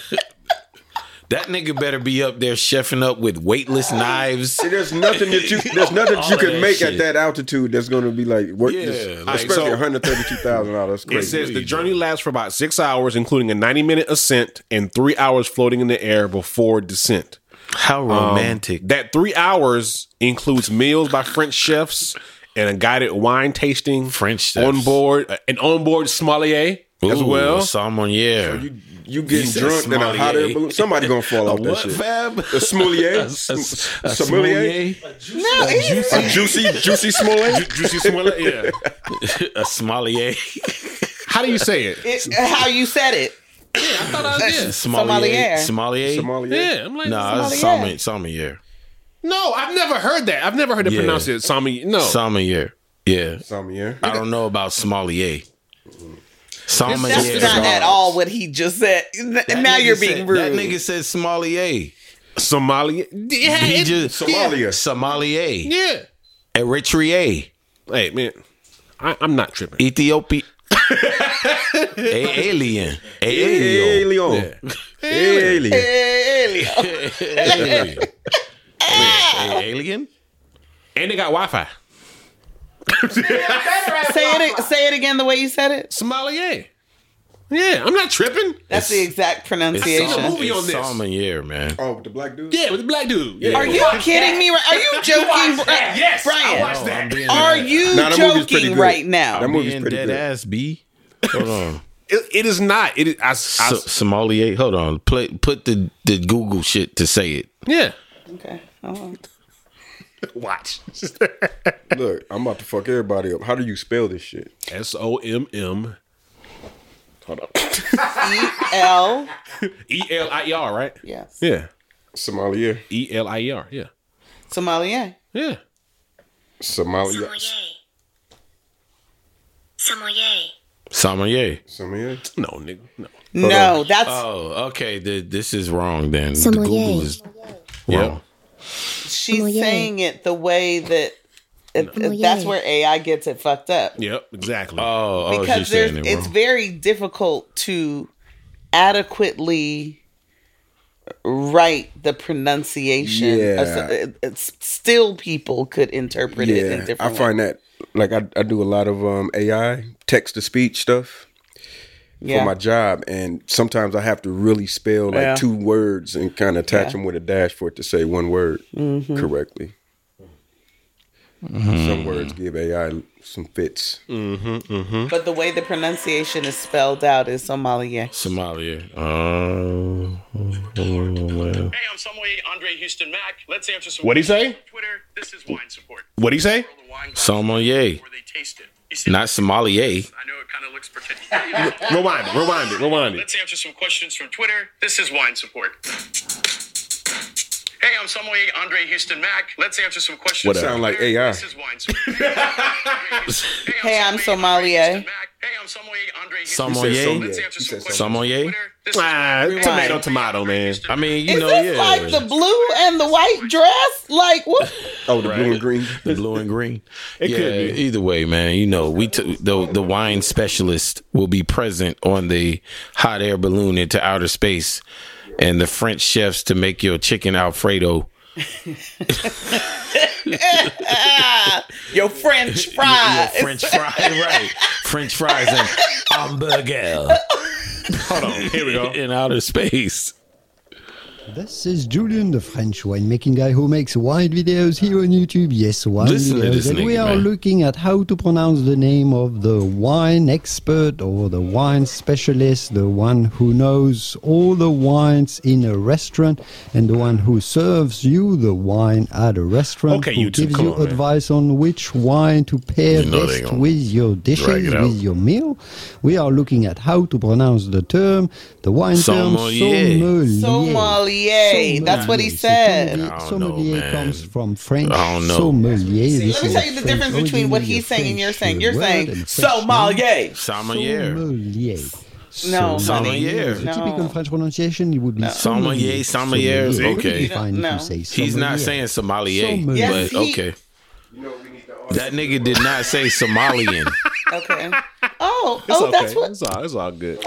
Speaker 1: That nigga better be up there chefing up with weightless knives.
Speaker 2: There's nothing that you there's nothing that
Speaker 1: All
Speaker 2: you
Speaker 1: of
Speaker 2: can
Speaker 1: that
Speaker 2: make at
Speaker 1: shit.
Speaker 2: that altitude that's going to be like worth
Speaker 1: Yeah,
Speaker 2: this,
Speaker 1: like,
Speaker 2: especially
Speaker 3: so-
Speaker 2: 132,000 dollars.
Speaker 3: It
Speaker 2: Crazy.
Speaker 3: says the journey lasts for about six hours, including a 90 minute ascent and three hours floating in the air before descent.
Speaker 1: How romantic.
Speaker 3: That three hours includes meals by French chefs and a guided wine tasting.
Speaker 1: French chefs.
Speaker 3: on board, an onboard sommelier as
Speaker 1: Ooh,
Speaker 3: well.
Speaker 1: Sommelier.
Speaker 2: you getting
Speaker 1: said
Speaker 2: drunk in a hot air
Speaker 1: sommelier.
Speaker 2: balloon? Somebody's going to fall off that
Speaker 1: What
Speaker 2: shit.
Speaker 1: fab?
Speaker 2: A sommelier?
Speaker 1: A- a- a
Speaker 2: sommelier?
Speaker 1: sommelier?
Speaker 5: No, he-
Speaker 2: A juicy, juicy smollett?
Speaker 3: Juicy sommelier. Yeah.
Speaker 1: A sommelier.
Speaker 3: How do you say it?
Speaker 5: it- how you said it.
Speaker 1: Sommelier.
Speaker 5: Sommelier.
Speaker 1: Sommelier.
Speaker 2: Sommelier?
Speaker 3: Yeah, I'm like,
Speaker 1: Nah, it's
Speaker 5: Sommelier.
Speaker 1: sommi- sommelier.
Speaker 3: no, I've never heard that. I've never heard it
Speaker 1: Yeah.
Speaker 3: pronounced it. Sami, no,
Speaker 1: Sommelier. Yeah.
Speaker 2: Sommelier.
Speaker 1: I don't know about sommelier. Sommelier.
Speaker 5: That's not at
Speaker 1: Sommelier.
Speaker 5: all what he just said. N- now
Speaker 1: Nigga
Speaker 5: you're being
Speaker 1: said-
Speaker 5: rude.
Speaker 1: That nigga said sommelier.
Speaker 3: Somalia. Yeah,
Speaker 1: He
Speaker 3: it-
Speaker 1: just
Speaker 2: Somalia.
Speaker 1: sommelier,
Speaker 3: yeah.
Speaker 1: Eritrea,
Speaker 3: Hey man, I, I'm not tripping.
Speaker 1: Ethiopia, a alien, a
Speaker 2: Hey,
Speaker 1: alien.
Speaker 2: Leon. Hey, Leon.
Speaker 5: Elio.
Speaker 1: alien. Wait, a alien?
Speaker 3: And they got Wi-Fi.
Speaker 5: say it. Say it again the way you said it.
Speaker 3: Somalia. Yeah, I'm not tripping.
Speaker 5: That's the exact pronunciation.
Speaker 3: Some- movie on this.
Speaker 1: Sommelier, man.
Speaker 2: Oh, with the black dude?
Speaker 3: Yeah, with the black dude. Yeah.
Speaker 5: Are you kidding me? Are you joking, Bri-
Speaker 3: Yes, I
Speaker 5: Brian?
Speaker 3: watched that.
Speaker 5: Are you
Speaker 2: Nah, that movie's pretty
Speaker 5: joking
Speaker 2: good.
Speaker 5: right now?
Speaker 2: That movie's
Speaker 1: Being
Speaker 2: pretty
Speaker 1: dead
Speaker 2: good.
Speaker 1: ass B. Hold on.
Speaker 3: It, it is not. It is. I, I,
Speaker 1: So, sommelier. Hold on. Play, put the, the Google shit to say it.
Speaker 3: yeah.
Speaker 5: okay. Oh.
Speaker 3: Watch.
Speaker 2: Look, I'm about to fuck everybody up. How do you spell this shit?
Speaker 3: S O M M
Speaker 5: L.
Speaker 3: E L I E R. Right.
Speaker 5: Yes.
Speaker 3: Yeah.
Speaker 2: Somalia.
Speaker 3: E L I E R. Yeah.
Speaker 5: Somalia.
Speaker 3: Yeah.
Speaker 2: Somalia.
Speaker 1: Sommelier.
Speaker 2: Somalia.
Speaker 3: No, nigga. No.
Speaker 5: No, that's
Speaker 1: Oh, okay. The, this is wrong then.
Speaker 7: Sommelier.
Speaker 1: The Google is wrong.
Speaker 5: she's
Speaker 7: Sommelier.
Speaker 5: saying it the way that. it- That's where AI gets it fucked up.
Speaker 3: Yep. Exactly.
Speaker 1: Oh, I was
Speaker 5: because
Speaker 1: just
Speaker 5: there's
Speaker 1: saying it
Speaker 5: it's
Speaker 1: wrong.
Speaker 5: very difficult to adequately write the pronunciation. of so-
Speaker 2: Yeah.
Speaker 5: it- it's- still, people could interpret it in
Speaker 2: Yeah,
Speaker 5: different.
Speaker 2: I find that like I, I do a lot of um, AI text to speech stuff for my job, and sometimes I have to really spell like
Speaker 5: Yeah.
Speaker 2: two words and kind of attach them with a dash for it to say one word
Speaker 5: Mm-hmm.
Speaker 2: correctly. Some words give AI some fits.
Speaker 5: Mm, but the way the pronunciation is spelled out is Somalia.
Speaker 1: Somalia. Oh, well.
Speaker 10: Hey, I'm Samuel Andre Houston Mack. Let's answer some
Speaker 3: What'd he say?
Speaker 10: Twitter. This is wine support.
Speaker 3: What'd he say?
Speaker 10: The wine glass
Speaker 1: sommelier,
Speaker 10: before they taste it. You see,
Speaker 1: not sommelier.
Speaker 10: I know it kind of looks pretentious.
Speaker 3: Rewind it. Rewind it. Rewind it.
Speaker 10: Let's answer some questions from Twitter. This is wine support. Hey, I'm Samuel Andre Houston Mack. Let's answer some questions.
Speaker 2: What up?
Speaker 10: from
Speaker 2: Sound like
Speaker 10: Twitter.
Speaker 2: AI.
Speaker 10: This is wine support. hey,
Speaker 5: Hey, I'm Somalia.
Speaker 10: Hey, I'm Samuel Andre Houston Mack.
Speaker 1: Sommelier.
Speaker 10: Let's
Speaker 2: Sommelier. He
Speaker 10: answer some
Speaker 2: said
Speaker 10: questions from
Speaker 1: Sommelier.
Speaker 10: Twitter. This is
Speaker 3: Ah, tomato, tomato, man.
Speaker 1: I mean, you
Speaker 5: Is
Speaker 1: know,
Speaker 5: this
Speaker 1: yeah.
Speaker 5: like the blue and the white dress? Like what?
Speaker 2: Oh, the blue and green.
Speaker 1: the blue and green.
Speaker 3: It
Speaker 1: yeah,
Speaker 3: could be.
Speaker 1: either way, man. You know, we took the the wine specialist will be present on the hot air balloon into outer space, and the French chefs to make your chicken Alfredo.
Speaker 5: Your French
Speaker 1: Your
Speaker 5: fries.
Speaker 1: French fries, right? French fries and hamburger
Speaker 3: Hold on. Here we go.
Speaker 1: in outer space.
Speaker 11: This is Julian, the French winemaking guy who makes wine videos here on YouTube. Yes, wine
Speaker 1: Listen to
Speaker 11: videos.
Speaker 1: this
Speaker 11: And we
Speaker 1: nigga,
Speaker 11: are
Speaker 1: man.
Speaker 11: looking at how to pronounce the name of the wine expert or the wine specialist, the one who knows all the wines in a restaurant, and the one who serves you the wine at a restaurant.
Speaker 3: Okay,
Speaker 11: who
Speaker 3: you two,
Speaker 11: gives
Speaker 1: come
Speaker 11: you
Speaker 1: on, man.
Speaker 11: advice on which wine to pair
Speaker 1: You know they
Speaker 11: best
Speaker 1: gonna
Speaker 11: with your dishes,
Speaker 1: it
Speaker 11: with
Speaker 1: out.
Speaker 11: your meal. We are looking at how to pronounce the term, the wine
Speaker 1: Sommelier.
Speaker 11: term, sommelier.
Speaker 5: Sommelier. That's what he said.
Speaker 1: I don't know,
Speaker 11: Sommelier
Speaker 1: man.
Speaker 11: comes from French.
Speaker 1: I don't know.
Speaker 11: Sommelier. This
Speaker 5: Let me
Speaker 11: is
Speaker 5: tell you
Speaker 11: a
Speaker 5: the
Speaker 11: French
Speaker 5: difference between what
Speaker 11: originally a
Speaker 5: he's saying and you're
Speaker 11: French
Speaker 5: saying. You're
Speaker 11: word
Speaker 5: saying
Speaker 11: and a French
Speaker 5: Sommelier.
Speaker 1: Sommelier.
Speaker 11: Sommelier.
Speaker 5: No,
Speaker 1: honey. Sommelier.
Speaker 11: The typical
Speaker 5: No.
Speaker 11: French pronuction, it would be
Speaker 1: Sommelier, sommelier, okay.
Speaker 11: You find if
Speaker 5: No.
Speaker 11: you say
Speaker 1: He's not
Speaker 11: sommelier.
Speaker 1: saying sommelier,
Speaker 11: Sommelier.
Speaker 5: Yes,
Speaker 1: but
Speaker 5: he-
Speaker 1: okay. That nigga did not say Somalian.
Speaker 5: Okay. Oh, oh, that's what.
Speaker 3: It's all, it's all good.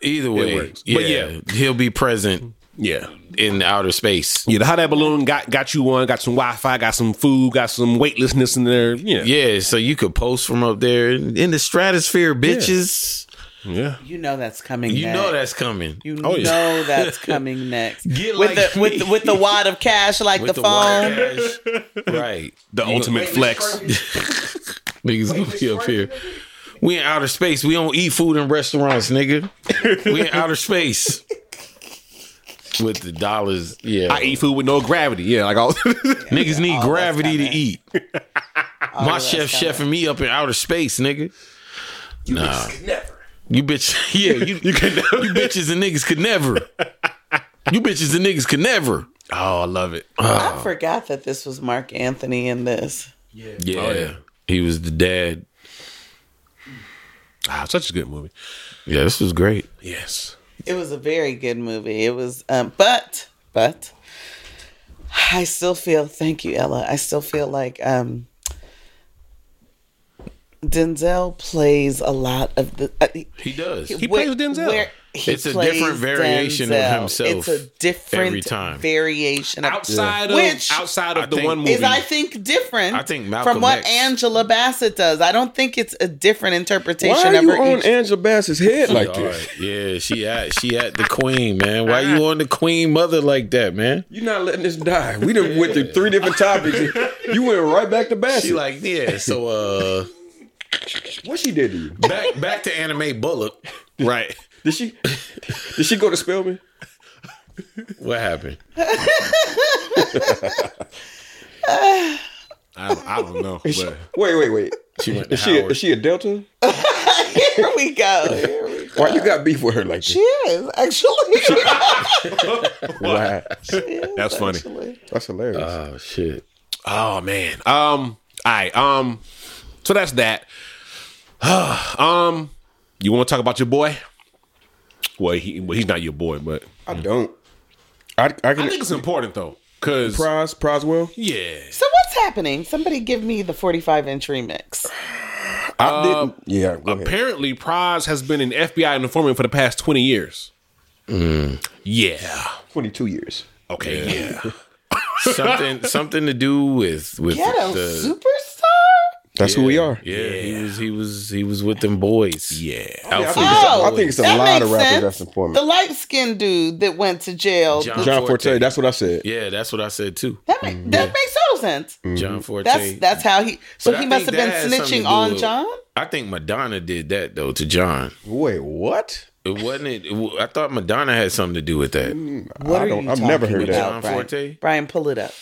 Speaker 1: Either way,
Speaker 3: works.
Speaker 1: yeah,
Speaker 3: But yeah.
Speaker 1: he'll be present
Speaker 3: Yeah.
Speaker 1: in outer space.
Speaker 3: Yeah, the hot air balloon got got you one, got some Wi Fi, got some food, got some weightlessness in there. Yeah.
Speaker 1: Yeah, so you could post from up there in the stratosphere, bitches.
Speaker 3: Yeah.
Speaker 5: You know that's coming.
Speaker 1: You
Speaker 5: next.
Speaker 1: know that's coming.
Speaker 5: You
Speaker 1: Oh, yeah.
Speaker 5: know that's coming next.
Speaker 1: Get
Speaker 5: with
Speaker 1: like
Speaker 5: the with the,
Speaker 1: me.
Speaker 5: with the wad of cash like
Speaker 1: With
Speaker 5: the,
Speaker 1: wire
Speaker 5: phone.
Speaker 1: cash. right.
Speaker 3: The ultimate flex.
Speaker 1: Niggas gonna be up here. We in outer space. We don't eat food in restaurants, nigga. We in outer space. With the dollars, yeah.
Speaker 3: I eat food with no gravity. Yeah, like all
Speaker 1: Niggas need gravity to
Speaker 5: Oh, coming.
Speaker 1: eat. My chef chefing me up in outer space, nigga. Nah.
Speaker 8: Never.
Speaker 1: You bitch, yeah, you, you, you bitches and niggas could never. You bitches and niggas could never.
Speaker 3: Oh, I love it.
Speaker 5: I forgot that this was Mark Anthony in this.
Speaker 1: Oh, Yeah. He was the dad.
Speaker 3: Ah, such a good movie.
Speaker 1: Yeah, this was great.
Speaker 3: Yes.
Speaker 5: It was a very good movie. It was, um, but but I still feel. Thank you, Ella. I still feel like um, Denzel plays a lot of the. Uh,
Speaker 1: He does.
Speaker 3: He
Speaker 5: where-
Speaker 3: plays Denzel.
Speaker 5: he
Speaker 1: It's a
Speaker 5: plays
Speaker 1: different variation of
Speaker 5: Denzel.
Speaker 1: himself
Speaker 5: It's a different
Speaker 1: every time.
Speaker 5: variation of
Speaker 3: Outside of
Speaker 5: Which-
Speaker 3: outside of
Speaker 1: I
Speaker 3: the
Speaker 1: think-
Speaker 3: one movie.
Speaker 5: is I think different.
Speaker 1: I think
Speaker 5: from
Speaker 1: Malcolm
Speaker 5: what
Speaker 1: X-
Speaker 5: Angela Bassett does. I don't think it's a different interpretation
Speaker 2: Why are
Speaker 5: of
Speaker 2: you
Speaker 5: her.
Speaker 2: on
Speaker 5: each-
Speaker 2: Angela Bassett's head like
Speaker 1: All
Speaker 2: this?
Speaker 1: right. Yeah, she at she at the queen, man. Why you on the queen mother like that, man?
Speaker 2: You're not letting this die. We done went through three different topics. You went right back to Bassett.
Speaker 1: She like, yeah, so uh
Speaker 2: what she did to you?
Speaker 1: back back to anime Bullock.
Speaker 3: right.
Speaker 2: Did she? Did she go to Spelman?
Speaker 1: What happened?
Speaker 3: I, I don't know. But
Speaker 2: Wait, wait, wait.
Speaker 1: She went to
Speaker 2: Is she? A,
Speaker 1: Howard.
Speaker 2: is she a Delta?
Speaker 5: Here we go. Here we go.
Speaker 2: Why you got beef with her like
Speaker 5: She
Speaker 2: this?
Speaker 5: is actually.
Speaker 2: Wow,
Speaker 3: that's funny.
Speaker 2: that's hilarious.
Speaker 1: oh shit.
Speaker 3: Oh man. Um. All right. Um. So that's that. um. You want to talk about your boy? Well, he well, he's not your boy, but
Speaker 2: I don't. I, I
Speaker 3: I
Speaker 2: can.
Speaker 3: think it's important though, cause
Speaker 2: Prize, Prizewell.
Speaker 3: yeah,
Speaker 5: So what's happening? Somebody give me the 45 inch remix.
Speaker 2: I didn't. Yeah, go ahead.
Speaker 3: apparently Prize has been an FBI informant for the past twenty years.
Speaker 2: Hmm.
Speaker 3: Yeah.
Speaker 2: Twenty-two years.
Speaker 3: Okay. Yeah.
Speaker 2: Oh,
Speaker 1: Something something to do with with
Speaker 5: Ghetto
Speaker 1: the
Speaker 5: superstar.
Speaker 2: That's who we are.
Speaker 1: yeah, he was he was he was with them boys.
Speaker 3: Yeah.
Speaker 2: Yeah, I
Speaker 1: Outfit
Speaker 2: think it's a- I
Speaker 5: Oh,
Speaker 2: think it's a
Speaker 5: that
Speaker 2: lot
Speaker 5: makes
Speaker 2: of rappers
Speaker 5: sense.
Speaker 2: that's informant.
Speaker 5: The light skinned dude that went to jail.
Speaker 1: John,
Speaker 2: John
Speaker 1: Forte.
Speaker 2: Forte. That's what I said.
Speaker 1: Yeah, that's what I said too.
Speaker 5: That, make, that makes total sense.
Speaker 2: Mm.
Speaker 1: John Forte.
Speaker 5: That's that's how he. So
Speaker 1: But I
Speaker 5: he must have
Speaker 1: think
Speaker 5: been
Speaker 1: that has something to
Speaker 5: snitching
Speaker 1: do
Speaker 5: on
Speaker 1: with-
Speaker 5: John.
Speaker 1: I think Madonna did that though to John.
Speaker 2: Wait, what?
Speaker 1: It wasn't it, it wa- I thought Madonna had something to do with that.
Speaker 5: What
Speaker 2: I
Speaker 5: are
Speaker 2: don't-
Speaker 5: you
Speaker 2: I've never
Speaker 5: talking
Speaker 2: heard that.
Speaker 5: about,
Speaker 1: John
Speaker 5: Brian?
Speaker 1: Forte?
Speaker 5: Brian, pull it up.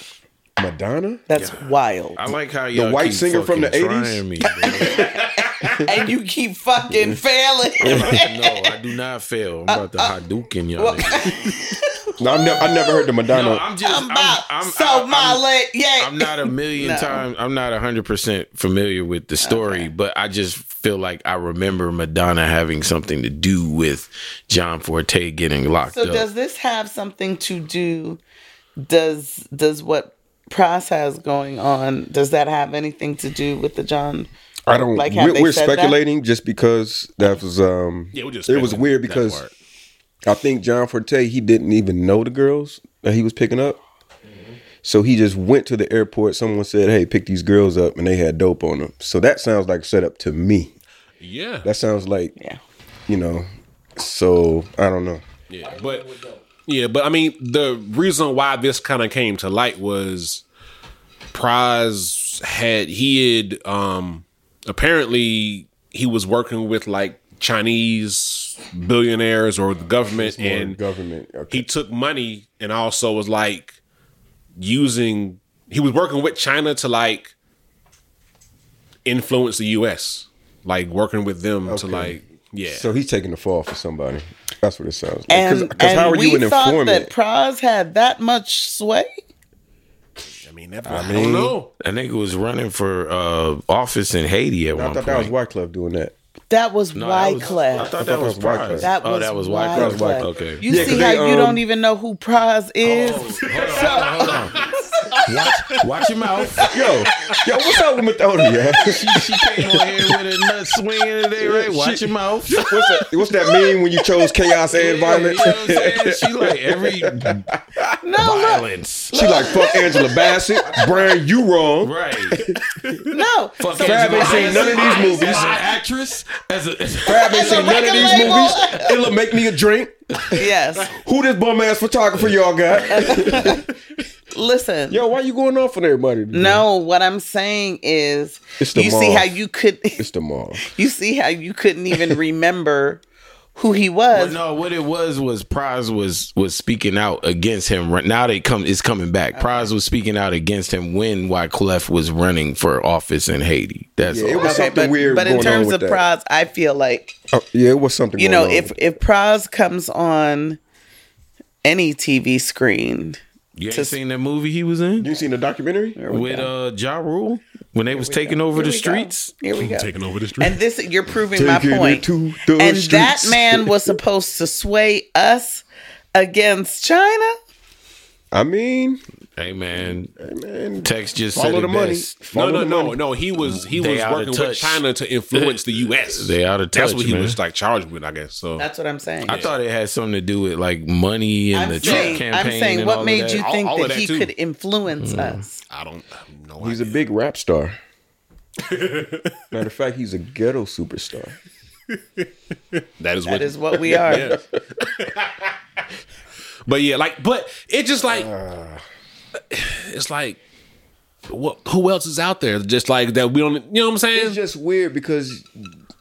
Speaker 2: Madonna?
Speaker 5: That's wild.
Speaker 1: I like how y'all
Speaker 2: white
Speaker 1: keep
Speaker 2: singer from the
Speaker 1: fucking
Speaker 2: 80s?
Speaker 1: trying Me, bro.
Speaker 5: and you keep fucking failing.
Speaker 1: no, I do not fail. I'm about to
Speaker 2: Uh,
Speaker 1: Hadouken y'all. niggas.
Speaker 2: No, I've, ne- I never heard the Madonna.
Speaker 1: no, I'm just.
Speaker 5: I'm
Speaker 1: I'm,
Speaker 5: about
Speaker 1: I'm,
Speaker 5: so
Speaker 1: I'm-
Speaker 5: my
Speaker 1: I'm-
Speaker 5: leg. Yeah,
Speaker 1: I'm not a million
Speaker 5: No.
Speaker 1: times. I'm not hundred percent familiar with the story, but I just feel like I remember Madonna having something to do with John Forte getting locked
Speaker 5: So
Speaker 1: up.
Speaker 5: does this have something to do? Does does what Price has going on? Does that have anything to do with the John?
Speaker 2: I don't.
Speaker 5: Like, have
Speaker 2: we're
Speaker 5: they
Speaker 2: we're
Speaker 5: said that?
Speaker 2: speculating just because that was. um
Speaker 3: Yeah, we're just
Speaker 2: It was
Speaker 3: speculating
Speaker 2: weird
Speaker 3: that
Speaker 2: because
Speaker 3: part.
Speaker 2: I think John Forte he didn't even know the girls that he was picking up, so he just went to the airport. Someone said, "Hey, pick these girls up," and they had dope on them. So that sounds like setup to me.
Speaker 3: Yeah.
Speaker 2: That sounds like
Speaker 5: Yeah,
Speaker 2: you know. So I don't know.
Speaker 3: Yeah, but yeah, but I mean, the reason why this kind of came to light was Prize had he had um apparently he was working with like Chinese billionaires or the government
Speaker 2: More
Speaker 3: and
Speaker 2: government. Okay.
Speaker 3: he took money and also was like using he was working with China to like influence the US, like working with them to like yeah.
Speaker 2: So he's taking the fall for somebody. That's what it sounds like.
Speaker 5: and and
Speaker 2: how are
Speaker 5: we
Speaker 2: you an
Speaker 5: thought
Speaker 2: informant?
Speaker 5: that Prize had that much sway.
Speaker 3: I mean, that, I don't know.
Speaker 1: That nigga was running for uh, office in Haiti at
Speaker 2: I
Speaker 1: one
Speaker 2: thought
Speaker 1: point.
Speaker 2: that was Wyclef doing that.
Speaker 5: That was
Speaker 1: No, that was- I
Speaker 5: Wyclef.
Speaker 1: thought that was
Speaker 2: Wyclef.
Speaker 1: Prize.
Speaker 5: That was,
Speaker 1: oh, that was
Speaker 5: Wyclef.
Speaker 1: Wyclef.
Speaker 2: Wyclef.
Speaker 1: Okay.
Speaker 5: You
Speaker 2: Yeah,
Speaker 5: see
Speaker 2: 'cause
Speaker 5: how
Speaker 2: they,
Speaker 5: you
Speaker 2: um,
Speaker 1: Oh,
Speaker 5: don't even know who Prize is.
Speaker 1: Hold on, hold on, hold on. Watch, watch your mouth.
Speaker 2: Yo, yo, what's up with Methodia?
Speaker 1: She, she came on here with a nut swinging today, right? Watch
Speaker 2: She-
Speaker 1: your mouth.
Speaker 2: What's that, what's that mean when you chose chaos and
Speaker 1: You know
Speaker 2: violence?
Speaker 1: what I'm saying? She like every violence.
Speaker 2: She like fuck Angela Bassett, Brian. You wrong.
Speaker 1: Right.
Speaker 5: No.
Speaker 1: Fuck
Speaker 5: So-
Speaker 2: Fab ain't seen none of these
Speaker 1: As
Speaker 2: movies.
Speaker 1: an actress, as a
Speaker 2: Fab ain't
Speaker 5: As a
Speaker 2: seen none of
Speaker 5: record
Speaker 2: these
Speaker 5: label.
Speaker 2: movies. It'll make me a drink.
Speaker 5: yes.
Speaker 2: Who this bum ass photographer y'all got?
Speaker 5: Listen.
Speaker 2: Yo, why you going off on everybody? today?
Speaker 5: No, what I'm saying is
Speaker 2: It's the
Speaker 5: you see
Speaker 2: mall.
Speaker 5: how you could
Speaker 2: it's the mall.
Speaker 5: you see how you couldn't even remember who he was.
Speaker 1: Well, no, what it was was Prize was was speaking out against him. Right now they come is coming back. Prize was speaking out against him when Wyclef was running for office in Haiti. That's
Speaker 2: Yeah, it
Speaker 1: all.
Speaker 2: was something
Speaker 5: but,
Speaker 2: weird.
Speaker 5: but in
Speaker 2: going on
Speaker 5: terms
Speaker 2: with
Speaker 5: of
Speaker 2: that.
Speaker 5: Proz, I feel like
Speaker 2: Oh, yeah, it was something.
Speaker 5: you
Speaker 2: going
Speaker 5: know,
Speaker 2: on
Speaker 5: if
Speaker 2: with
Speaker 5: if Proz comes on any TV screen,
Speaker 1: you ain't
Speaker 5: Just-
Speaker 1: seen that movie he was in
Speaker 2: You seen the documentary?
Speaker 1: with uh Ja Rule when they was taking over the streets.
Speaker 5: here we go.
Speaker 3: Taking over the street.
Speaker 5: And this you're proving my
Speaker 2: Taking it
Speaker 5: point.
Speaker 2: to the
Speaker 5: and that
Speaker 2: streets.
Speaker 5: man was supposed to sway us against China.
Speaker 2: I mean,
Speaker 1: Hey man,
Speaker 2: man,
Speaker 1: Tex just
Speaker 2: Follow
Speaker 1: said
Speaker 2: the
Speaker 1: it
Speaker 2: money.
Speaker 1: best.
Speaker 3: No,
Speaker 2: Follow
Speaker 3: no,
Speaker 2: the
Speaker 3: no,
Speaker 2: money.
Speaker 3: no. He was he
Speaker 1: They
Speaker 3: was
Speaker 1: outta
Speaker 3: working with
Speaker 1: touch.
Speaker 3: China to influence the U.S.
Speaker 1: They outta
Speaker 3: That's
Speaker 1: touch,
Speaker 3: what he
Speaker 1: man.
Speaker 3: was like charged with, I guess. So
Speaker 5: That's what I'm saying.
Speaker 1: I thought it had something to do with like money and
Speaker 5: I'm
Speaker 1: the Trump
Speaker 5: saying, I'm
Speaker 1: campaign.
Speaker 5: saying,
Speaker 1: and all
Speaker 5: what
Speaker 1: of
Speaker 5: made
Speaker 1: that. Hmm.
Speaker 5: you think
Speaker 3: all of
Speaker 5: that,
Speaker 3: that
Speaker 5: he
Speaker 3: too.
Speaker 5: could influence us?
Speaker 3: I don't I have no
Speaker 2: he's a
Speaker 3: idea.
Speaker 2: big rap star. Matter of fact, he's a ghetto superstar.
Speaker 3: that is what.
Speaker 5: That is what we are.
Speaker 3: but yeah, like, but it just like it's like what? Who else is out there? Just like that we don't. You know what I'm saying?
Speaker 2: It's just weird because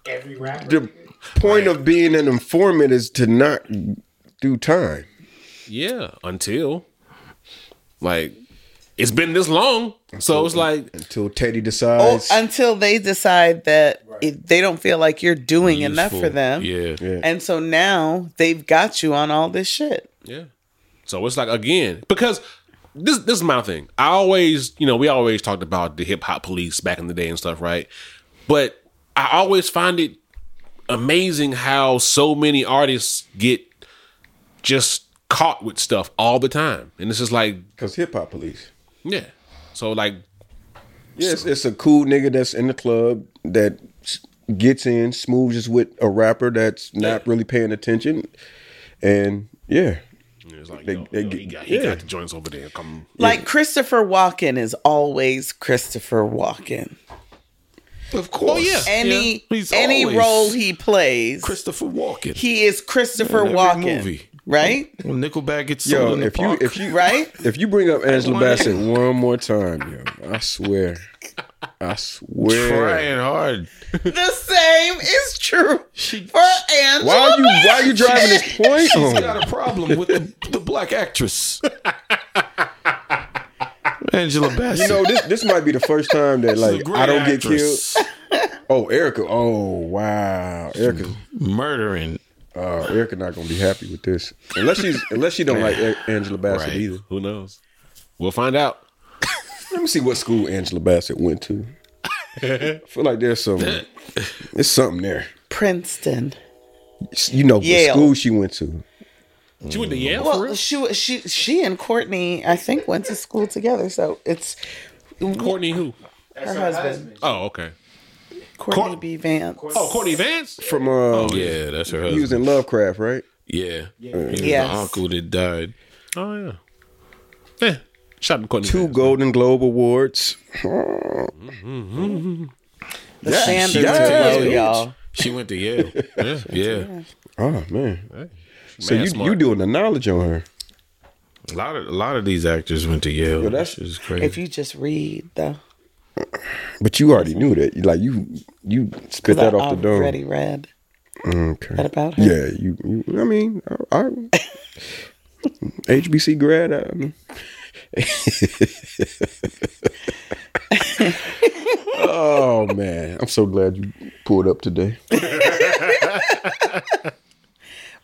Speaker 8: Every rapper.
Speaker 2: the point of being an informant is to not do time.
Speaker 3: yeah. Until like it's been this long, so it's like
Speaker 2: Until Teddy
Speaker 5: Oh,
Speaker 2: decides.
Speaker 5: until they decide that it, they don't feel like you're doing enough for
Speaker 1: Useful.
Speaker 5: them.
Speaker 1: Yeah.
Speaker 5: And so now they've got you on all this shit.
Speaker 3: Yeah. So it's like again because this this is my thing. I always you know we always talked about the hip hop police back in the day and stuff, right? But I always find it amazing how so many artists get just caught with stuff all the time, and it's just like
Speaker 2: Because hip hop police.
Speaker 3: yeah. So like
Speaker 2: Yeah, it's, it's a cool nigga that's in the club that s- gets in, smooches with a rapper that's not really paying attention. And yeah.
Speaker 3: it's like
Speaker 2: They-
Speaker 3: yo,
Speaker 2: they
Speaker 3: yo,
Speaker 2: get-
Speaker 3: he, got, he
Speaker 2: yeah.
Speaker 3: got the joints over there. Come
Speaker 5: Like Christopher Walken is always Christopher Walken.
Speaker 1: Of course. Oh yeah.
Speaker 5: Any
Speaker 1: He's
Speaker 5: any
Speaker 1: always
Speaker 5: role he plays,
Speaker 1: Christopher Walken.
Speaker 5: he is Christopher
Speaker 1: In every
Speaker 5: Walken.
Speaker 1: movie.
Speaker 5: Right?
Speaker 1: When Nickelback gets sold
Speaker 2: Yo,
Speaker 1: in the
Speaker 2: if you
Speaker 1: park.
Speaker 2: if you
Speaker 5: Right?
Speaker 2: if you bring up Angela Bassett one more time, yo, I swear, I swear.
Speaker 1: trying hard.
Speaker 5: the same is true for Angela.
Speaker 2: Why are you why are you driving this point
Speaker 1: She's
Speaker 2: home?
Speaker 1: got a problem with the, the black actress. Angela Bassett.
Speaker 2: You know this this might be the first time that like I don't get killed. Oh, Erica. Oh wow, Erica.
Speaker 1: killed. Murdering.
Speaker 2: Uh, Erica not gonna be happy with this unless she's unless she don't like A- Angela Bassett
Speaker 1: Right.
Speaker 2: either.
Speaker 3: who knows? We'll find out.
Speaker 2: Let me see what school Angela Bassett went to. I feel like there's some, there's something there.
Speaker 5: Princeton?
Speaker 2: You know, what
Speaker 5: Yale.
Speaker 2: school she went to.
Speaker 3: She went to Yale for
Speaker 5: Well,
Speaker 3: real.
Speaker 5: she she she and Courtney, I think, went to school together. So it's
Speaker 3: Courtney who?
Speaker 5: her husband,
Speaker 3: Oh okay.
Speaker 5: Courtney
Speaker 3: Court-
Speaker 5: B. Vance.
Speaker 3: Oh Courtney Vance.
Speaker 2: From uh,
Speaker 1: Oh, Yeah, that's her
Speaker 2: he
Speaker 1: husband.
Speaker 2: was in Lovecraft, right?
Speaker 1: yeah. He was
Speaker 5: Yes.
Speaker 1: the uncle that died.
Speaker 3: Oh yeah. Yeah. Shout out to Courtney.
Speaker 2: Two
Speaker 3: Vance.
Speaker 2: Golden Globe awards.
Speaker 5: The
Speaker 2: Yes,
Speaker 5: standards
Speaker 2: yes.
Speaker 5: are low, y'all.
Speaker 1: She went to Yale. yeah. Yeah.
Speaker 2: Oh man! So
Speaker 3: Man,
Speaker 2: you
Speaker 3: smart.
Speaker 2: you doing the knowledge on her?
Speaker 1: A lot of a lot of these actors went to Yale.
Speaker 2: Yo, that's-
Speaker 1: that's just crazy.
Speaker 5: If you just read though,
Speaker 2: But you already knew that. You- Like you you spit
Speaker 5: 'cause
Speaker 2: that
Speaker 5: I
Speaker 2: off the dome.
Speaker 5: already read
Speaker 2: Okay.
Speaker 5: that about her.
Speaker 2: Yeah, you, you. I mean, I, I HBC grad. I mean, oh man, I'm so glad you pulled up today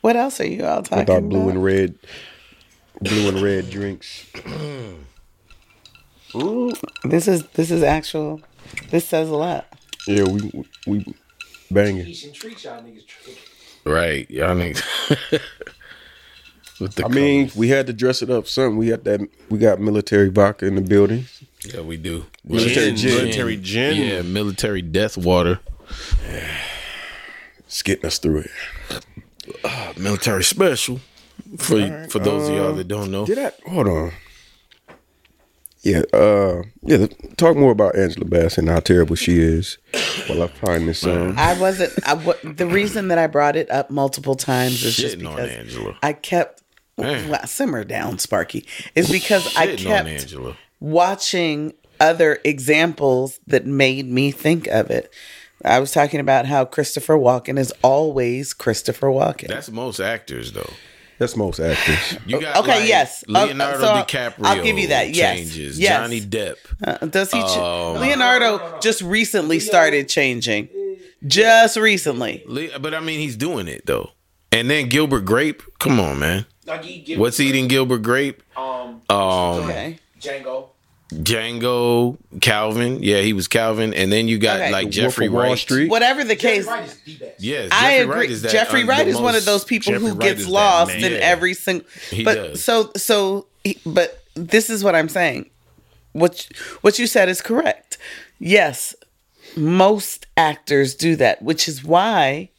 Speaker 5: What else are you all talking
Speaker 2: with our
Speaker 5: about?
Speaker 2: blue and red, blue and red drinks.
Speaker 5: This is this is actual. This says a lot.
Speaker 2: Yeah, we we banging.
Speaker 8: He should treat y'all niggas trick.
Speaker 1: right. Y'all niggas. With the
Speaker 2: I mean, we had to dress it up. Something we got that we got military vodka in the building.
Speaker 1: Yeah, we do.
Speaker 2: Military gin.
Speaker 3: Military gin.
Speaker 1: Yeah, military death water.
Speaker 2: It's getting us through it.
Speaker 1: Military special. For for those of y'all that don't know.
Speaker 2: um, Did I hold on? Yeah, uh, yeah. th- Talk more about Angela Bassett and how terrible she is. While I find this um, song,
Speaker 5: I wasn't. I wa- the reason that I brought it up multiple times is just
Speaker 1: Shitting on
Speaker 5: because
Speaker 1: Angela.
Speaker 5: I kept
Speaker 1: Man.
Speaker 5: Well, simmer down, Sparky. Is because I
Speaker 1: Shitting on
Speaker 5: kept
Speaker 1: Angela.
Speaker 5: watching other examples that made me think of it. I was talking about how Christopher Walken is always Christopher Walken.
Speaker 1: That's most actors though.
Speaker 2: that's most actors.
Speaker 1: You got
Speaker 5: Okay,
Speaker 1: like,
Speaker 5: yes. Uh, uh,
Speaker 1: Leonardo
Speaker 5: so I'll-
Speaker 1: DiCaprio.
Speaker 5: I'll give you that, yes,
Speaker 1: Changes.
Speaker 5: yes.
Speaker 1: Johnny Depp.
Speaker 5: Uh, does he? Ch-
Speaker 1: Um,
Speaker 5: Leonardo just recently started changing. Just recently.
Speaker 1: Le- But I mean, he's doing it though. And then Gilbert Grape. Come on, man.
Speaker 8: Like, he give-
Speaker 1: What's eating Gilbert Grape?
Speaker 8: Um,
Speaker 1: Um,
Speaker 5: Okay.
Speaker 8: Django.
Speaker 1: Django, Calvin. Yeah, he was Calvin. And then you got
Speaker 5: Okay.
Speaker 1: like
Speaker 2: The Wolf
Speaker 1: Jeffrey
Speaker 2: of Wall
Speaker 1: Wright.
Speaker 2: Street.
Speaker 5: Whatever the case,
Speaker 8: Jeffrey Wright is the best.
Speaker 1: Yes,
Speaker 5: I
Speaker 1: Jeffrey
Speaker 5: agree.
Speaker 1: Wright is that,
Speaker 5: Jeffrey
Speaker 1: uh,
Speaker 5: Wright
Speaker 1: the
Speaker 5: is one of
Speaker 1: most-
Speaker 5: those people
Speaker 3: Jeffrey
Speaker 5: who
Speaker 3: Wright
Speaker 5: gets
Speaker 3: is that
Speaker 5: lost
Speaker 3: man.
Speaker 5: in
Speaker 3: Yeah.
Speaker 5: every single.
Speaker 1: He
Speaker 5: But
Speaker 1: does.
Speaker 5: so so, he- but this is what I'm saying. What you- what you said is correct. Yes, most actors do that, which is why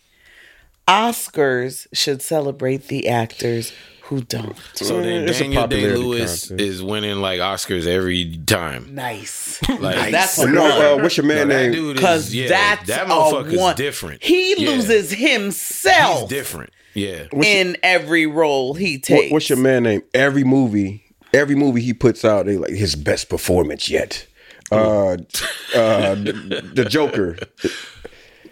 Speaker 5: Oscars should celebrate the actors who don't.
Speaker 1: So
Speaker 5: Mm-hmm.
Speaker 1: then
Speaker 2: It's a
Speaker 1: Daniel Day
Speaker 2: popularity
Speaker 1: Lewis
Speaker 2: contest.
Speaker 1: is winning like Oscars every time.
Speaker 5: Nice.
Speaker 1: Like
Speaker 5: That's a
Speaker 2: No, uh,
Speaker 5: one.
Speaker 2: what's your man
Speaker 1: no, that
Speaker 2: name?
Speaker 1: dude
Speaker 5: Cause
Speaker 1: is yeah,
Speaker 5: that's
Speaker 1: that
Speaker 5: a
Speaker 1: motherfucker's
Speaker 5: one.
Speaker 1: different.
Speaker 5: He
Speaker 1: Yeah,
Speaker 5: loses
Speaker 1: He's
Speaker 5: himself
Speaker 1: different. Yeah.
Speaker 5: in every role he
Speaker 2: What-
Speaker 5: takes.
Speaker 2: what's your man name? Every movie, every movie he puts out, they like his best performance yet. Uh, uh, the, the Joker.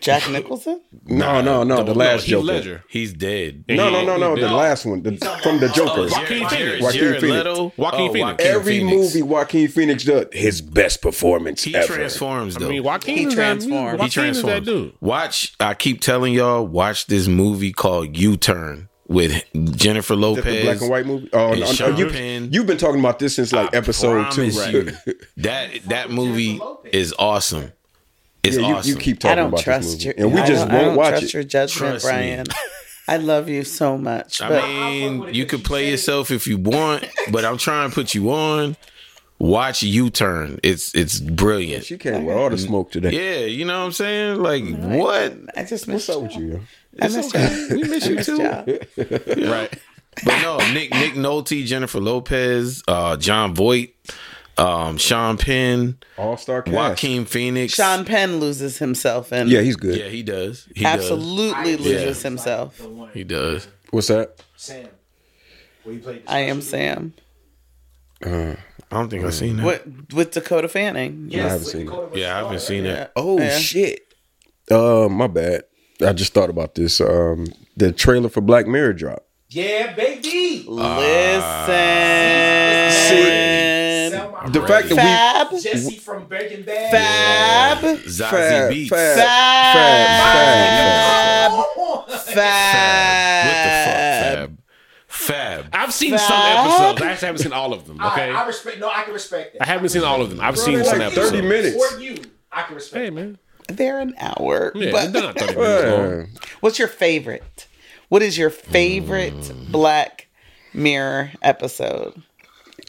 Speaker 5: Jack Nicholson?
Speaker 2: No, no, no, the last
Speaker 3: no, Heath
Speaker 2: Joker.
Speaker 3: Ledger.
Speaker 1: He's dead.
Speaker 2: No, no, no, no,
Speaker 3: He-
Speaker 2: the last one, the, from the Joker.
Speaker 3: Joaquin
Speaker 1: Jared- Jared-
Speaker 3: Phoenix.
Speaker 1: Jared
Speaker 2: Phoenix.
Speaker 1: Leto.
Speaker 3: Joaquin
Speaker 1: Oh,
Speaker 3: Phoenix.
Speaker 2: Every
Speaker 1: Phoenix.
Speaker 2: movie Joaquin Phoenix does his best performance
Speaker 1: He
Speaker 2: ever.
Speaker 1: transforms
Speaker 3: I
Speaker 1: though.
Speaker 3: mean, Joaquin.
Speaker 5: He
Speaker 3: is that-
Speaker 5: transformed.
Speaker 1: he
Speaker 3: Joaquin is
Speaker 1: transforms.
Speaker 3: that dude.
Speaker 1: Watch. I keep telling y'all. Watch this movie called U Turn with Jennifer Lopez.
Speaker 2: The black and white movie. Oh,
Speaker 1: and
Speaker 2: no, no,
Speaker 1: Sean
Speaker 2: you,
Speaker 1: Penn.
Speaker 2: you've been talking about this since like episode two.
Speaker 1: Promise you, that that movie is awesome. It's
Speaker 2: Yeah, you,
Speaker 1: awesome.
Speaker 2: you keep talking
Speaker 5: I don't
Speaker 2: about
Speaker 5: trust
Speaker 2: this
Speaker 5: your
Speaker 2: movie, and we
Speaker 5: I
Speaker 2: just
Speaker 5: don't- I
Speaker 2: won't
Speaker 5: don't
Speaker 2: watch
Speaker 5: trust
Speaker 2: it.
Speaker 5: your judgment,
Speaker 1: Trust me.
Speaker 5: Brian. I love you so much. But
Speaker 1: I mean, you could play yourself if you want, but I'm trying to put you on. Watch U Turn. It's it's brilliant.
Speaker 2: She came with all the smoke today.
Speaker 1: Yeah, you know what I'm saying? Like what?
Speaker 5: I just missed
Speaker 2: What's up with you? yo?
Speaker 5: I missed y'all.
Speaker 1: We miss you
Speaker 5: Missed
Speaker 1: too.
Speaker 5: y'all.
Speaker 3: Right.
Speaker 1: But no, Nick Nick Nolte, Jennifer Lopez, uh, John Voight, um, Sean Penn,
Speaker 2: All star cast.
Speaker 1: Joaquin Phoenix.
Speaker 5: Sean Penn loses himself and
Speaker 2: Yeah, he's good.
Speaker 1: yeah, he does. He
Speaker 5: absolutely
Speaker 1: Yeah.
Speaker 5: loses himself.
Speaker 8: The one,
Speaker 1: does. He does.
Speaker 2: What's that?
Speaker 8: Sam. Where you played
Speaker 5: I am Sam.
Speaker 1: I don't think I've seen that.
Speaker 5: What with Dakota Fanning.
Speaker 8: Yes,
Speaker 2: haven't
Speaker 8: with
Speaker 2: seen it.
Speaker 8: Dakota was
Speaker 1: Yeah, I haven't
Speaker 8: Scarlet.
Speaker 1: seen that.
Speaker 2: Oh
Speaker 5: Yeah.
Speaker 2: shit. Uh, my bad. I just thought about this. Um, the trailer for Black Mirror drop.
Speaker 8: Yeah, baby.
Speaker 1: Ah.
Speaker 5: Listen.
Speaker 8: Selma
Speaker 2: The
Speaker 8: Hayek,
Speaker 2: fact that
Speaker 5: Fab.
Speaker 8: Jesse from Breaking Bad.
Speaker 5: Fab.
Speaker 1: Zazie
Speaker 2: Fab,
Speaker 1: Beats.
Speaker 2: Fab.
Speaker 5: Fab.
Speaker 1: Fab.
Speaker 5: Fab.
Speaker 1: What the fuck? Fab. Fab.
Speaker 3: I've seen some episodes. I actually haven't seen all of them. Okay.
Speaker 8: I, I
Speaker 3: I,
Speaker 8: respect. No, I can respect that.
Speaker 3: haven't seen all of them. I've
Speaker 2: we
Speaker 3: seen
Speaker 2: like
Speaker 3: some episodes.
Speaker 2: 30 minutes.
Speaker 8: For you, I can respect.
Speaker 3: Hey man.
Speaker 5: They're an hour.
Speaker 3: Yeah,
Speaker 5: but-
Speaker 3: they're not 30 minutes long.
Speaker 2: Yeah.
Speaker 5: What's your favorite? What is your favorite Black Mirror episode?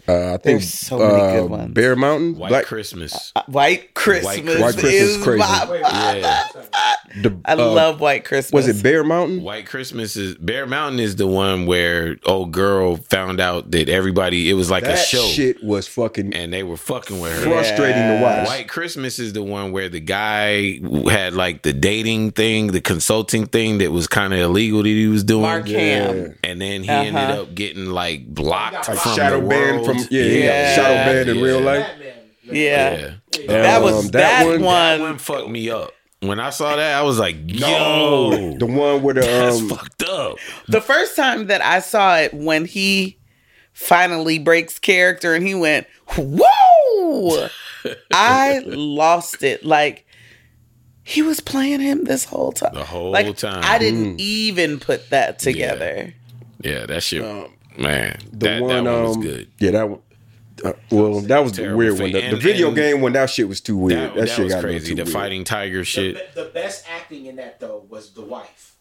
Speaker 2: Uh, I think
Speaker 5: There's so many
Speaker 2: uh,
Speaker 5: good ones.
Speaker 2: Bear Mountain,
Speaker 1: White
Speaker 2: Black,
Speaker 1: Christmas.
Speaker 5: White Christmas.
Speaker 1: White Christmas
Speaker 2: is
Speaker 5: is
Speaker 2: crazy.
Speaker 5: my-
Speaker 8: Wait, wait,
Speaker 1: Yeah.
Speaker 8: wait.
Speaker 2: the,
Speaker 5: I
Speaker 2: uh,
Speaker 5: love White Christmas.
Speaker 2: Was it Bear Mountain?
Speaker 1: White Christmas is Bear Mountain is the one where old girl found out that everybody it was like
Speaker 2: That
Speaker 1: a show
Speaker 2: shit was fucking
Speaker 1: and they were fucking with her.
Speaker 2: frustrating to watch.
Speaker 1: White Christmas is the one where the guy had like the dating thing, the consulting thing that was kind of illegal that he was doing.
Speaker 5: Mark Ham?
Speaker 1: And then he
Speaker 5: Uh-huh.
Speaker 1: ended up getting like blocked
Speaker 8: Like
Speaker 1: from
Speaker 2: shadow
Speaker 1: the
Speaker 2: banned
Speaker 1: world.
Speaker 2: from yeah, yeah.
Speaker 5: Yeah.
Speaker 2: shadow banned in
Speaker 1: Yeah.
Speaker 2: real life.
Speaker 8: Batman.
Speaker 5: Yeah.
Speaker 1: Yeah.
Speaker 5: That was
Speaker 2: Um,
Speaker 5: that, one.
Speaker 1: That one fucked me up. When I saw that, I was like, yo,
Speaker 2: Oh, the one where the
Speaker 1: that's
Speaker 2: um,
Speaker 1: fucked up.
Speaker 5: The first time that I saw it when he finally breaks character and he went, Whoa! I lost it. Like he was playing him this whole time.
Speaker 1: The whole
Speaker 5: like,
Speaker 1: time.
Speaker 5: I didn't even put that together.
Speaker 1: Yeah, that shit. man,
Speaker 2: Um, the
Speaker 1: that,
Speaker 2: one,
Speaker 1: that one was
Speaker 2: um,
Speaker 1: good.
Speaker 2: Yeah, that one. Uh, well, that was the
Speaker 1: Terrible
Speaker 2: weird
Speaker 1: thing.
Speaker 2: one. The, the
Speaker 1: And-
Speaker 2: video
Speaker 1: and-
Speaker 2: game one, that shit was too weird.
Speaker 1: That,
Speaker 2: That,
Speaker 1: that
Speaker 2: shit
Speaker 1: was
Speaker 2: got a little
Speaker 1: crazy.
Speaker 2: Too
Speaker 1: The
Speaker 2: weird.
Speaker 1: fighting tiger
Speaker 8: The,
Speaker 1: shit.
Speaker 8: be- the best acting in that though was the wife.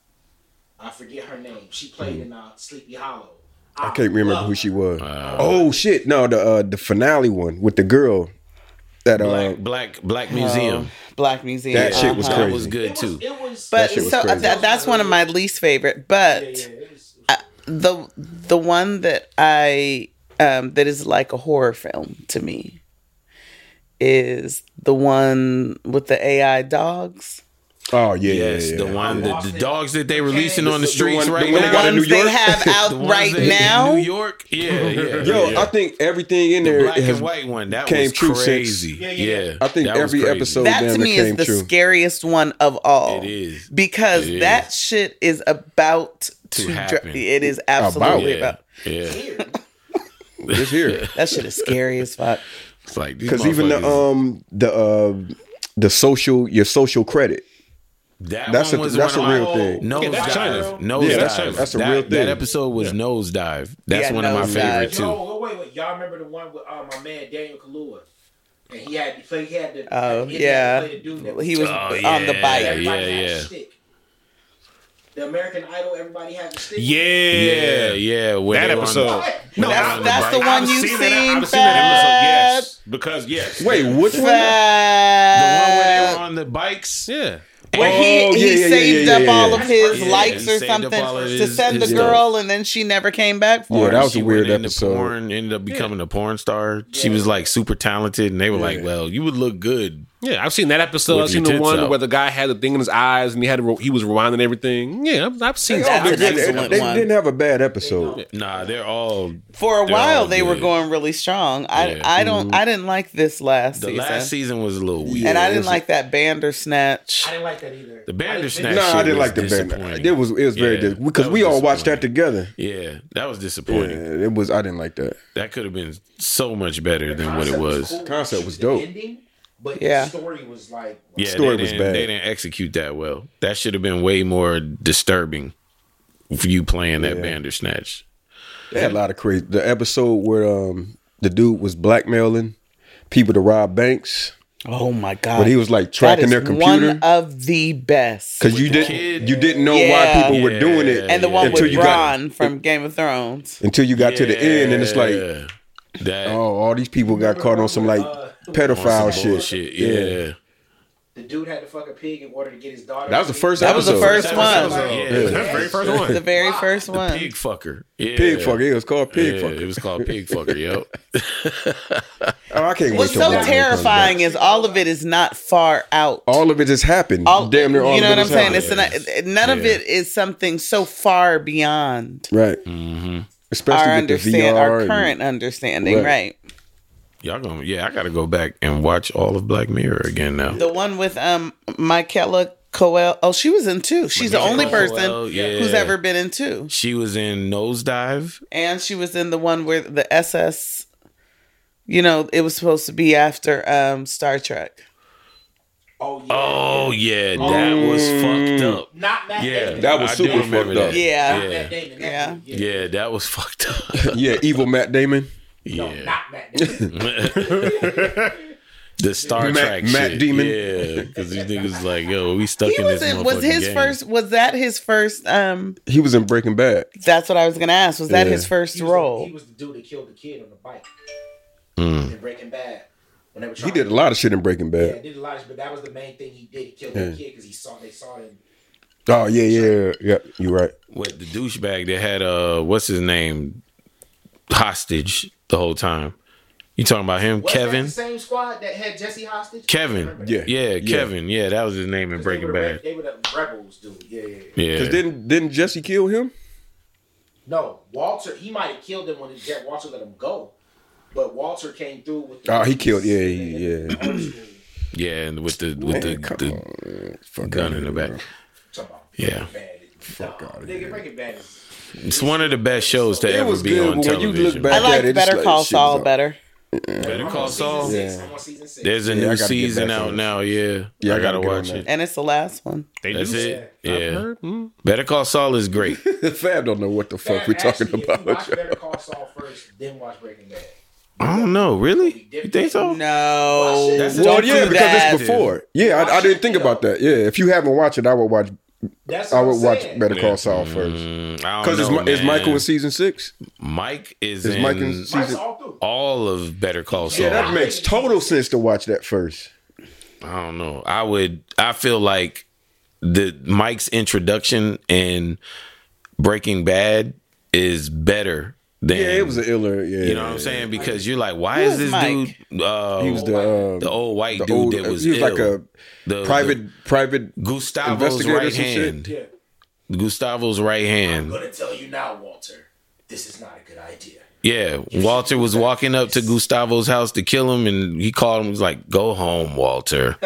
Speaker 8: I forget her name. She played in uh, Sleepy Hollow.
Speaker 2: Mm. I can't remember who she was.
Speaker 1: Uh,
Speaker 2: oh shit! No, the uh, the finale one with the girl that uh,
Speaker 1: Black Black Black Museum.
Speaker 5: Black Museum.
Speaker 2: That shit was
Speaker 5: Uh-huh.
Speaker 1: That
Speaker 2: crazy.
Speaker 1: was good too.
Speaker 5: But
Speaker 2: shit was
Speaker 5: so
Speaker 2: crazy.
Speaker 5: that, that's one of my least favorite. But uh, the the one that I um, that is like a horror film to me is the one with the AI dogs.
Speaker 2: oh yeah,
Speaker 1: Yes,
Speaker 2: yeah, yeah.
Speaker 1: the one the, the dogs that they releasing on the
Speaker 2: The
Speaker 1: streets
Speaker 2: one- the
Speaker 1: right now.
Speaker 2: one that got in New
Speaker 5: Ones they
Speaker 2: York?
Speaker 5: have
Speaker 1: The
Speaker 5: out
Speaker 1: ones
Speaker 5: right
Speaker 1: that- in
Speaker 5: now.
Speaker 1: New York. Yeah, yeah.
Speaker 2: Yo,
Speaker 1: yeah.
Speaker 2: I think everything in there
Speaker 1: black
Speaker 2: has-
Speaker 1: and white one that
Speaker 2: came
Speaker 1: was
Speaker 2: true since-
Speaker 1: crazy. Yeah,
Speaker 2: I think
Speaker 1: that was
Speaker 2: every
Speaker 1: crazy.
Speaker 2: episode
Speaker 5: that to
Speaker 2: damn,
Speaker 5: me
Speaker 2: it
Speaker 5: is
Speaker 2: came
Speaker 5: the
Speaker 2: true.
Speaker 5: scariest one of all.
Speaker 1: It is.
Speaker 5: because
Speaker 1: It
Speaker 5: that shit is about
Speaker 1: To
Speaker 5: to. dr-
Speaker 1: happen.
Speaker 5: it is absolutely
Speaker 1: Yeah,
Speaker 5: about.
Speaker 1: yeah.
Speaker 2: It's here
Speaker 5: That shit is scary as fuck.
Speaker 1: It's like
Speaker 2: because even the um the uh, the social your social credit.
Speaker 1: That
Speaker 2: That's
Speaker 1: one
Speaker 2: a-
Speaker 1: was
Speaker 2: that's
Speaker 1: one
Speaker 2: a
Speaker 1: of
Speaker 2: real
Speaker 1: my,
Speaker 2: thing.
Speaker 1: Nosedive.
Speaker 3: Yeah, that's China.
Speaker 1: Nosedive.
Speaker 2: Yeah, that's China. That's a
Speaker 1: that,
Speaker 2: real
Speaker 1: That
Speaker 2: thing.
Speaker 1: episode was Nosedive. That's
Speaker 5: Yeah,
Speaker 1: one of my
Speaker 5: Nosedive.
Speaker 1: favorite
Speaker 5: Yo,
Speaker 1: too.
Speaker 8: Yo, wait, wait, wait. Y'all remember the one with uh, my man Daniel Kalua? And he had, so he had the.
Speaker 5: Oh
Speaker 8: he had
Speaker 5: yeah,
Speaker 8: to play the dude that
Speaker 5: he was
Speaker 1: Oh,
Speaker 5: on the
Speaker 1: yeah,
Speaker 5: bike.
Speaker 8: Everybody
Speaker 1: Yeah,
Speaker 8: had
Speaker 1: yeah.
Speaker 8: a stick. The American Idol, everybody had the stick.
Speaker 1: Yeah,
Speaker 3: Yeah.
Speaker 1: yeah. when
Speaker 3: That
Speaker 1: they were on the-
Speaker 3: episode.
Speaker 8: No,
Speaker 1: when they were
Speaker 5: that's-
Speaker 1: on
Speaker 5: that's the
Speaker 1: bike.
Speaker 5: one
Speaker 3: I've
Speaker 5: you
Speaker 3: seen that. I've
Speaker 5: seen,
Speaker 3: seen that
Speaker 5: Fab?
Speaker 3: episode. Yes, because yes.
Speaker 2: Wait, which one?
Speaker 1: The one where
Speaker 5: Fab,
Speaker 1: they were on the bikes.
Speaker 3: Yeah.
Speaker 5: where he,
Speaker 2: Oh, yeah,
Speaker 5: he
Speaker 2: yeah, yeah,
Speaker 5: saved
Speaker 2: yeah,
Speaker 5: up
Speaker 2: yeah,
Speaker 5: all
Speaker 2: yeah.
Speaker 5: of his
Speaker 1: Yeah,
Speaker 5: likes
Speaker 1: he
Speaker 5: or
Speaker 1: saved up
Speaker 5: something
Speaker 1: all of
Speaker 5: to
Speaker 1: his-
Speaker 5: send the
Speaker 1: his stuff.
Speaker 5: girl, and then she never came back for
Speaker 2: Yeah,
Speaker 5: it.
Speaker 2: that was
Speaker 1: She
Speaker 2: a weird
Speaker 1: went into
Speaker 2: episode.
Speaker 1: Porn, ended up becoming a porn star. She was like super talented, and they were like, "Well, you would look good."
Speaker 3: Yeah, I've seen that episode.
Speaker 1: With
Speaker 3: I've seen
Speaker 1: your
Speaker 3: the
Speaker 1: tits
Speaker 3: one
Speaker 1: out.
Speaker 3: where the guy had the thing in his eyes and he had to re- he was rewinding everything. Yeah, I've, I've seen that.
Speaker 5: all
Speaker 2: They,
Speaker 5: did
Speaker 3: I've seen
Speaker 5: that.
Speaker 3: that.
Speaker 5: Excellent
Speaker 2: they
Speaker 5: one.
Speaker 2: didn't have a bad episode.
Speaker 1: Nah, they're all
Speaker 5: For a
Speaker 1: They're all
Speaker 5: while, they were
Speaker 1: good.
Speaker 5: going really strong. I
Speaker 1: Yeah.
Speaker 5: I don't I didn't like this last
Speaker 1: The
Speaker 5: season,
Speaker 1: last season was a little weird.
Speaker 5: and I didn't like that Bandersnatch.
Speaker 8: I didn't like that either.
Speaker 1: The Bandersnatch.
Speaker 2: No,
Speaker 1: shit
Speaker 2: I didn't
Speaker 1: was
Speaker 2: like the band.
Speaker 1: disappointing.
Speaker 2: It was it was very
Speaker 1: Yeah,
Speaker 2: dis because
Speaker 1: that
Speaker 2: we
Speaker 1: was
Speaker 2: all watched that
Speaker 1: disappointing.
Speaker 2: together.
Speaker 1: Yeah, that was
Speaker 2: Yeah,
Speaker 1: disappointing.
Speaker 2: it was. I didn't like that.
Speaker 1: That could have been so much better than what it
Speaker 8: Concept
Speaker 1: was.
Speaker 8: cool.
Speaker 2: Concept was
Speaker 8: The
Speaker 2: dope.
Speaker 8: ending, but
Speaker 5: Yeah.
Speaker 8: the story was like,
Speaker 1: Yeah,
Speaker 2: Story
Speaker 1: they
Speaker 2: was
Speaker 1: didn't,
Speaker 2: bad.
Speaker 1: They didn't execute that well. That should have been way more disturbing for you playing that
Speaker 2: Yeah.
Speaker 1: Bandersnatch.
Speaker 2: They had a lot of crazy. The episode where um the dude was blackmailing people to rob banks,
Speaker 5: Oh my god!
Speaker 2: but he was like
Speaker 5: That
Speaker 2: tracking
Speaker 5: is
Speaker 2: their computer
Speaker 5: One of the best.
Speaker 2: because you
Speaker 1: the
Speaker 2: didn't
Speaker 1: kid.
Speaker 2: you didn't know
Speaker 5: Yeah.
Speaker 2: why people were doing it
Speaker 5: and the one
Speaker 2: until
Speaker 5: with
Speaker 2: you got
Speaker 5: Ron from Game of Thrones.
Speaker 2: until you got to the end, and it's like
Speaker 1: Yeah. that
Speaker 2: oh, all these people got caught on some like pedophile
Speaker 1: some
Speaker 2: shit.
Speaker 1: bullshit. Yeah.
Speaker 8: the dude had to fuck a pig in order to get his daughter.
Speaker 2: That was the first.
Speaker 5: That was the
Speaker 2: episode.
Speaker 5: first one.
Speaker 1: Yeah.
Speaker 3: That's the very first
Speaker 5: The
Speaker 3: one.
Speaker 5: very first one.
Speaker 1: Pig fucker. Yeah.
Speaker 2: Pig fucker. It was called pig
Speaker 1: Yeah, It
Speaker 2: fucker.
Speaker 1: was called pig fucker. Yep.
Speaker 2: Oh, I can't wait.
Speaker 5: What's
Speaker 2: till
Speaker 5: so
Speaker 2: Black Mirror comes
Speaker 5: terrifying
Speaker 2: back.
Speaker 5: is all of it is not far out.
Speaker 2: All of it just happened.
Speaker 5: All-
Speaker 2: Damn near all
Speaker 5: you know
Speaker 2: of
Speaker 5: what
Speaker 2: it
Speaker 5: I'm
Speaker 2: just
Speaker 5: saying?
Speaker 2: happened.
Speaker 5: It's not, none of
Speaker 1: Yeah.
Speaker 5: it is something so far beyond
Speaker 2: right.
Speaker 1: Mm-hmm.
Speaker 2: Especially
Speaker 5: our
Speaker 2: with the
Speaker 5: understand,
Speaker 2: VR
Speaker 5: our
Speaker 2: and-
Speaker 5: current understanding,
Speaker 2: Right.
Speaker 5: right.
Speaker 1: Y'all gonna yeah, I gotta go back and watch all of Black Mirror again now.
Speaker 5: The one with um Michaela Coel. Oh, she was in two. She's the only
Speaker 1: Michaela
Speaker 5: person
Speaker 1: Coel, yeah.
Speaker 5: who's ever been in two,
Speaker 1: She was in Nosedive.
Speaker 5: and she was in the one where the SS. You know, it was supposed to be after um Star Trek.
Speaker 8: Oh yeah.
Speaker 1: Oh yeah, that was fucked up.
Speaker 8: Not Matt
Speaker 1: Yeah,
Speaker 8: Damon.
Speaker 2: That was
Speaker 1: I do
Speaker 2: super
Speaker 1: remember
Speaker 2: fucked up.
Speaker 1: that.
Speaker 5: Yeah.
Speaker 8: Not Matt
Speaker 1: yeah,
Speaker 8: Damon.
Speaker 5: Yeah.
Speaker 8: That dude, yeah.
Speaker 1: yeah, that was fucked up.
Speaker 2: Yeah, evil Matt Damon.
Speaker 8: No,
Speaker 1: Yeah.
Speaker 8: not Matt Damon.
Speaker 1: The Star
Speaker 2: Matt-
Speaker 1: Trek
Speaker 2: Matt
Speaker 1: shit.
Speaker 2: Demon.
Speaker 1: Yeah, because these niggas like, yo, we stuck
Speaker 5: He
Speaker 1: in
Speaker 5: was
Speaker 1: this.
Speaker 5: in. Was
Speaker 1: motherfucking
Speaker 5: his
Speaker 1: game.
Speaker 5: first? Was that his first? Um,
Speaker 2: He was in Breaking Bad.
Speaker 5: that's what I was gonna ask. Was that
Speaker 2: Yeah.
Speaker 5: his first
Speaker 8: He was the-
Speaker 5: role?
Speaker 8: he was the dude that killed the kid on the bike in Breaking Bad. When they were
Speaker 2: Mm. He
Speaker 8: trying
Speaker 2: did a lot of shit in Breaking
Speaker 8: Yeah,
Speaker 2: Bad.
Speaker 8: did a lot, of shit, but that was the main thing he did. He killed the kid because he saw they saw him.
Speaker 2: Oh yeah, yeah, yeah. You're right.
Speaker 1: What the douchebag that had uh, what's his name, hostage the whole time? You talking about him,
Speaker 8: Was that
Speaker 1: Kevin?
Speaker 8: the same squad that had Jesse hostage. I
Speaker 1: Kevin.
Speaker 8: remember
Speaker 2: Yeah.
Speaker 8: that.
Speaker 1: Yeah, Kevin. Yeah, that was his name in
Speaker 8: They were,
Speaker 1: Breaking
Speaker 8: the, re-
Speaker 1: Bad.
Speaker 8: they were the rebels, dude. Yeah, yeah, yeah.
Speaker 1: Yeah.
Speaker 2: Because didn't didn't Jesse kill him?
Speaker 8: No, Walter. He might have killed him when his jet Walter let him go, but Walter came through with. The
Speaker 2: Oh, he killed. Yeah, he, yeah.
Speaker 1: Yeah, and with the with
Speaker 2: Man,
Speaker 1: the,
Speaker 2: come
Speaker 1: the
Speaker 2: on, fuck
Speaker 1: gun
Speaker 2: outta
Speaker 1: in the
Speaker 2: here,
Speaker 1: back.
Speaker 8: Talking about
Speaker 1: Yeah.
Speaker 8: Bad. Fuck
Speaker 2: outta
Speaker 8: Nigga, Breaking Bad. is-
Speaker 1: It's one of the best shows to
Speaker 2: It
Speaker 1: ever
Speaker 2: was
Speaker 1: be
Speaker 2: good,
Speaker 1: on
Speaker 2: but when you
Speaker 1: television.
Speaker 2: look back-
Speaker 5: I
Speaker 2: Yeah,
Speaker 5: like
Speaker 2: they just
Speaker 5: Better
Speaker 2: like
Speaker 5: Call
Speaker 2: shit was
Speaker 5: Saul
Speaker 2: up.
Speaker 5: better.
Speaker 1: Better Call Saul.
Speaker 8: Season six. I'm on season six.
Speaker 1: There's a
Speaker 2: I
Speaker 1: new
Speaker 2: gotta get
Speaker 1: season
Speaker 2: back
Speaker 1: out
Speaker 2: on
Speaker 1: now. Yeah, I
Speaker 2: Yeah, I
Speaker 1: gotta
Speaker 2: gotta get on
Speaker 1: watch
Speaker 2: that.
Speaker 1: it.
Speaker 5: And it's the last one.
Speaker 3: They
Speaker 1: That's
Speaker 3: do
Speaker 1: it.
Speaker 3: I've
Speaker 1: Yeah.
Speaker 3: heard. Mm.
Speaker 1: Better Call Saul is great.
Speaker 2: Fab don't know what the fuck
Speaker 8: Fab,
Speaker 2: we talking
Speaker 8: actually, If you watch
Speaker 2: about.
Speaker 8: Better Call Saul first, then watch Breaking Bad.
Speaker 1: I don't know. Really? You think so?
Speaker 5: No.
Speaker 8: That's
Speaker 1: Don't
Speaker 2: Well, yeah,
Speaker 1: do
Speaker 2: because
Speaker 5: that.
Speaker 2: it's before. Yeah, I, I didn't think about that. Yeah, if you haven't watched it, I would watch
Speaker 8: That's
Speaker 2: I
Speaker 8: what
Speaker 2: would
Speaker 8: I'm
Speaker 2: watch
Speaker 8: saying.
Speaker 2: Better Call Saul
Speaker 1: Mm,
Speaker 2: first. Because is, Mi- is Michael in season six?
Speaker 1: Mike is,
Speaker 2: Is
Speaker 1: in
Speaker 2: Mike in season-
Speaker 1: all, of Better Call Saul.
Speaker 2: Yeah, that makes total sense to watch that first.
Speaker 1: I don't know. I would. I feel like the Mike's introduction in Breaking Bad is better than.
Speaker 2: yeah, it was an iller. Yeah,
Speaker 1: you know what I'm saying? Because you're like, why is this
Speaker 5: Who's Mike?
Speaker 1: dude? Uh,
Speaker 2: He was the uh,
Speaker 1: the old white
Speaker 2: the
Speaker 1: dude
Speaker 2: old-
Speaker 1: that was.
Speaker 2: he was like
Speaker 1: ill.
Speaker 2: a
Speaker 1: The-
Speaker 2: private private
Speaker 1: Gustavo's
Speaker 2: investigator or
Speaker 1: right
Speaker 2: some shit.
Speaker 1: hand.
Speaker 8: Yeah.
Speaker 1: Gustavo's right
Speaker 8: I'm
Speaker 1: hand.
Speaker 8: gonna tell you now, Walter. This is not a good idea.
Speaker 1: Yeah, Walter was walking up to Gustavo's house to kill him, and he called him. He's like, "Go home, Walter."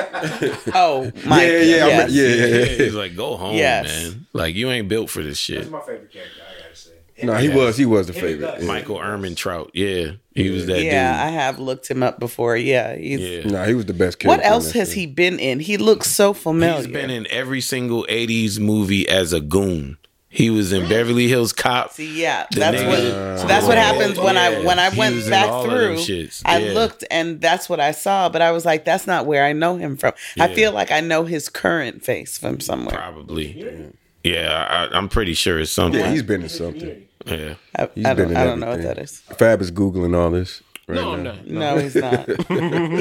Speaker 5: Oh, my.
Speaker 2: Yeah, yeah, I mean-
Speaker 5: yes.
Speaker 2: yeah, yeah.
Speaker 1: He's like, "Go home,
Speaker 5: Yes.
Speaker 1: man. Like you ain't built for this shit."
Speaker 8: He's my favorite character. I gotta say.
Speaker 2: No, he was he was the
Speaker 8: It
Speaker 2: favorite.
Speaker 8: does.
Speaker 2: Yeah.
Speaker 1: Michael Ehrman Trout. Yeah, he was that
Speaker 5: Yeah,
Speaker 1: dude.
Speaker 5: I have looked him up before. Yeah, he's.
Speaker 1: Yeah.
Speaker 2: No, he was the best character.
Speaker 5: What
Speaker 2: in
Speaker 5: else
Speaker 2: that
Speaker 5: has
Speaker 2: show.
Speaker 5: he been in? He looks so familiar.
Speaker 1: He's been in every single 80s movie as a goon. He was in Beverly Hills Cop.
Speaker 5: See, yeah,
Speaker 1: The
Speaker 5: that's
Speaker 1: nigga-
Speaker 5: what
Speaker 1: Uh,
Speaker 5: that's what
Speaker 1: yeah,
Speaker 5: happens when I
Speaker 1: yeah.
Speaker 5: when I
Speaker 1: He
Speaker 5: went
Speaker 1: was in
Speaker 5: back
Speaker 1: all of them
Speaker 5: through.
Speaker 1: shits,
Speaker 5: I
Speaker 1: yeah.
Speaker 5: looked and that's what I saw, but I was like, that's not where I know him from. I
Speaker 1: Yeah.
Speaker 5: feel like I know his current face from somewhere.
Speaker 1: Probably. Yeah, I, I'm pretty sure it's
Speaker 2: Yeah,
Speaker 1: something.
Speaker 2: he's been in something.
Speaker 1: Yeah.
Speaker 5: I,
Speaker 2: He's
Speaker 5: I
Speaker 2: been
Speaker 5: don't,
Speaker 2: in
Speaker 5: I don't know what
Speaker 2: everything.
Speaker 5: that is.
Speaker 2: Fab is googling all this. Right no, now.
Speaker 3: no,
Speaker 5: No, he's not.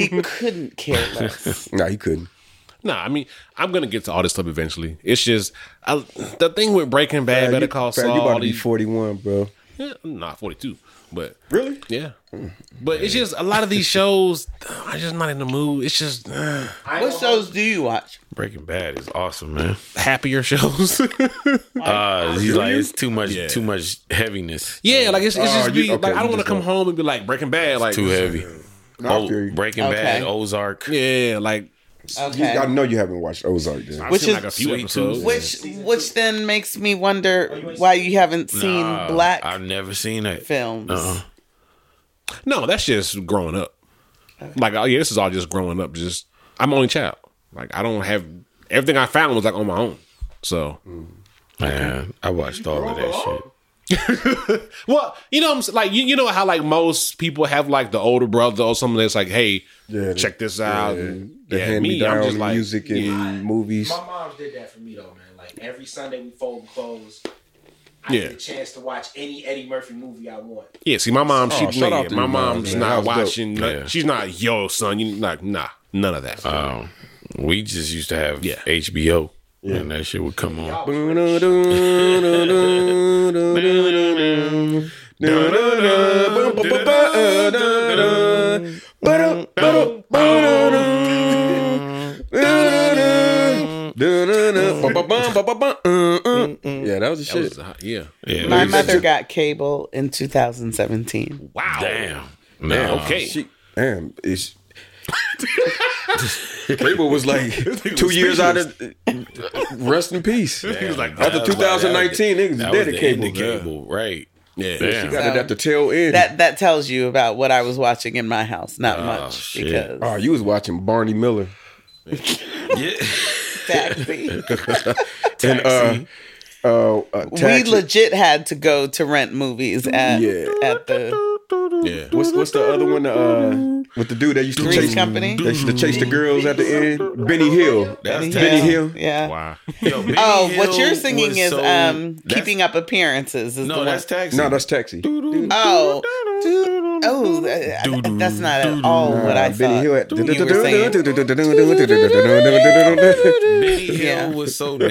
Speaker 5: he couldn't care less.
Speaker 2: no, he couldn't.
Speaker 3: Nah, I mean, I'm gonna get to all this stuff eventually. It's just I, the thing with Breaking Bad,
Speaker 2: Fab,
Speaker 3: Better
Speaker 2: you-
Speaker 3: Call
Speaker 2: Fab,
Speaker 3: Saul.
Speaker 2: You about
Speaker 3: all
Speaker 2: to be
Speaker 3: these-
Speaker 2: forty one, bro.
Speaker 3: Yeah, I'm not 42, but
Speaker 2: Really? Hmm.
Speaker 3: yeah. But it's just a lot of these shows. I'm just not in the mood. It's just uh,
Speaker 8: I
Speaker 5: What
Speaker 8: don't-
Speaker 5: shows do you watch?
Speaker 1: Breaking Bad is awesome, man.
Speaker 3: happier shows.
Speaker 1: Uh, he's like,
Speaker 2: you?
Speaker 1: it's too much,
Speaker 3: Yeah.
Speaker 1: too much heaviness.
Speaker 3: yeah, like it's, it's
Speaker 2: Oh,
Speaker 3: just
Speaker 2: you-
Speaker 3: be
Speaker 2: okay,
Speaker 3: like
Speaker 2: you
Speaker 3: I don't want
Speaker 2: just
Speaker 3: to come
Speaker 2: want-
Speaker 3: home and be like Breaking Bad, like
Speaker 1: Too heavy.
Speaker 2: I
Speaker 1: Oh,
Speaker 2: feel you.
Speaker 1: Breaking Bad,
Speaker 5: Okay.
Speaker 1: Ozark.
Speaker 3: Yeah, like
Speaker 5: Okay.
Speaker 2: I know you haven't watched Ozark. Then.
Speaker 3: I've
Speaker 5: Which
Speaker 3: seen
Speaker 5: is-
Speaker 3: like a few
Speaker 1: Sweet
Speaker 3: episodes.
Speaker 1: Tooth.
Speaker 5: Which which then makes me wonder why you haven't seen
Speaker 1: Nah,
Speaker 5: black
Speaker 1: Uh, I've never seen it.
Speaker 5: films.
Speaker 1: Uh-uh.
Speaker 3: No, that's just growing up. Like, oh yeah, this is all just growing up. Just I'm only child. Like I don't have everything I found was like on my own. So
Speaker 1: Man, I watched all of that shit.
Speaker 3: well, you know, I'm s- like you, you know how like most people have like the older brother or something that's like, hey,
Speaker 2: Yeah,
Speaker 3: check this out.
Speaker 2: Yeah,
Speaker 3: and,
Speaker 2: the
Speaker 3: yeah,
Speaker 2: hand me
Speaker 3: me, I'm just
Speaker 2: down
Speaker 3: like
Speaker 2: music and movies.
Speaker 8: My mom did that for me though, man. Like every Sunday we fold clothes. I
Speaker 3: Yeah.
Speaker 8: get a chance to watch any Eddie Murphy movie I want.
Speaker 3: yeah. See, my mom,
Speaker 2: Oh,
Speaker 3: she
Speaker 2: shout out
Speaker 3: yeah,
Speaker 2: to
Speaker 3: my
Speaker 2: your mom,
Speaker 3: mom's
Speaker 2: man.
Speaker 3: not
Speaker 2: That was dope.
Speaker 3: watching. no-
Speaker 1: Yeah.
Speaker 3: She's not yo son. You like nah, none of that.
Speaker 1: Um, we just used to have
Speaker 3: Yeah.
Speaker 1: HBO, and that shit would come on.
Speaker 2: Yeah, that was the
Speaker 3: That was
Speaker 2: shit.
Speaker 3: hot- yeah.
Speaker 1: Yeah,
Speaker 5: My
Speaker 1: we-
Speaker 5: mother got cable in 2017.
Speaker 3: Wow.
Speaker 1: Damn.
Speaker 2: Damn,
Speaker 1: No.
Speaker 3: Okay.
Speaker 2: She, damn, it's. Cable was like two years out of rest in peace.
Speaker 3: He was like,
Speaker 2: After
Speaker 3: "Nah."
Speaker 1: That's why that was the-
Speaker 2: 2019, niggas
Speaker 1: that was
Speaker 2: dead
Speaker 1: the
Speaker 2: at
Speaker 1: end
Speaker 2: cable.
Speaker 1: of cable, right?
Speaker 3: Yeah.
Speaker 1: Damn.
Speaker 2: She got it at the tail end.
Speaker 5: That that tells you about what I was watching in my house. Not much
Speaker 1: Ah, shit.
Speaker 5: because
Speaker 2: oh, you was watching Barney Miller
Speaker 5: taxi.
Speaker 2: and uh, uh, uh
Speaker 5: we
Speaker 2: Taxi.
Speaker 5: legit had to go to rent movies at
Speaker 2: Yeah.
Speaker 5: at the
Speaker 3: Yeah.
Speaker 2: What's what's the other one? Uh, with the dude that used to
Speaker 5: Three's
Speaker 2: chase
Speaker 5: Company?
Speaker 2: They used to chase the girls at the end. Benny Hill.
Speaker 1: That's
Speaker 2: Benny Hill.
Speaker 5: Yeah.
Speaker 3: Wow.
Speaker 1: Yo, Benny
Speaker 5: Oh, what
Speaker 1: Hill
Speaker 5: you're singing
Speaker 1: was
Speaker 5: is
Speaker 1: so-
Speaker 5: um
Speaker 1: that's-
Speaker 5: keeping up appearances is the
Speaker 1: No,
Speaker 5: one.
Speaker 1: that's taxi.
Speaker 2: No, that's Taxi. Uh,
Speaker 5: oh. Oh, that- that's not at all what I
Speaker 2: Benny
Speaker 5: thought.
Speaker 2: Hill. At,
Speaker 5: you were saying.
Speaker 1: Benny Hill
Speaker 5: Yeah.
Speaker 1: was so. na-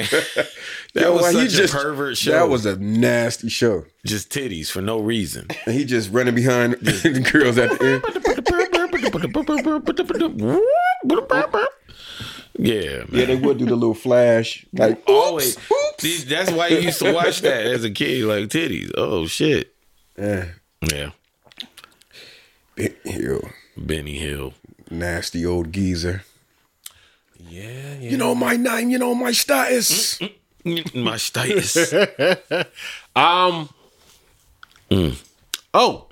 Speaker 1: that
Speaker 2: Yo,
Speaker 1: was
Speaker 2: well,
Speaker 1: such
Speaker 2: he
Speaker 1: a
Speaker 2: just-
Speaker 1: pervert show.
Speaker 2: That was a nasty show.
Speaker 1: just titties for no reason.
Speaker 2: And he just running behind the girls at the end.
Speaker 1: yeah, man.
Speaker 2: Yeah, they would do the little flash. Like,
Speaker 1: Always.
Speaker 2: oops, oops.
Speaker 1: See, That's why you used to watch that as a kid, like titties. Oh shit.
Speaker 2: Yeah.
Speaker 1: Yeah,
Speaker 2: Benny Hill.
Speaker 1: Benny Hill.
Speaker 2: Nasty old geezer.
Speaker 3: Yeah.
Speaker 2: You know my name, you know my status.
Speaker 1: My status.
Speaker 3: Um. Oh,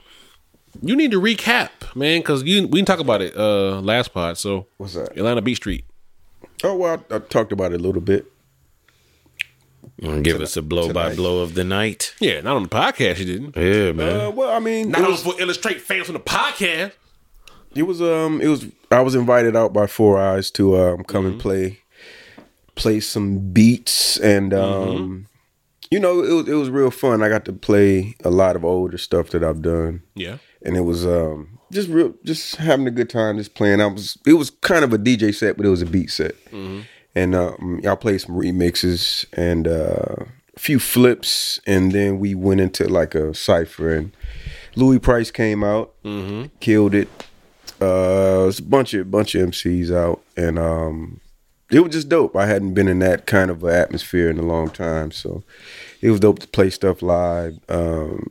Speaker 3: you need to recap, man, because you we didn't talk about it uh last pod. So
Speaker 2: What's that?
Speaker 3: Atlanta Beach Street.
Speaker 2: Oh, well, I, I talked about it a little bit.
Speaker 1: You wanna give us a blow by
Speaker 2: Tonight.
Speaker 1: blow of the night?
Speaker 3: Yeah, not on the podcast. You didn't.
Speaker 1: Yeah, man.
Speaker 2: Uh, well, I mean,
Speaker 3: Not
Speaker 2: it
Speaker 3: on
Speaker 2: was,
Speaker 3: for illustrate fans on the podcast.
Speaker 2: Mm-hmm. it was, um, it was, I was invited out by Four Eyes to um, come and play play some beats and um you know it was it was real fun. I got to play a lot of older stuff that I've done.
Speaker 3: Yeah.
Speaker 2: And it was um just real just having a good time just playing. I was it was kind of a DJ set, but it was a beat set.
Speaker 3: Mhm.
Speaker 2: And um I played some remixes and uh a few flips and then we went into like a cipher and Louis Price came out,
Speaker 3: Mhm.
Speaker 2: killed it. Uh it's a bunch of bunch of MCs out and um it was just dope. I hadn't been in that kind of an atmosphere in a long time, so it was dope to play stuff live. Um,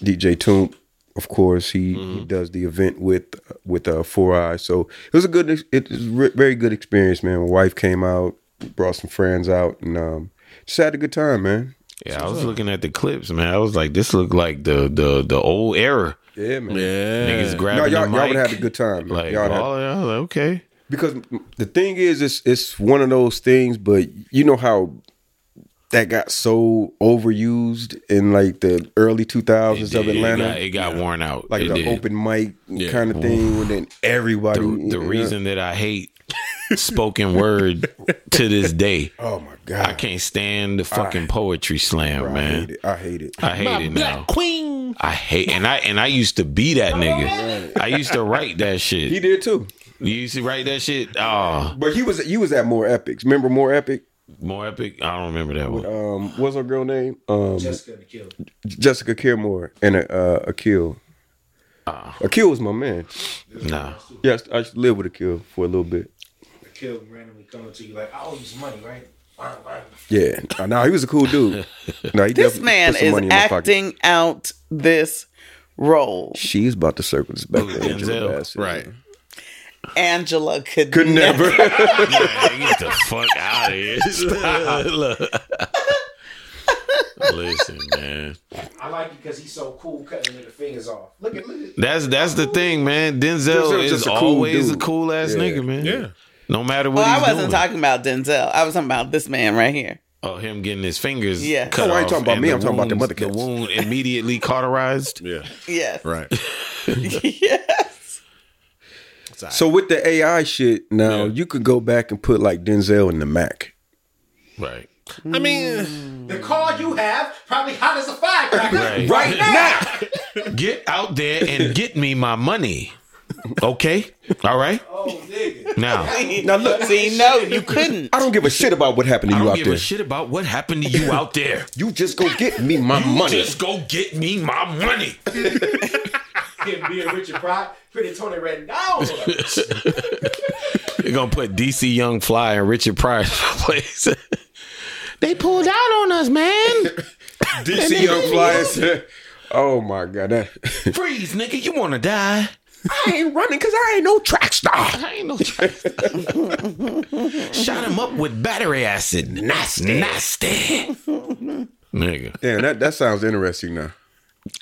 Speaker 2: DJ Toomp, of course, he,
Speaker 1: Mm-hmm.
Speaker 2: he does the event with with uh, Four Eyes, so it was a good, ex- it was re- very good experience, man. My wife came out, brought some friends out, and um, just had a good time, man.
Speaker 1: Yeah, I was looking at the clips, man. I was like, this looked like the the the old era.
Speaker 2: Yeah, man.
Speaker 1: Niggas grabbing
Speaker 2: no, y'all,
Speaker 1: the mic.
Speaker 2: y'all would have had a good time. man.
Speaker 1: Like,
Speaker 2: y'all
Speaker 1: all- I was like, okay.
Speaker 2: Because the thing is, it's it's one of those things, but you know how that got so overused in like the early two thousands of
Speaker 1: Yeah,
Speaker 2: Atlanta.
Speaker 1: It got, it got worn out.
Speaker 2: like
Speaker 1: It
Speaker 2: the
Speaker 1: did.
Speaker 2: open mic
Speaker 1: Yeah.
Speaker 2: kind of thing, and then everybody.
Speaker 1: The, the reason that I hate spoken word to this day.
Speaker 2: Oh my god!
Speaker 1: I can't stand the fucking poetry slam,
Speaker 2: Bro, I
Speaker 1: man.
Speaker 2: hate it. I hate it.
Speaker 1: I hate
Speaker 3: My
Speaker 1: it
Speaker 3: black
Speaker 1: now.
Speaker 3: queen.
Speaker 1: I hate and I and I used to be that nigga. I used to write that shit.
Speaker 2: he did too,
Speaker 1: You used to write that shit. Oh,
Speaker 2: but he was you was at more epics. Remember more epic?
Speaker 1: more epic. I don't remember that one.
Speaker 2: Um, what's her girl name? Um,
Speaker 8: Jessica to kill.
Speaker 2: Jessica Kilmore and uh, Akil. Akil was my man.
Speaker 1: Nah.
Speaker 2: Yes, I used to live with Akil for a little bit.
Speaker 8: The kill randomly coming to you like, I owe you some money, right? Fine, fine.
Speaker 2: Yeah, no, he was a cool dude. No, he
Speaker 5: This
Speaker 2: definitely
Speaker 5: man
Speaker 2: put some
Speaker 5: is
Speaker 2: money in my pocket.
Speaker 5: acting out this role.
Speaker 2: She's about to circle this back to Angela
Speaker 1: Denzel.
Speaker 2: Bassett.
Speaker 3: Right.
Speaker 5: Angela could,
Speaker 2: Could never.
Speaker 1: Yeah, get the fuck out of here. Stop. Look. Listen, man.
Speaker 8: I like it because he's so cool cutting the fingers off. Look at look at
Speaker 1: That's that's the thing, man. Denzel
Speaker 2: Denzel's
Speaker 1: is
Speaker 2: just a cool
Speaker 1: always
Speaker 2: dude.
Speaker 1: a cool ass
Speaker 2: Yeah.
Speaker 1: nigga, man.
Speaker 3: Yeah.
Speaker 1: No matter what
Speaker 5: Well, I
Speaker 1: he's
Speaker 5: wasn't
Speaker 1: doing.
Speaker 5: talking about Denzel. I was talking about this man right here.
Speaker 1: Oh, him getting his fingers
Speaker 5: Yeah.
Speaker 1: cut
Speaker 2: No, I ain't
Speaker 1: off
Speaker 2: talking about
Speaker 1: and
Speaker 2: me. I'm talking about the
Speaker 1: wounds-
Speaker 2: mother
Speaker 1: The
Speaker 2: cats.
Speaker 1: wound immediately cauterized.
Speaker 3: Yeah.
Speaker 5: Yes.
Speaker 3: Right.
Speaker 5: yes.
Speaker 2: So with the AI shit, now you could go back and put like Denzel in the Mac.
Speaker 1: Right.
Speaker 3: I mean,
Speaker 8: the car you have, probably hot as a firecracker.
Speaker 1: Right.
Speaker 2: Right now,
Speaker 1: Get out there and get me my money. Okay. All right.
Speaker 8: Oh nigga.
Speaker 1: Now.
Speaker 2: now look,
Speaker 5: See, no, you couldn't.
Speaker 2: I don't give a shit about what happened to
Speaker 1: I
Speaker 2: you
Speaker 1: don't
Speaker 2: out
Speaker 1: give
Speaker 2: there.
Speaker 1: a shit about what happened to you out there.
Speaker 2: You just go get me my money.
Speaker 1: Just go get me my money.
Speaker 8: Him being Richard Pryor, pretty Tony Randall.
Speaker 1: They're gonna put DC Young Fly and Richard Pryor in place. they pulled out on us, man.
Speaker 2: DC Young Flyers. Oh my god, that
Speaker 1: Freeze, nigga. You wanna die?
Speaker 2: I ain't running because I ain't no track star.
Speaker 1: I ain't no. Shot him up with battery acid. Nasty, nasty. nigga.
Speaker 2: Damn, that, that sounds interesting now.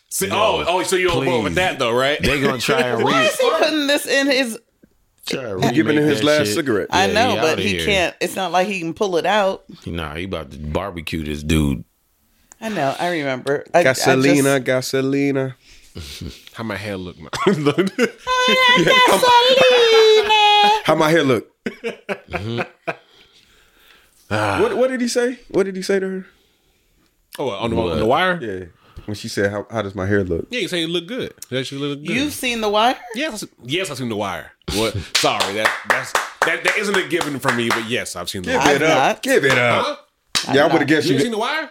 Speaker 3: see, oh, oh, so you don't
Speaker 1: Please.
Speaker 3: roll with that though, right?
Speaker 1: They gonna try and
Speaker 5: Why
Speaker 1: re-
Speaker 5: is he putting this in his?
Speaker 1: try and remake
Speaker 2: Giving him his
Speaker 1: that
Speaker 2: last
Speaker 1: shit.
Speaker 2: cigarette.
Speaker 5: I
Speaker 1: Yeah,
Speaker 5: know,
Speaker 1: he
Speaker 5: but
Speaker 1: outta
Speaker 5: he
Speaker 1: here.
Speaker 5: can't. It's not like he can pull it out.
Speaker 1: Nah, he about to barbecue this dude.
Speaker 5: I know. I remember. I, I just-
Speaker 2: Gasolina, gasolina.
Speaker 3: How my hair look? man?
Speaker 2: How my hair look? what What did he say? What did he say to her?
Speaker 3: oh, on the, on the wire.
Speaker 2: Yeah, when she said, "How, how does my hair look?"
Speaker 3: Yeah, you say it look good. It actually look good.
Speaker 5: You've seen the wire.
Speaker 3: yes, yes, I've seen The Wire. What? Sorry, that that's that, that isn't a given from me, but yes, I've seen The Wire.
Speaker 5: I've not.
Speaker 2: Give it up.
Speaker 3: Huh?
Speaker 2: Yeah, I would have guessed you.
Speaker 3: You ain't seen The Wire?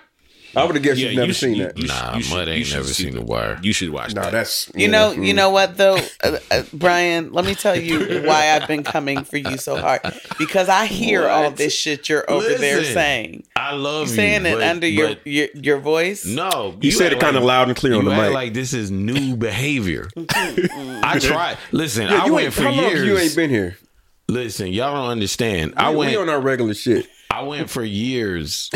Speaker 2: I would have guessed
Speaker 3: Yeah,
Speaker 2: you've never
Speaker 3: you should-
Speaker 2: seen
Speaker 3: you-
Speaker 2: that.
Speaker 3: you should-
Speaker 1: Nah,
Speaker 3: you should-
Speaker 1: Mud
Speaker 3: you
Speaker 1: ain't
Speaker 3: should
Speaker 1: never
Speaker 3: see
Speaker 1: seen
Speaker 3: The-
Speaker 1: The Wire.
Speaker 3: You should watch
Speaker 2: Nah,
Speaker 3: that.
Speaker 2: that's
Speaker 5: You know, you know what though, uh, uh, Brian. Let me tell you why I've been coming for you so hard because I hear all this shit you're over there
Speaker 1: Listen.
Speaker 5: saying.
Speaker 1: I love you.
Speaker 5: saying it
Speaker 1: but-
Speaker 5: under your,
Speaker 1: but
Speaker 5: your your voice.
Speaker 1: No,
Speaker 2: You said
Speaker 1: act
Speaker 2: it kinda
Speaker 1: like-
Speaker 2: loud and clear
Speaker 1: you
Speaker 2: on the
Speaker 1: act
Speaker 2: mic.
Speaker 1: Like this is new behavior. I tried. Listen, I
Speaker 2: you
Speaker 1: went
Speaker 2: ain't-
Speaker 1: for
Speaker 2: how long
Speaker 1: years.
Speaker 2: you ain't been here.
Speaker 1: Listen, y'all don't understand. I
Speaker 2: We-
Speaker 1: went.
Speaker 2: We on our regular shit.
Speaker 1: I went for years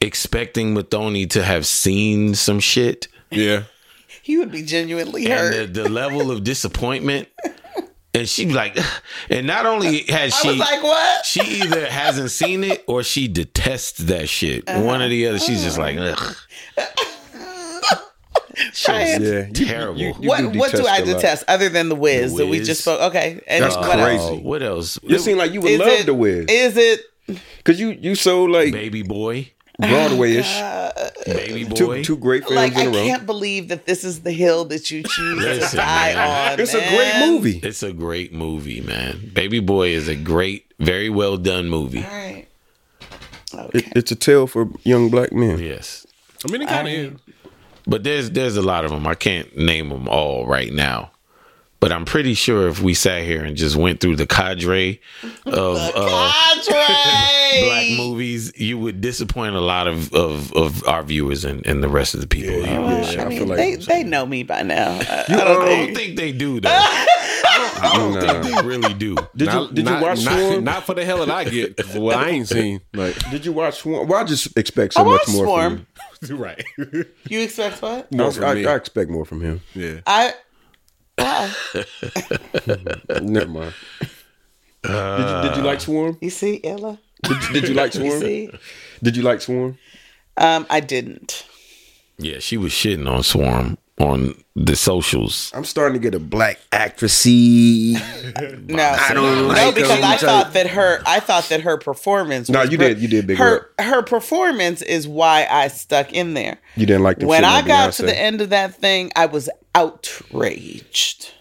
Speaker 1: expecting Mathoni to have seen some shit,
Speaker 3: yeah.
Speaker 5: He would be genuinely hurt.
Speaker 1: and the, the level of disappointment. And she like, and not only has
Speaker 5: I
Speaker 1: she
Speaker 5: was like, what?
Speaker 1: she either hasn't seen it or she detests that shit.
Speaker 2: Uh-huh.
Speaker 1: One or the other. She's just like, ugh.
Speaker 5: Brian,
Speaker 2: Yeah, you-
Speaker 1: terrible.
Speaker 2: you- you
Speaker 5: what what do
Speaker 2: detest
Speaker 5: I
Speaker 2: a lot.
Speaker 5: detest other than the whiz
Speaker 1: The
Speaker 5: that we
Speaker 1: whiz?
Speaker 5: just spoke? Okay, and
Speaker 2: That's
Speaker 5: what
Speaker 1: Uh,
Speaker 2: crazy.
Speaker 5: Else?
Speaker 1: what else?
Speaker 2: You seem like you would
Speaker 5: Is
Speaker 2: love
Speaker 5: it-
Speaker 2: the Wiz.
Speaker 5: Is it
Speaker 2: Cause you you so like
Speaker 1: baby boy,
Speaker 2: Broadway ish,
Speaker 1: baby boy.
Speaker 2: Uh, two two great films
Speaker 5: Like I
Speaker 2: in a row.
Speaker 5: can't believe that this is the hill that you choose to
Speaker 1: Listen,
Speaker 5: die
Speaker 1: man.
Speaker 5: on.
Speaker 2: It's a
Speaker 5: man.
Speaker 2: great movie.
Speaker 1: It's a great movie, man. Baby Boy is a great, very well done movie.
Speaker 5: All right.
Speaker 2: It, it's a tale for young black men.
Speaker 1: Yes,
Speaker 3: I mean, it kind of is.
Speaker 1: but there's there's a lot of them. I can't name them all right now, but I'm pretty sure if we sat here and just went through the cadre of uh,
Speaker 5: Andre!
Speaker 1: black movies, you would disappoint a lot of of, of our viewers and, and the rest of the people.
Speaker 2: Yeah,
Speaker 5: I
Speaker 2: I
Speaker 5: mean,
Speaker 2: feel like
Speaker 5: they, they know me by now. Uh, I, I
Speaker 1: I
Speaker 5: don't
Speaker 1: don't,
Speaker 5: think.
Speaker 1: think they do though. I don't, I don't think they really do.
Speaker 2: Did you
Speaker 3: Not-
Speaker 2: did you
Speaker 3: not-
Speaker 2: watch
Speaker 3: not,
Speaker 2: Swarm?
Speaker 3: not for the hell that I get. for What I ain't seen. Like,
Speaker 2: Did you watch Swarm? Well, I just expect so
Speaker 5: I
Speaker 2: much
Speaker 5: watched
Speaker 2: more
Speaker 5: Swarm.
Speaker 2: from
Speaker 3: right?
Speaker 5: You expect what?
Speaker 2: him. I-
Speaker 3: from
Speaker 2: I,
Speaker 3: me.
Speaker 2: I expect more from him.
Speaker 3: Yeah.
Speaker 5: I. Wow.
Speaker 2: Never mind. did, you, did you like Swarm?
Speaker 5: You see, Ella?
Speaker 2: Did, you- did you like
Speaker 5: You
Speaker 2: Swarm?
Speaker 5: see?
Speaker 2: Did you like Swarm?
Speaker 5: Um, I didn't.
Speaker 1: Yeah, she was shitting on Swarm on the socials.
Speaker 2: I'm starting to get a black actressy.
Speaker 5: No, I
Speaker 2: don't
Speaker 5: no,
Speaker 2: like
Speaker 5: because
Speaker 2: them.
Speaker 5: I thought that her, I thought that her performance.
Speaker 2: No,
Speaker 5: was
Speaker 2: you
Speaker 5: per-
Speaker 2: did- you did big
Speaker 5: Her her performance is why I stuck in there.
Speaker 2: You didn't like the
Speaker 5: when
Speaker 2: shit
Speaker 5: I
Speaker 2: on
Speaker 5: got
Speaker 2: Beyonce.
Speaker 5: to the end of that thing, I was outraged.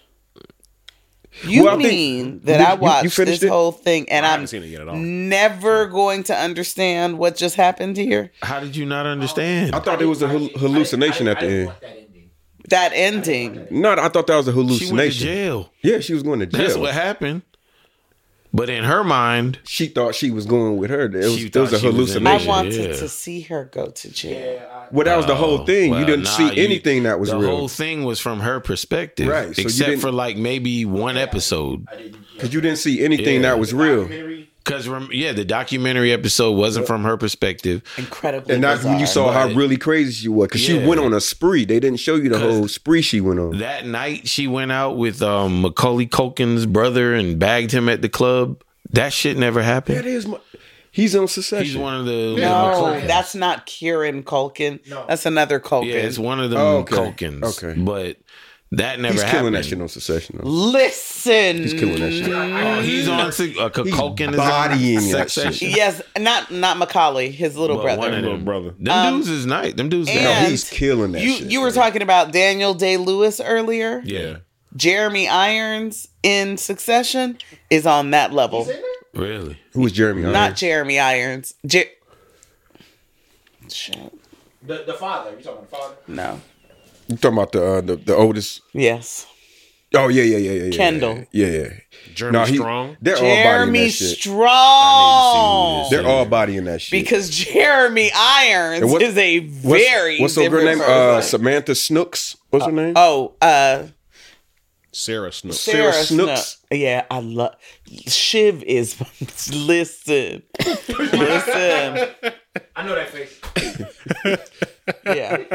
Speaker 5: You
Speaker 2: Well, I think-
Speaker 5: mean
Speaker 2: did
Speaker 5: that
Speaker 2: you-
Speaker 5: I
Speaker 2: you- you
Speaker 5: watched
Speaker 2: finished
Speaker 5: this
Speaker 2: it?
Speaker 5: whole thing and
Speaker 3: I
Speaker 5: I'm
Speaker 3: haven't seen it yet at all.
Speaker 5: never going to understand what just happened here?
Speaker 1: How did you not understand?
Speaker 2: I thought it was a hal- hallucination at the end.
Speaker 5: That ending.
Speaker 2: No, I thought that was a
Speaker 1: She went to
Speaker 2: hallucination.
Speaker 1: jail.
Speaker 2: yeah, she was going to jail.
Speaker 1: That's what happened. But in her mind,
Speaker 2: she thought she was going with her. It was,
Speaker 1: She
Speaker 2: it was
Speaker 1: thought
Speaker 2: a
Speaker 1: she was in
Speaker 2: hallucination.
Speaker 1: there.
Speaker 5: I wanted
Speaker 1: yeah.
Speaker 5: to see her go to jail.
Speaker 2: well, that was the whole thing.
Speaker 1: Oh, well,
Speaker 2: you didn't
Speaker 1: nah,
Speaker 2: see anything that was
Speaker 1: the
Speaker 2: real
Speaker 1: whole thing was from her perspective,
Speaker 2: Right, so you
Speaker 1: except
Speaker 2: didn't-
Speaker 1: for like maybe one episode.
Speaker 2: because you didn't see anything
Speaker 1: Yeah.
Speaker 2: that was real.
Speaker 1: Because yeah, the documentary episode wasn't from her perspective.
Speaker 5: Incredibly.
Speaker 2: And that's when you
Speaker 5: bizarre.
Speaker 2: saw how
Speaker 1: Right.
Speaker 2: really crazy she was because
Speaker 1: Yeah.
Speaker 2: she went on a spree. They didn't show you the
Speaker 1: 'Cause-
Speaker 2: whole spree she went on.
Speaker 1: That night, she went out with um, Macaulay Culkin's brother and bagged him at the club. That shit never
Speaker 2: That
Speaker 1: happened.
Speaker 2: is my. He's on Succession.
Speaker 1: He's one of the
Speaker 5: No, that's not Kieran Culkin. That's another Culkin.
Speaker 1: yeah, it's one of them
Speaker 2: Oh, okay.
Speaker 1: Culkins.
Speaker 2: Okay.
Speaker 1: but that never
Speaker 2: He's
Speaker 1: happened.
Speaker 2: killing that shit on Succession. Though.
Speaker 5: Listen.
Speaker 2: He's killing that shit.
Speaker 1: Oh, he's on to uh, K-
Speaker 2: He's
Speaker 1: Culkin is
Speaker 2: bodying
Speaker 1: on
Speaker 2: that
Speaker 1: Succession.
Speaker 2: shit.
Speaker 5: Yes, not not Macaulay, his little
Speaker 1: But
Speaker 5: brother. Um,
Speaker 1: one of them,
Speaker 3: brother.
Speaker 1: Them dudes is nice. Them dudes.
Speaker 5: and
Speaker 1: dope.
Speaker 2: No, Oh, he's killing that
Speaker 5: you,
Speaker 2: shit,
Speaker 5: You were
Speaker 2: man.
Speaker 5: talking about Daniel Day Lewis earlier.
Speaker 1: yeah,
Speaker 5: Jeremy Irons in Succession is on that level.
Speaker 1: really.
Speaker 2: Who was Jeremy? Irons?
Speaker 5: Not Jeremy Irons. Jer- Shit.
Speaker 8: The, the father. You talking about the father?
Speaker 5: No.
Speaker 2: you talking about the, uh, the the oldest?
Speaker 5: Yes.
Speaker 2: Oh yeah, yeah, yeah, yeah, yeah.
Speaker 5: Kendall.
Speaker 2: Yeah, yeah.
Speaker 3: Jeremy
Speaker 2: Nah, he-
Speaker 3: Strong.
Speaker 2: They're all bodying
Speaker 5: Jeremy
Speaker 2: that shit.
Speaker 5: Strong.
Speaker 2: They're all bodying that shit.
Speaker 5: Because Jeremy Irons
Speaker 2: And what-
Speaker 5: is a
Speaker 2: what's,
Speaker 5: very
Speaker 2: what's her girl
Speaker 5: different
Speaker 2: name? Uh,
Speaker 5: person.
Speaker 2: Samantha Snooks. What's her name?
Speaker 5: oh, uh,
Speaker 3: Sarah Snook.
Speaker 5: Sarah,
Speaker 2: Sarah
Speaker 5: Snooks.
Speaker 2: Snooks.
Speaker 5: Yeah, I love Shiv is listen. listen.
Speaker 8: I know that face.
Speaker 5: Yeah.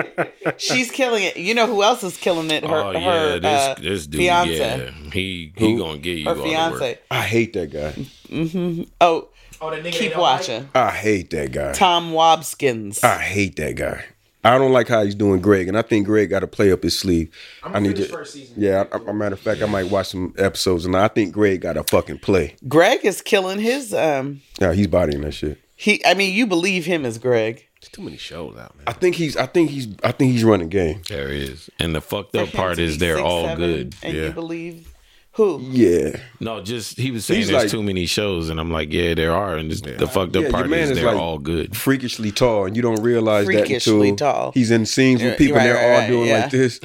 Speaker 5: She's killing it. You know who else is killing it? Her
Speaker 1: oh
Speaker 5: her
Speaker 1: yeah, this
Speaker 5: uh,
Speaker 1: this dude.
Speaker 5: fiance.
Speaker 1: Yeah, he he gonna get you.
Speaker 5: Her
Speaker 1: all The work.
Speaker 5: fiance.
Speaker 2: I hate that guy.
Speaker 5: Oh,
Speaker 8: Oh, the nigga they
Speaker 5: keep
Speaker 8: don't like?
Speaker 5: watching.
Speaker 2: I hate that guy.
Speaker 5: Tom Wobskins.
Speaker 1: Ah.
Speaker 2: I hate that guy. I don't like how he's doing Greg, and I think Greg got to play up his sleeve.
Speaker 8: I'm
Speaker 2: I
Speaker 8: gonna
Speaker 2: need
Speaker 8: finish
Speaker 2: to.
Speaker 8: first season.
Speaker 2: Yeah, I, I, matter of fact, I might watch some episodes, and I think Greg got to fucking play.
Speaker 5: Greg is killing his um
Speaker 2: Yeah, he's bodying that shit.
Speaker 5: he I mean you believe him as Greg.
Speaker 3: There's too many shows out, man.
Speaker 2: I think he's. I think he's. I think he's running game.
Speaker 1: There he is. And the fucked
Speaker 5: The
Speaker 1: up part is they're all good.
Speaker 5: And
Speaker 1: yeah.
Speaker 5: you believe who?
Speaker 2: Yeah,
Speaker 1: no, just he was saying
Speaker 2: He's
Speaker 1: there's
Speaker 2: like-
Speaker 1: too many shows, and I'm like, yeah, there are. And just, the fucked up
Speaker 2: yeah.
Speaker 1: part
Speaker 2: Your man
Speaker 1: is
Speaker 2: is
Speaker 1: they're
Speaker 2: like
Speaker 1: all good.
Speaker 2: freakishly tall, and you don't realize that
Speaker 5: Freakishly
Speaker 2: until
Speaker 5: tall.
Speaker 2: he's in scenes
Speaker 5: Right,
Speaker 2: with people, and
Speaker 5: right,
Speaker 2: they're all
Speaker 5: right,
Speaker 2: doing
Speaker 5: yeah.
Speaker 2: like this.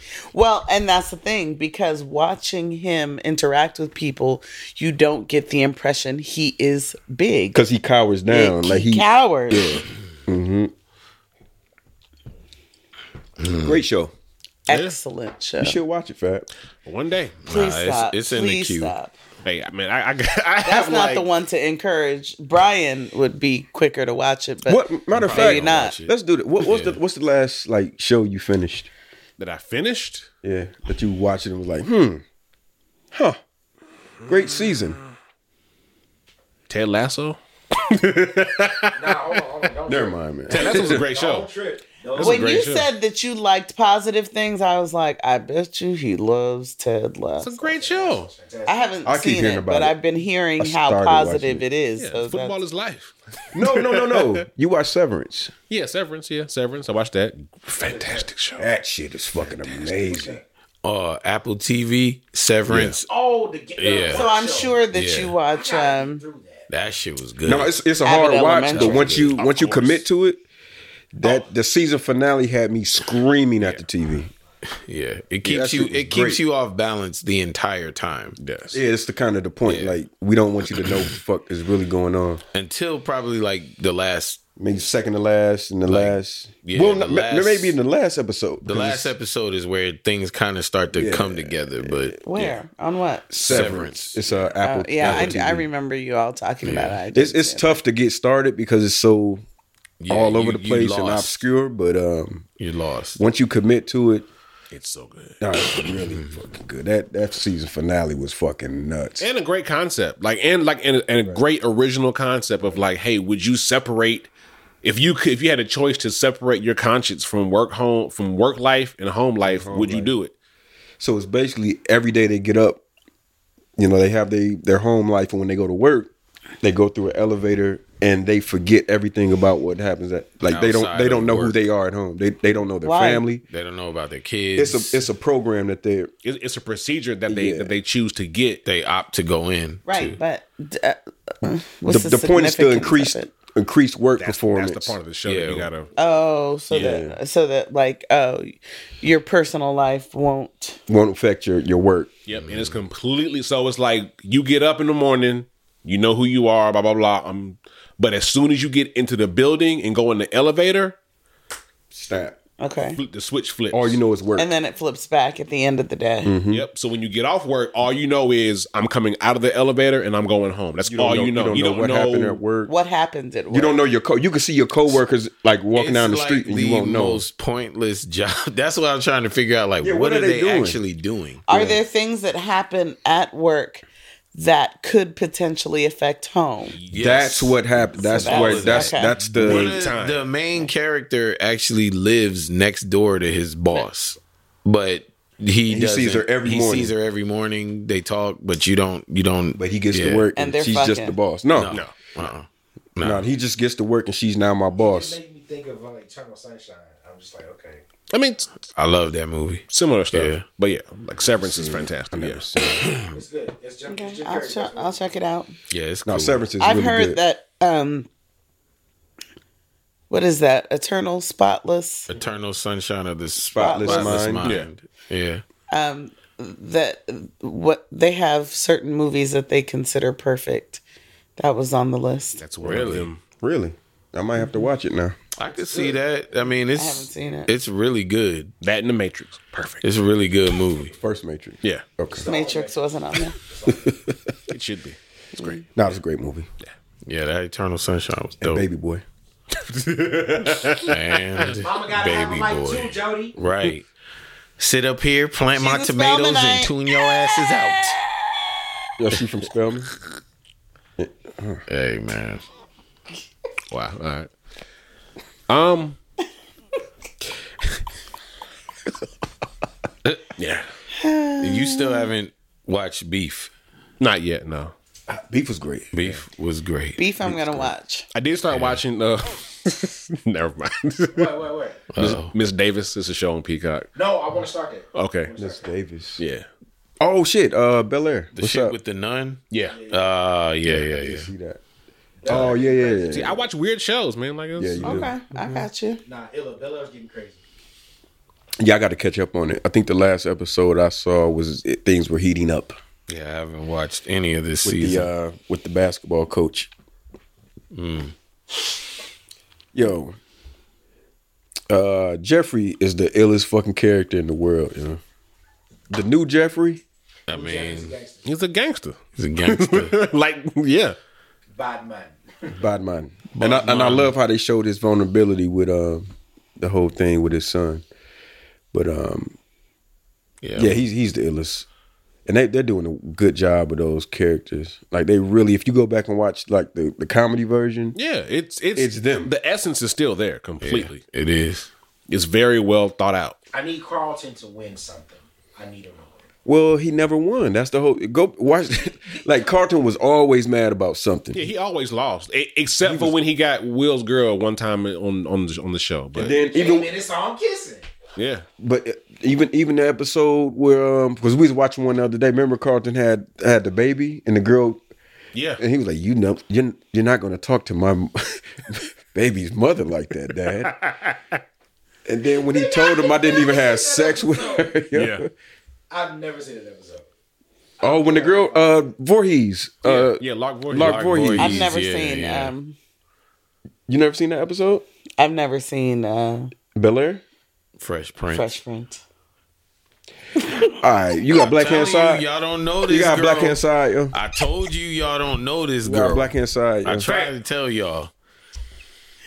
Speaker 5: Well, and that's the thing because watching him interact with people, you don't get the impression he is big.
Speaker 2: because he cowers down.
Speaker 5: He
Speaker 2: like he
Speaker 5: cowers.
Speaker 2: great show.
Speaker 5: Excellent show.
Speaker 2: You should watch it, Fat.
Speaker 3: One day.
Speaker 5: Please
Speaker 1: Nah, it's-
Speaker 5: stop.
Speaker 1: it's in the
Speaker 5: Please
Speaker 1: queue.
Speaker 5: stop.
Speaker 3: Hey, I mean, I, I, I
Speaker 5: That's
Speaker 3: have
Speaker 5: not
Speaker 3: like,
Speaker 5: the one to encourage. Brian would be quicker to watch it, but
Speaker 2: What matter of
Speaker 5: maybe
Speaker 2: fact?
Speaker 5: not.
Speaker 2: Let's do that. What, what's the What's the last like show you finished?
Speaker 3: that I finished.
Speaker 2: Yeah, that you watched it and was like, hmm, huh, great season.
Speaker 3: Ted Lasso.
Speaker 8: Nah, hold on, hold on. Don't
Speaker 2: Never
Speaker 8: trip.
Speaker 2: mind, man.
Speaker 3: Ted Lasso was a great
Speaker 8: Don't
Speaker 3: show.
Speaker 8: trip.
Speaker 3: That's a
Speaker 5: when
Speaker 3: great
Speaker 5: you
Speaker 3: show.
Speaker 5: said that you liked positive things, I was like, I bet you he loves Ted Lasso.
Speaker 3: It's a great show.
Speaker 5: I haven't
Speaker 2: I keep
Speaker 5: seen
Speaker 2: hearing
Speaker 5: it,
Speaker 2: about
Speaker 5: but
Speaker 2: it.
Speaker 5: I've been hearing
Speaker 2: I
Speaker 5: how
Speaker 2: started
Speaker 5: positive
Speaker 2: watching
Speaker 5: it is.
Speaker 3: Yeah,
Speaker 5: so
Speaker 3: football
Speaker 5: that's-
Speaker 3: is life.
Speaker 2: No, no, no, no. You watch Severance.
Speaker 3: Yeah, Severance. Yeah, Severance. I watched that. Fantastic show.
Speaker 2: That shit is fucking amazing.
Speaker 1: Uh, Apple TV, Severance.
Speaker 8: Oh, the, the
Speaker 1: Yeah.
Speaker 5: so I'm sure that
Speaker 1: Yeah.
Speaker 5: you watch. Um,
Speaker 1: That shit was good.
Speaker 2: No, it's it's a
Speaker 5: Abbott
Speaker 2: hard watch,
Speaker 5: Elementary.
Speaker 2: but once you
Speaker 3: Of
Speaker 2: once you
Speaker 3: course.
Speaker 2: commit to it, that
Speaker 1: Oh.
Speaker 2: the season finale had me screaming at the TV.
Speaker 1: yeah, it
Speaker 2: Yeah, that
Speaker 1: keeps you.
Speaker 2: shit was
Speaker 1: It keeps
Speaker 2: great.
Speaker 1: you off balance the entire time.
Speaker 3: Yes.
Speaker 2: Yeah, it's the kind of the point.
Speaker 1: Yeah.
Speaker 2: Like we don't want you to know what the fuck is really going on.
Speaker 1: until probably like the last
Speaker 2: Maybe second to last and the last.
Speaker 1: yeah,
Speaker 2: well,
Speaker 1: the
Speaker 2: not- ma-
Speaker 1: last-
Speaker 2: maybe in the last episode.
Speaker 1: the
Speaker 2: because
Speaker 1: last
Speaker 2: it's
Speaker 1: episode is where things kind of start to come together but
Speaker 5: where on what?
Speaker 1: Severance.
Speaker 2: It's uh, Apple.
Speaker 5: Uh, yeah,
Speaker 2: Apple TV.
Speaker 5: I, I remember you all talking about it. I
Speaker 2: It's
Speaker 5: didn't
Speaker 2: it's
Speaker 5: see it.
Speaker 2: tough to get started because it's so
Speaker 1: yeah,
Speaker 2: all
Speaker 1: you-
Speaker 2: over the
Speaker 1: you
Speaker 2: place and
Speaker 1: lost.
Speaker 2: obscure. But um,
Speaker 1: you lost
Speaker 2: once you commit to it,
Speaker 3: It's so good.
Speaker 2: nah, it's really fucking good. That that season finale was fucking nuts.
Speaker 3: and a great concept like and like and, and a great original concept of like hey would you separate if you could if you had a choice to separate your conscience from work home from work life and home life would you do it
Speaker 2: So it's basically every day they get up, you know, they have they their home life, and when they go to work, they go through an elevator and they forget everything about what happens at like they don't
Speaker 1: Outside
Speaker 2: they don't
Speaker 1: of
Speaker 2: know who
Speaker 1: work.
Speaker 2: they are at home. They they don't know their
Speaker 5: Right.
Speaker 2: family.
Speaker 1: they don't know about their kids
Speaker 2: It's a it's a program that they are
Speaker 3: It- it's a procedure that they
Speaker 2: Yeah.
Speaker 3: that they choose to get
Speaker 1: they opt to go in
Speaker 5: right?
Speaker 1: to-
Speaker 5: But d- uh, uh,
Speaker 2: the,
Speaker 5: what's
Speaker 2: the point is to
Speaker 5: significance of
Speaker 2: increase
Speaker 5: it?
Speaker 2: increase work
Speaker 3: that's,
Speaker 2: performance.
Speaker 3: that's the part of the show that
Speaker 1: Yeah.
Speaker 3: you gotta
Speaker 5: Oh, so that so that like oh, your personal life won't.
Speaker 2: won't affect your your work.
Speaker 3: yep and it's completely so it's like you get up in the morning you know who you are blah blah blah um but as soon as you get into the building and go in the elevator
Speaker 2: Snap.
Speaker 5: Okay,
Speaker 3: flip- the switch flips
Speaker 2: All you know is work.
Speaker 5: and then it flips back at the end of the day.
Speaker 2: Mm-hmm.
Speaker 3: Yep. So when you get off work, all you know is I'm coming out of the elevator and I'm going home. That's
Speaker 2: don't
Speaker 3: all you know.
Speaker 2: You don't know what happened at work.
Speaker 5: What happened at work?
Speaker 2: You don't know your co. You can see your coworkers like walking
Speaker 1: It's
Speaker 2: down the
Speaker 1: like
Speaker 2: street, and
Speaker 1: the
Speaker 2: you won't know.
Speaker 1: most pointless job that's what i'm trying to figure out like
Speaker 2: Yeah,
Speaker 1: what, are, they,
Speaker 2: doing?
Speaker 1: actually doing
Speaker 5: Are there things that happen at work that could potentially affect home?
Speaker 1: Yes.
Speaker 2: That's what happened. That's
Speaker 5: that
Speaker 2: where
Speaker 5: was-
Speaker 2: that's
Speaker 5: okay.
Speaker 2: that's
Speaker 1: One
Speaker 2: the
Speaker 1: of
Speaker 3: time.
Speaker 1: the main character actually lives next door to his boss but he,
Speaker 2: He sees
Speaker 1: doesn't-
Speaker 2: her every
Speaker 1: he
Speaker 2: morning.
Speaker 1: sees her every morning they talk but you don't you don't
Speaker 2: but he gets
Speaker 1: yeah.
Speaker 2: to work
Speaker 5: And
Speaker 2: and,
Speaker 5: they're
Speaker 2: she's just
Speaker 5: fucking.
Speaker 2: the boss. No, no,
Speaker 1: no uh-uh.
Speaker 2: no. he just gets to work and she's now my boss.
Speaker 8: Make me think of uh, Eternal Sunshine. I'm just like, okay.
Speaker 3: I mean, it's
Speaker 1: I love that movie.
Speaker 3: similar stuff.
Speaker 1: Yeah.
Speaker 3: But yeah, like Severance is fantastic. Yes.
Speaker 8: It's good. It's Jim, it's Jim
Speaker 5: I'll,
Speaker 8: Carrey.
Speaker 5: che- I'll check it out.
Speaker 1: Yeah, it's cool.
Speaker 2: Now Severance is.
Speaker 5: I've
Speaker 2: really
Speaker 5: heard
Speaker 2: good.
Speaker 5: that. um What is that? Eternal, spotless.
Speaker 1: Eternal Sunshine of the
Speaker 2: Spotless
Speaker 1: Spotless,
Speaker 2: Mind.
Speaker 1: Mind. Yeah. yeah.
Speaker 5: Um, that what they have certain movies that they consider perfect. That was on the list.
Speaker 3: That's one really?
Speaker 1: Really?
Speaker 3: of them.
Speaker 2: really. I might have to watch it now.
Speaker 1: I could see that. I mean, it's
Speaker 5: I haven't seen it.
Speaker 1: It's really good.
Speaker 3: That and The Matrix. Perfect.
Speaker 1: It's a really good movie.
Speaker 2: First Matrix.
Speaker 3: Yeah.
Speaker 2: Okay.
Speaker 5: Matrix wasn't on there.
Speaker 3: It should be. It's great.
Speaker 2: Now it's a great movie.
Speaker 1: Yeah, that Eternal Sunshine was
Speaker 2: And
Speaker 1: dope.
Speaker 2: Baby boy.
Speaker 1: And
Speaker 8: Mama got to have a
Speaker 1: baby
Speaker 8: mic
Speaker 1: boy.
Speaker 8: too, Jody.
Speaker 1: Right. Sit up here, plant my
Speaker 5: a
Speaker 1: tomatoes,
Speaker 5: Spelmanite.
Speaker 1: and tune your asses out.
Speaker 2: Yo, she from Spelman.
Speaker 1: Hey man.
Speaker 3: Wow. All right. Um. yeah.
Speaker 1: You still haven't watched Beef.
Speaker 3: Not yet. No.
Speaker 2: Beef was great.
Speaker 1: Beef was great.
Speaker 5: Beef, I'm gonna watch.
Speaker 3: I did start watching. Uh, never mind.
Speaker 8: Wait, wait, wait.
Speaker 3: Miss Davis is a show on Peacock.
Speaker 8: No, I want to start that.
Speaker 3: Okay.
Speaker 2: Miss Davis.
Speaker 3: Yeah.
Speaker 2: Oh shit. Uh, Bel Air.
Speaker 1: The
Speaker 2: What's
Speaker 1: shit
Speaker 2: up?
Speaker 1: with the nun.
Speaker 3: Yeah.
Speaker 1: Uh yeah, yeah, yeah.
Speaker 2: See that? Oh yeah, yeah, yeah.
Speaker 3: See, I watch weird shows, man. Like, it's,
Speaker 2: Yeah, you do. Mm-hmm.
Speaker 5: Okay, I got you.
Speaker 8: Nah, Illa Bella's getting crazy.
Speaker 2: Yeah, I got to catch up on it. I think the last episode I saw was it, things were heating up
Speaker 1: Yeah, I haven't watched any of this
Speaker 2: with
Speaker 1: season.
Speaker 2: the uh, with the basketball coach. Yo, uh, Jeffrey is the illest fucking character in the world. You know, the new Jeffrey.
Speaker 1: I mean,
Speaker 3: he's a gangster.
Speaker 1: he's a gangster.
Speaker 3: like, yeah.
Speaker 8: Bad man.
Speaker 2: Bad man. And I, and I love how they showed his vulnerability with uh, the whole thing with his son. But um,
Speaker 1: Yeah.
Speaker 2: yeah, he's he's the illest. And they, they're doing a good job with those characters. Like they really, if you go back and watch like the, the comedy version,
Speaker 3: Yeah, it's it's
Speaker 2: It's them.
Speaker 3: The essence is still there completely.
Speaker 1: It is.
Speaker 3: It's very well thought out.
Speaker 8: I need Carlton to win something. I need him. to win.
Speaker 2: Well, he never won. That's the whole. Go watch. like Carlton was always mad about something.
Speaker 3: Yeah, he always lost, e- except for when he got Will's girl one time on on the, on the show. But
Speaker 2: And then
Speaker 8: Came
Speaker 2: even
Speaker 8: in and saw him kissing.
Speaker 3: yeah,
Speaker 2: but uh, even even the episode where um because we was watching one the other day. Remember Carlton had had the baby and the girl
Speaker 3: yeah,
Speaker 2: and he was like, you know, you're you're not gonna talk to my m- baby's mother like that, Dad. and then when he told him, I didn't even have sex with her. yo.
Speaker 3: yeah,
Speaker 8: I've never seen that episode.
Speaker 2: Oh, when the girl uh Voorhees uh
Speaker 3: yeah. Lock Voorhees.
Speaker 2: Lark Voorhees.
Speaker 5: I've never
Speaker 1: yeah,
Speaker 5: seen.
Speaker 2: uh,
Speaker 1: yeah.
Speaker 5: Um,
Speaker 2: You never seen that episode?
Speaker 5: I've never seen uh,
Speaker 2: Bel Air.
Speaker 1: Fresh Prince.
Speaker 5: Fresh Prince.
Speaker 2: All right, you got black
Speaker 1: Telling
Speaker 2: hand side.
Speaker 1: You,
Speaker 2: You,
Speaker 1: y'all don't know this.
Speaker 2: got
Speaker 1: girl.
Speaker 2: black hand side, yo.
Speaker 1: I told you y'all don't know this
Speaker 2: You got
Speaker 1: girl.
Speaker 2: black hand side.
Speaker 1: I
Speaker 2: yo.
Speaker 1: tried to tell y'all.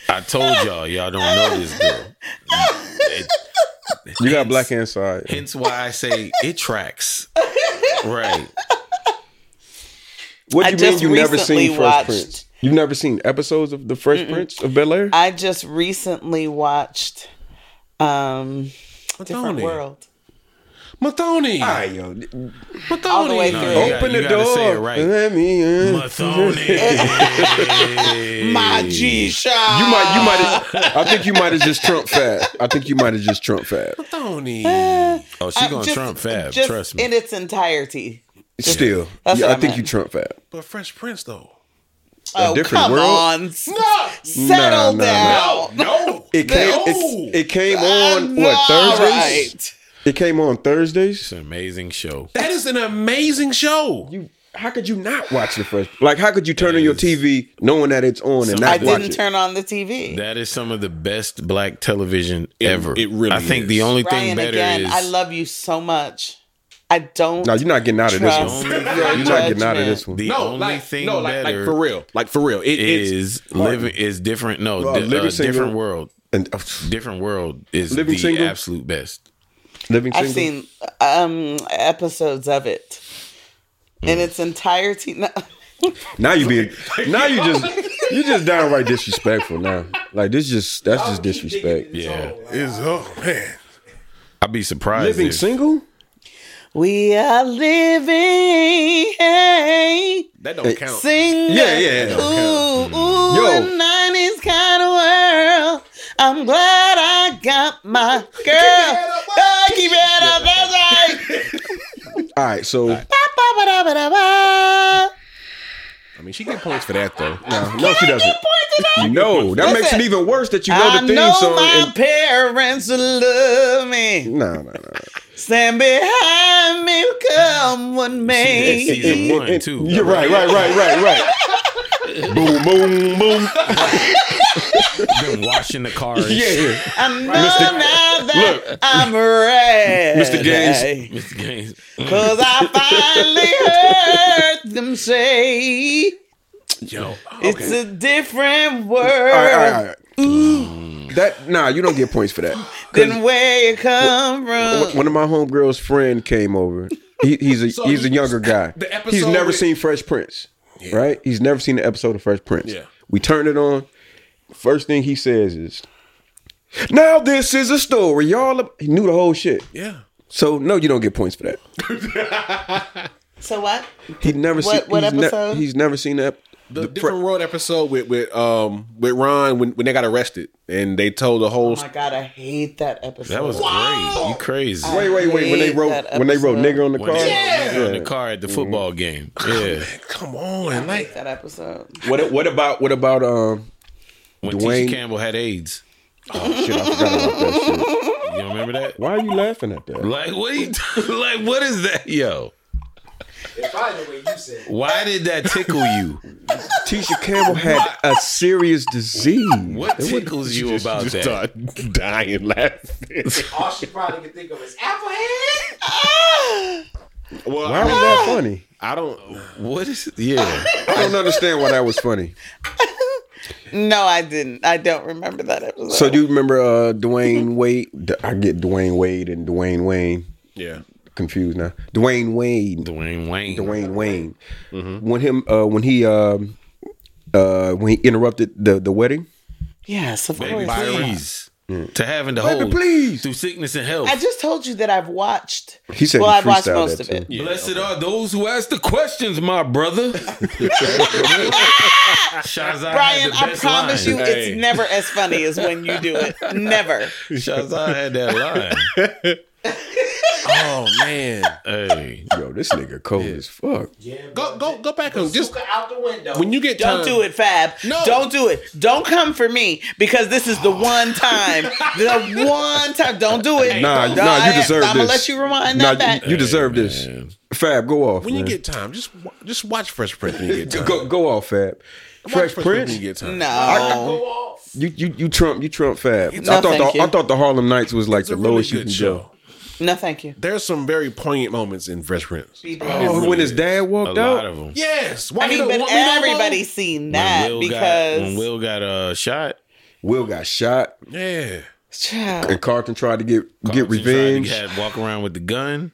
Speaker 1: I told y'all y'all don't know this girl. It-
Speaker 2: You got black hand side. yo.
Speaker 1: hence why I say it tracks. Right.
Speaker 2: What
Speaker 5: I
Speaker 2: do you mean
Speaker 5: just
Speaker 2: you never
Speaker 5: recently
Speaker 2: seen Fresh
Speaker 5: watched-
Speaker 2: Prince? You've never seen episodes of the Fresh Prince of Bel Air?
Speaker 5: I just recently watched um, Different
Speaker 3: Madonna.
Speaker 5: World.
Speaker 3: Mathoni.
Speaker 2: yo.
Speaker 5: All the way
Speaker 1: No,
Speaker 5: through.
Speaker 1: you got-
Speaker 2: Open
Speaker 1: you
Speaker 2: the
Speaker 1: gotta
Speaker 2: door.
Speaker 1: say it right.
Speaker 2: Let me in.
Speaker 1: Mathoni.
Speaker 5: My G shot.
Speaker 2: You might, you might. have I think you might have just Trump fab. I think you might have just Trump fab. Eh.
Speaker 1: Oh, she gonna Trump Fab.
Speaker 5: just
Speaker 1: Trust me.
Speaker 5: in its entirety.
Speaker 2: Still,
Speaker 5: That's
Speaker 2: yeah,
Speaker 5: what
Speaker 2: I
Speaker 5: I
Speaker 2: think you
Speaker 5: meant.
Speaker 2: Trump fab.
Speaker 3: But Fresh Prince though.
Speaker 5: Oh,
Speaker 2: different
Speaker 5: come
Speaker 2: world?
Speaker 5: on. S- Settle
Speaker 2: Nah, nah, nah.
Speaker 5: down.
Speaker 3: No,
Speaker 2: It came.
Speaker 1: oh,
Speaker 2: It, it came on what
Speaker 5: All
Speaker 2: Thursdays?
Speaker 5: right.
Speaker 2: It came on Thursdays.
Speaker 1: It's an amazing show.
Speaker 3: that is an amazing show.
Speaker 2: You, how could you not watch the Fresh? Like, how could you turn on your TV knowing that it's on and not
Speaker 5: I
Speaker 2: watch it?
Speaker 5: didn't turn on the TV.
Speaker 1: That is some of the best black television ever.
Speaker 3: it really
Speaker 1: I think
Speaker 3: is.
Speaker 1: the only thing
Speaker 5: Ryan,
Speaker 1: better
Speaker 5: again,
Speaker 1: is
Speaker 5: I love you so much. I don't.
Speaker 2: no, you're not getting out of this
Speaker 5: Trust
Speaker 2: one.
Speaker 1: your
Speaker 2: You're not getting out of this
Speaker 5: judgment.
Speaker 2: one.
Speaker 1: the only thing
Speaker 3: no, like,
Speaker 1: better
Speaker 3: like for real, like for real. It is.
Speaker 1: is living is different. No,
Speaker 2: Well,
Speaker 1: di-
Speaker 2: Living
Speaker 1: uh,
Speaker 2: Single-
Speaker 1: different world.
Speaker 2: And uh,
Speaker 1: Different world is
Speaker 2: Living
Speaker 1: the
Speaker 2: Single?
Speaker 1: absolute best.
Speaker 2: living single.
Speaker 5: I've seen um, episodes of it in
Speaker 2: Mm.
Speaker 5: its entirety. No,
Speaker 2: Now you being now you just you just downright disrespectful now. Like this just that's
Speaker 5: Oh,
Speaker 2: just disrespect.
Speaker 1: Yeah,
Speaker 3: Is oh man.
Speaker 1: I'd be surprised.
Speaker 2: Living
Speaker 1: if-
Speaker 2: single?
Speaker 5: we are living. Hey,
Speaker 3: That don't count.
Speaker 5: sing.
Speaker 2: Yeah, yeah, yeah.
Speaker 5: Ooh, ooh,
Speaker 2: Mm-hmm. Yo.
Speaker 5: a 90s kind of world. I'm glad I got my girl. Oh, keep your head up. That's right.
Speaker 2: All right, so
Speaker 5: Ba-ba-ba-da-ba-da-ba.
Speaker 3: I mean, she get points for that though.
Speaker 2: no, she doesn't. No, that makes it even worse that you know
Speaker 5: I
Speaker 2: the theme
Speaker 5: know
Speaker 2: song.
Speaker 5: my
Speaker 2: And,
Speaker 5: parents will love me.
Speaker 2: no, no, no.
Speaker 5: Stand behind me, come with
Speaker 1: That's
Speaker 5: me.
Speaker 1: season one too.
Speaker 2: You're right, right, right, right, right. boom, boom, boom.
Speaker 1: Been washing the car. and shit.
Speaker 2: Yeah,
Speaker 5: I know now that
Speaker 2: look.
Speaker 5: I'm ready.
Speaker 2: Mr. Gaines.
Speaker 1: Mr. Gaines.
Speaker 5: Cause I finally heard them say
Speaker 3: Yo,
Speaker 5: it's a different world
Speaker 2: All right, all right, all right.
Speaker 5: Mm.
Speaker 2: That nah, you don't get points for that.
Speaker 5: than where you come from.
Speaker 2: One of my homegirls' friend came over. He, he's a he's a younger guy.
Speaker 3: the episode
Speaker 2: he's never
Speaker 3: with-
Speaker 2: seen Fresh Prince, right? He's never seen an episode of Fresh Prince.
Speaker 3: Yeah.
Speaker 2: We turn it on. First thing he says is, "Now this is a story, y'all." ab-" He knew the whole shit.
Speaker 3: yeah.
Speaker 2: So no, you don't get points for that.
Speaker 5: So what?
Speaker 2: He never seen.
Speaker 5: What- what
Speaker 2: he's ne-
Speaker 5: episode?
Speaker 2: he's never seen that.
Speaker 3: The, different world episode with with um with Ron when, when they got arrested and they told the whole
Speaker 5: Oh my god, I hate that episode.
Speaker 1: That was great. You crazy?
Speaker 2: Wait, wait, wait. When they
Speaker 5: hate
Speaker 2: wrote
Speaker 5: that
Speaker 2: when they wrote
Speaker 5: episode.
Speaker 2: nigger on the
Speaker 1: When
Speaker 2: car.
Speaker 1: they yeah. on the
Speaker 2: Yeah.
Speaker 1: car at the football game. Yeah.
Speaker 3: come on
Speaker 5: I
Speaker 3: like
Speaker 5: hate that episode.
Speaker 2: What what about what about um?
Speaker 1: When
Speaker 2: Dwayne-
Speaker 1: Tisha Campbell had AIDS.
Speaker 2: Shit, I forgot about that shit.
Speaker 1: You don't remember that?
Speaker 2: Why are you laughing at that?
Speaker 1: Like what? Are you, like what is that, yo?
Speaker 8: If I the way you said, it.
Speaker 1: Why did that tickle you?
Speaker 2: Tisha Campbell had a serious disease.
Speaker 1: What tickles you about
Speaker 3: just
Speaker 1: that?
Speaker 3: start dying laughing.
Speaker 8: all she probably could think of is Applehead.
Speaker 5: Ah!
Speaker 3: well,
Speaker 2: Why was that funny?
Speaker 3: I don't.
Speaker 1: What is? Yeah.
Speaker 2: I don't understand why that was funny.
Speaker 5: No, I didn't. I don't remember that episode.
Speaker 2: So do you remember uh, Dwayne Wade? D- I get Dwayne Wade and Dwayne Wayne
Speaker 3: Yeah,
Speaker 2: confused now. Dwayne Wayne,
Speaker 1: Dwayne Wayne.
Speaker 2: Dwayne Wayne. When him uh, when he um, uh, when he interrupted the the wedding.
Speaker 5: yes, of
Speaker 1: Baby,
Speaker 5: course.
Speaker 1: please. to having the
Speaker 2: Baby,
Speaker 1: whole please through sickness and health.
Speaker 5: I just told you that I've watched.
Speaker 2: He said
Speaker 5: well,
Speaker 2: he
Speaker 5: I've watched
Speaker 2: freestyled
Speaker 5: most
Speaker 2: that
Speaker 5: of it.
Speaker 2: too.
Speaker 1: Blessed are those who ask the questions, my brother. Shazai
Speaker 5: Brian, I promise you,
Speaker 3: Hey.
Speaker 5: it's never as funny as when you do it. Never.
Speaker 1: you, Shazai had that line.
Speaker 3: Oh man,
Speaker 1: Hey,
Speaker 2: Yo, this nigga cold as fuck.
Speaker 8: Yeah,
Speaker 3: go go go back and just
Speaker 8: Just out the window.
Speaker 3: when you get
Speaker 5: Don't
Speaker 3: time,
Speaker 5: do it, Fab.
Speaker 3: No.
Speaker 5: Don't do it. Don't come for me because this is the one time. the one time. Don't do it.
Speaker 2: Nah,
Speaker 5: Don't-
Speaker 2: nah, you deserve
Speaker 5: I'm gonna
Speaker 2: this.
Speaker 5: let you remind
Speaker 2: Nah,
Speaker 5: that back.
Speaker 2: you, you deserve this. Fab, go off.
Speaker 3: When you
Speaker 2: man.
Speaker 3: get time, just wa- just watch Fresh Prince when you get time.
Speaker 2: go, go off, Fab.
Speaker 3: Watch
Speaker 2: Fresh
Speaker 3: when
Speaker 2: Prince.
Speaker 3: you get time.
Speaker 5: no.
Speaker 8: go off.
Speaker 2: You you you Trump you Trump Fab.
Speaker 5: No,
Speaker 2: I thought
Speaker 5: thank
Speaker 2: the,
Speaker 5: you.
Speaker 2: I thought the Harlem Nights was like
Speaker 3: It's
Speaker 2: the
Speaker 3: a really
Speaker 2: lowest you
Speaker 3: good
Speaker 2: can
Speaker 3: show.
Speaker 2: go.
Speaker 5: no, thank you.
Speaker 3: There's some very poignant moments in Fresh Prince.
Speaker 2: Oh, when his dad
Speaker 1: a
Speaker 2: walked
Speaker 1: lot
Speaker 2: out.
Speaker 1: of them.
Speaker 3: Yes, why
Speaker 5: I
Speaker 3: you
Speaker 5: mean,
Speaker 3: don't
Speaker 5: but
Speaker 3: want me no more?
Speaker 5: everybody's seen that
Speaker 1: Will got,
Speaker 5: because
Speaker 1: when Will got uh, shot,
Speaker 2: Will got shot,
Speaker 3: Yeah,
Speaker 5: Child,
Speaker 2: and Carlton tried to get get
Speaker 1: Carlton tried to
Speaker 2: revenge.
Speaker 1: Had walk around with the gun.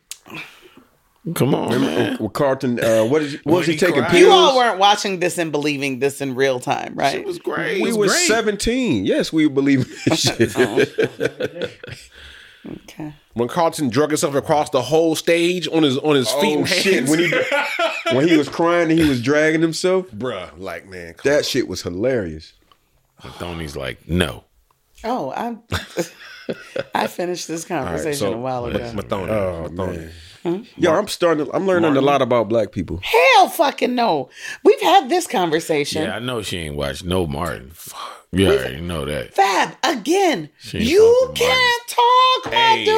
Speaker 1: Come on, man.
Speaker 2: Well, Carlton, uh, what is what
Speaker 1: When
Speaker 2: was he,
Speaker 1: he
Speaker 2: taking
Speaker 1: cried.
Speaker 2: pills?
Speaker 5: you all weren't watching this and believing this in real time, right?
Speaker 1: It was great.
Speaker 2: we
Speaker 1: It was
Speaker 2: were
Speaker 1: great.
Speaker 2: seventeen. Yes, we believe this shit.
Speaker 5: okay.
Speaker 3: when Carlton drug himself across the whole stage on his on his feet
Speaker 2: oh
Speaker 3: and
Speaker 2: shit!
Speaker 3: hands,
Speaker 2: When he when he was crying and he was dragging himself,
Speaker 3: bruh, like man, come
Speaker 2: that shit was hilarious.
Speaker 1: Tony's like, no.
Speaker 5: Oh, I I finished this
Speaker 3: on.
Speaker 5: conversation a while ago.
Speaker 3: Mathoni,
Speaker 2: Oh,
Speaker 3: Mathoni.
Speaker 2: man. Yo, I'm starting. To, I'm learning a lot about black people.
Speaker 5: Hell fucking no. We've had this conversation.
Speaker 1: Yeah, I know she ain't watched no Martin. Yeah, I already know that.
Speaker 5: Fab again.
Speaker 1: She ain't
Speaker 5: You
Speaker 1: fucking
Speaker 5: can't talk, my
Speaker 3: Hey.
Speaker 5: dude.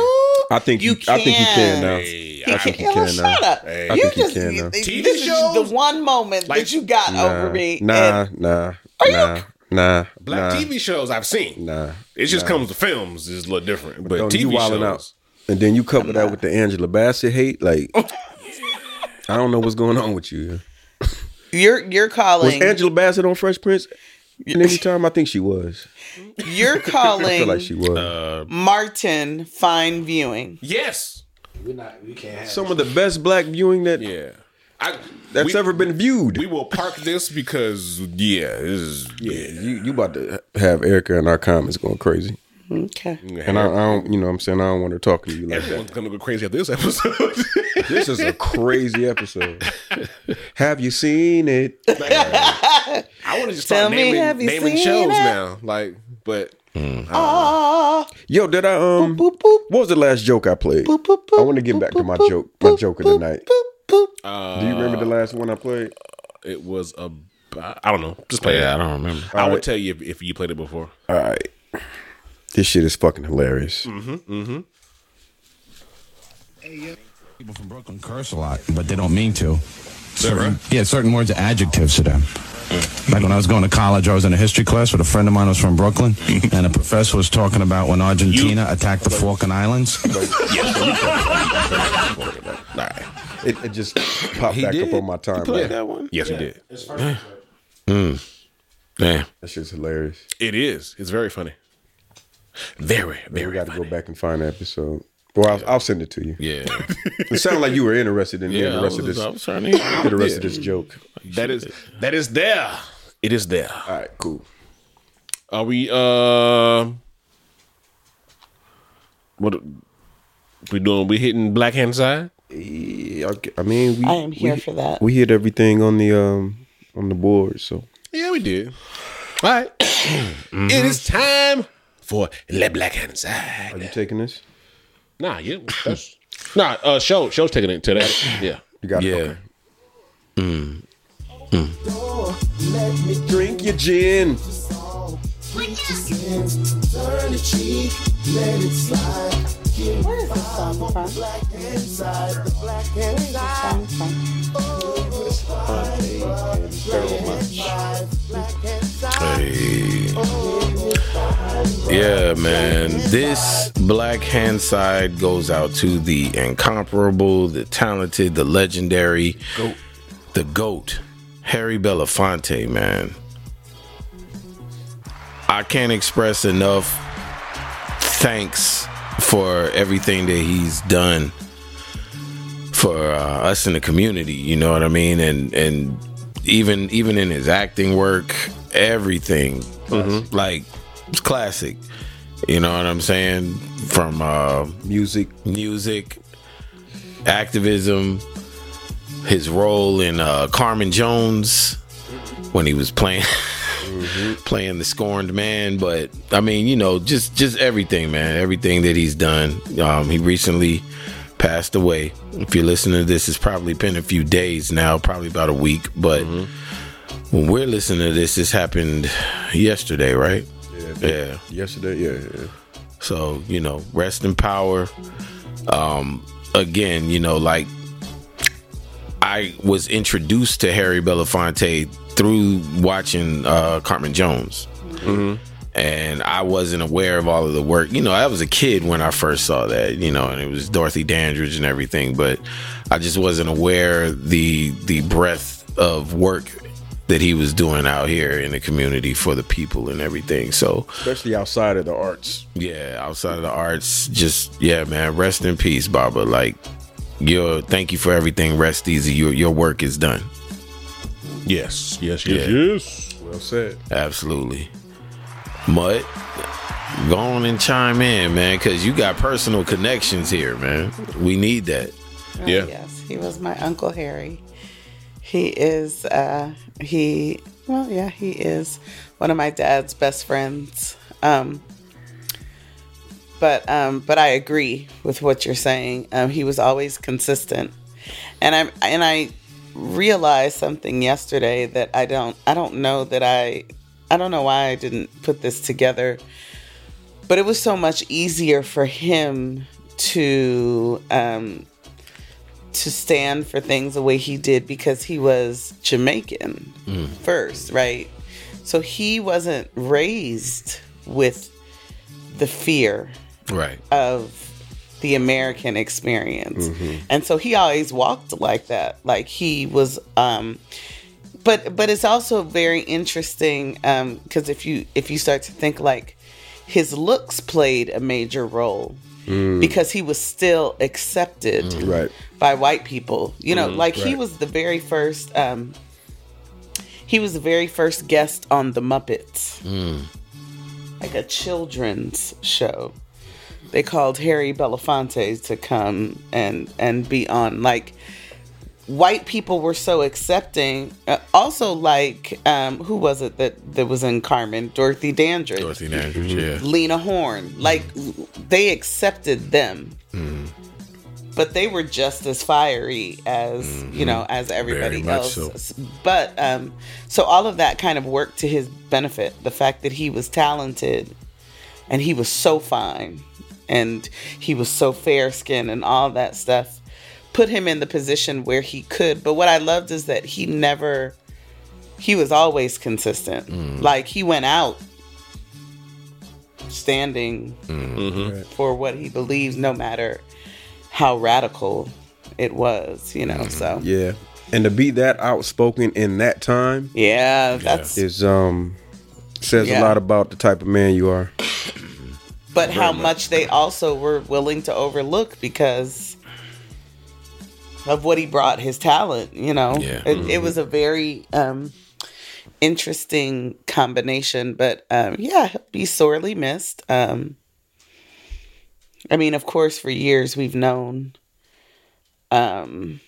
Speaker 2: I think you. I think you can now.
Speaker 5: He
Speaker 3: I
Speaker 5: can't.
Speaker 3: think
Speaker 2: he
Speaker 5: Ella,
Speaker 2: can now.
Speaker 5: shut up.
Speaker 2: I
Speaker 5: you
Speaker 2: think he
Speaker 5: just
Speaker 2: can now.
Speaker 5: this
Speaker 3: TV
Speaker 5: is the
Speaker 3: shows?
Speaker 5: one moment that you got over me.
Speaker 2: Nah,
Speaker 5: and
Speaker 2: nah, nah, nah,
Speaker 3: Black
Speaker 2: nah,
Speaker 3: TV shows I've seen.
Speaker 2: nah.
Speaker 3: It just comes to films is a little different, but
Speaker 2: Don't Oh, you
Speaker 3: TV
Speaker 2: wilding
Speaker 3: shows.
Speaker 2: out. And then you couple that with the Angela Bassett hate. Like, I don't know what's going on with you.
Speaker 5: you're you're
Speaker 2: Was
Speaker 5: calling
Speaker 2: Angela Bassett on Fresh Prince? And every time I think she was.
Speaker 5: you're
Speaker 2: I
Speaker 5: calling
Speaker 2: feel like she was.
Speaker 3: Uh,
Speaker 5: Martin fine viewing.
Speaker 3: Yes.
Speaker 8: We're not. We can't. Have
Speaker 2: Some of the best black viewing that
Speaker 3: Yeah. I,
Speaker 2: that's
Speaker 3: we,
Speaker 2: ever been viewed.
Speaker 3: We will park this because yeah, this is
Speaker 2: yeah, you you about to have Erica in our comments going crazy.
Speaker 5: Okay.
Speaker 2: And I, I don't, you know, what I'm saying I don't want her talking to you like that.
Speaker 3: everyone's gonna go crazy after this episode.
Speaker 2: This is a crazy episode. have you seen it?
Speaker 3: I want to just
Speaker 5: Tell
Speaker 3: start
Speaker 5: me,
Speaker 3: naming,
Speaker 5: have you
Speaker 3: naming
Speaker 5: seen
Speaker 3: shows
Speaker 5: it?
Speaker 3: now. Like, but
Speaker 5: Ah,
Speaker 2: Yo, did I um?
Speaker 5: boop, boop,
Speaker 2: What was the last joke I played?
Speaker 5: boop, boop, boop,
Speaker 2: I want to get
Speaker 5: boop,
Speaker 2: back to my
Speaker 5: boop,
Speaker 2: joke, my
Speaker 5: boop,
Speaker 2: joke of
Speaker 5: boop,
Speaker 2: the night.
Speaker 5: boop, boop.
Speaker 1: Uh,
Speaker 2: Do you remember the last one I played?
Speaker 3: it was a I don't know. Just play
Speaker 1: Yeah, I
Speaker 3: it.
Speaker 1: don't remember.
Speaker 3: I, would tell you if, if you played it before.
Speaker 2: All right, this shit is fucking hilarious.
Speaker 1: Mm.
Speaker 7: People from Brooklyn curse a lot, but they don't mean to. Certain, yeah, certain words are adjectives to them. Like when I was going to college, I was in a history class with a friend of mine who was from Brooklyn, and a professor was talking about when Argentina attacked the Falkland Islands.
Speaker 2: It, it just popped back up on my time. That
Speaker 3: Yes, we did.
Speaker 8: It's first episode.
Speaker 1: Damn.
Speaker 2: shit's hilarious.
Speaker 3: It is. It's very funny. Very,
Speaker 2: We
Speaker 3: very
Speaker 2: got to
Speaker 3: funny.
Speaker 2: go back and find the episode. Well, I'll, I'll send it to you.
Speaker 1: Yeah.
Speaker 2: It sounded like you were interested in hearing
Speaker 1: yeah.
Speaker 2: the
Speaker 1: I
Speaker 2: rest
Speaker 1: was,
Speaker 2: of this,
Speaker 1: I was trying to hear.
Speaker 2: the rest of this joke.
Speaker 3: That is that is there. It is there.
Speaker 2: All right, cool.
Speaker 3: Are we uh what we doing? We hitting black hand side?
Speaker 2: Yeah, I g- I mean, we,
Speaker 5: I am here
Speaker 2: we-
Speaker 5: for that.
Speaker 2: We hit everything on the um on the board, so
Speaker 3: Yeah, we did. All right. It is time for let black hand side.
Speaker 2: are you taking this?
Speaker 3: Nah, yeah, that's nah. Uh, show show's taking it to that. Yeah,
Speaker 2: You got
Speaker 1: Yeah.
Speaker 2: it. Okay. Let me drink your gin.
Speaker 5: Where is this song from? Where is this song from?
Speaker 1: Hey. Yeah, man. This Black Hand Side goes out to the incomparable, the talented, the legendary, the GOAT, Harry Belafonte, man. I can't express enough thanks for everything that he's done for uh, us in the community. You know what I mean? And and even even in his acting work, everything like it's classic. You know what I'm saying? From uh,
Speaker 2: music,
Speaker 1: music, activism, his role in uh, Carmen Jones when he was playing playing the scorned man. But I mean, you know, just just everything, man. Everything that he's done. Um, he recently passed away. If you're listening to this, it's probably been a few days now, probably about a week. But when we're listening to this, this happened yesterday, right? yeah.
Speaker 2: Yesterday, yeah, yeah.
Speaker 1: So, you know, rest in power. Um, again, you know, like I was introduced to Harry Belafonte through watching uh, Carmen Jones. And I wasn't aware of all of the work. You know, I was a kid when I first saw that, you know, and it was Dorothy Dandridge and everything, but I just wasn't aware the the breadth of work that he was doing out here in the community for the people and everything. So,
Speaker 2: Especially outside of the arts.
Speaker 1: yeah, outside of the arts, just yeah, man. Rest in peace, Baba. Like your thank you for everything. Rest easy. Your your work is done.
Speaker 3: Yes, yes, yes,
Speaker 1: Yeah.
Speaker 3: yes.
Speaker 2: Well said.
Speaker 1: Absolutely. Mud, go on and chime in, man, because you got personal connections here, man. We need that.
Speaker 5: Oh,
Speaker 3: Yeah.
Speaker 5: Yes, he was my uncle Harry. He is. Uh, he well, yeah, he is one of my dad's best friends. Um, but um, but I agree with what you're saying. Um, he was always consistent, and I and I realized something yesterday that I don't I don't know that I I don't know why I didn't put this together, but it was so much easier for him to um, to stand for things the way he did because he was Jamaican first, right? So he wasn't raised with the fear
Speaker 1: Right.
Speaker 5: of the American experience. And so he always walked like that. Like he was um but but it's also very interesting um cuz if you if you start to think like his looks played a major role because he was still accepted
Speaker 2: Right.
Speaker 5: by white people. You know, like he was the very first um he was the very first guest on the Muppets. Like a children's show. They called Harry Belafonte to come and and be on like white people were so accepting. Uh, also like um who was it that that was in Carmen? Dorothy Dandridge.
Speaker 1: Dorothy Andrews,
Speaker 3: Mm-hmm.
Speaker 1: yeah.
Speaker 5: Lena
Speaker 1: Mm.
Speaker 5: Horne. Like they accepted them. But they were just as fiery as, you know, as everybody
Speaker 1: Mm-hmm. much
Speaker 5: else.
Speaker 1: so.
Speaker 5: But um so all of that kind of worked to his benefit. The fact that he was talented and he was so fine and he was so fair skinned and all that stuff put him in the position where he could. But what I loved is that he never he was always consistent. Like he went out standing for what he believes, no matter how radical it was, you know. So yeah,
Speaker 2: Yeah. And to be that outspoken in that time
Speaker 5: that's
Speaker 2: is um says a
Speaker 5: Yeah.
Speaker 2: lot about the type of man you are.
Speaker 5: but how much they also were willing to overlook because of what he brought his talent, you know.
Speaker 1: Yeah.
Speaker 5: It, it was a very um interesting combination, but um yeah, he'll be sorely missed. Um I mean, of course, for years we've known um,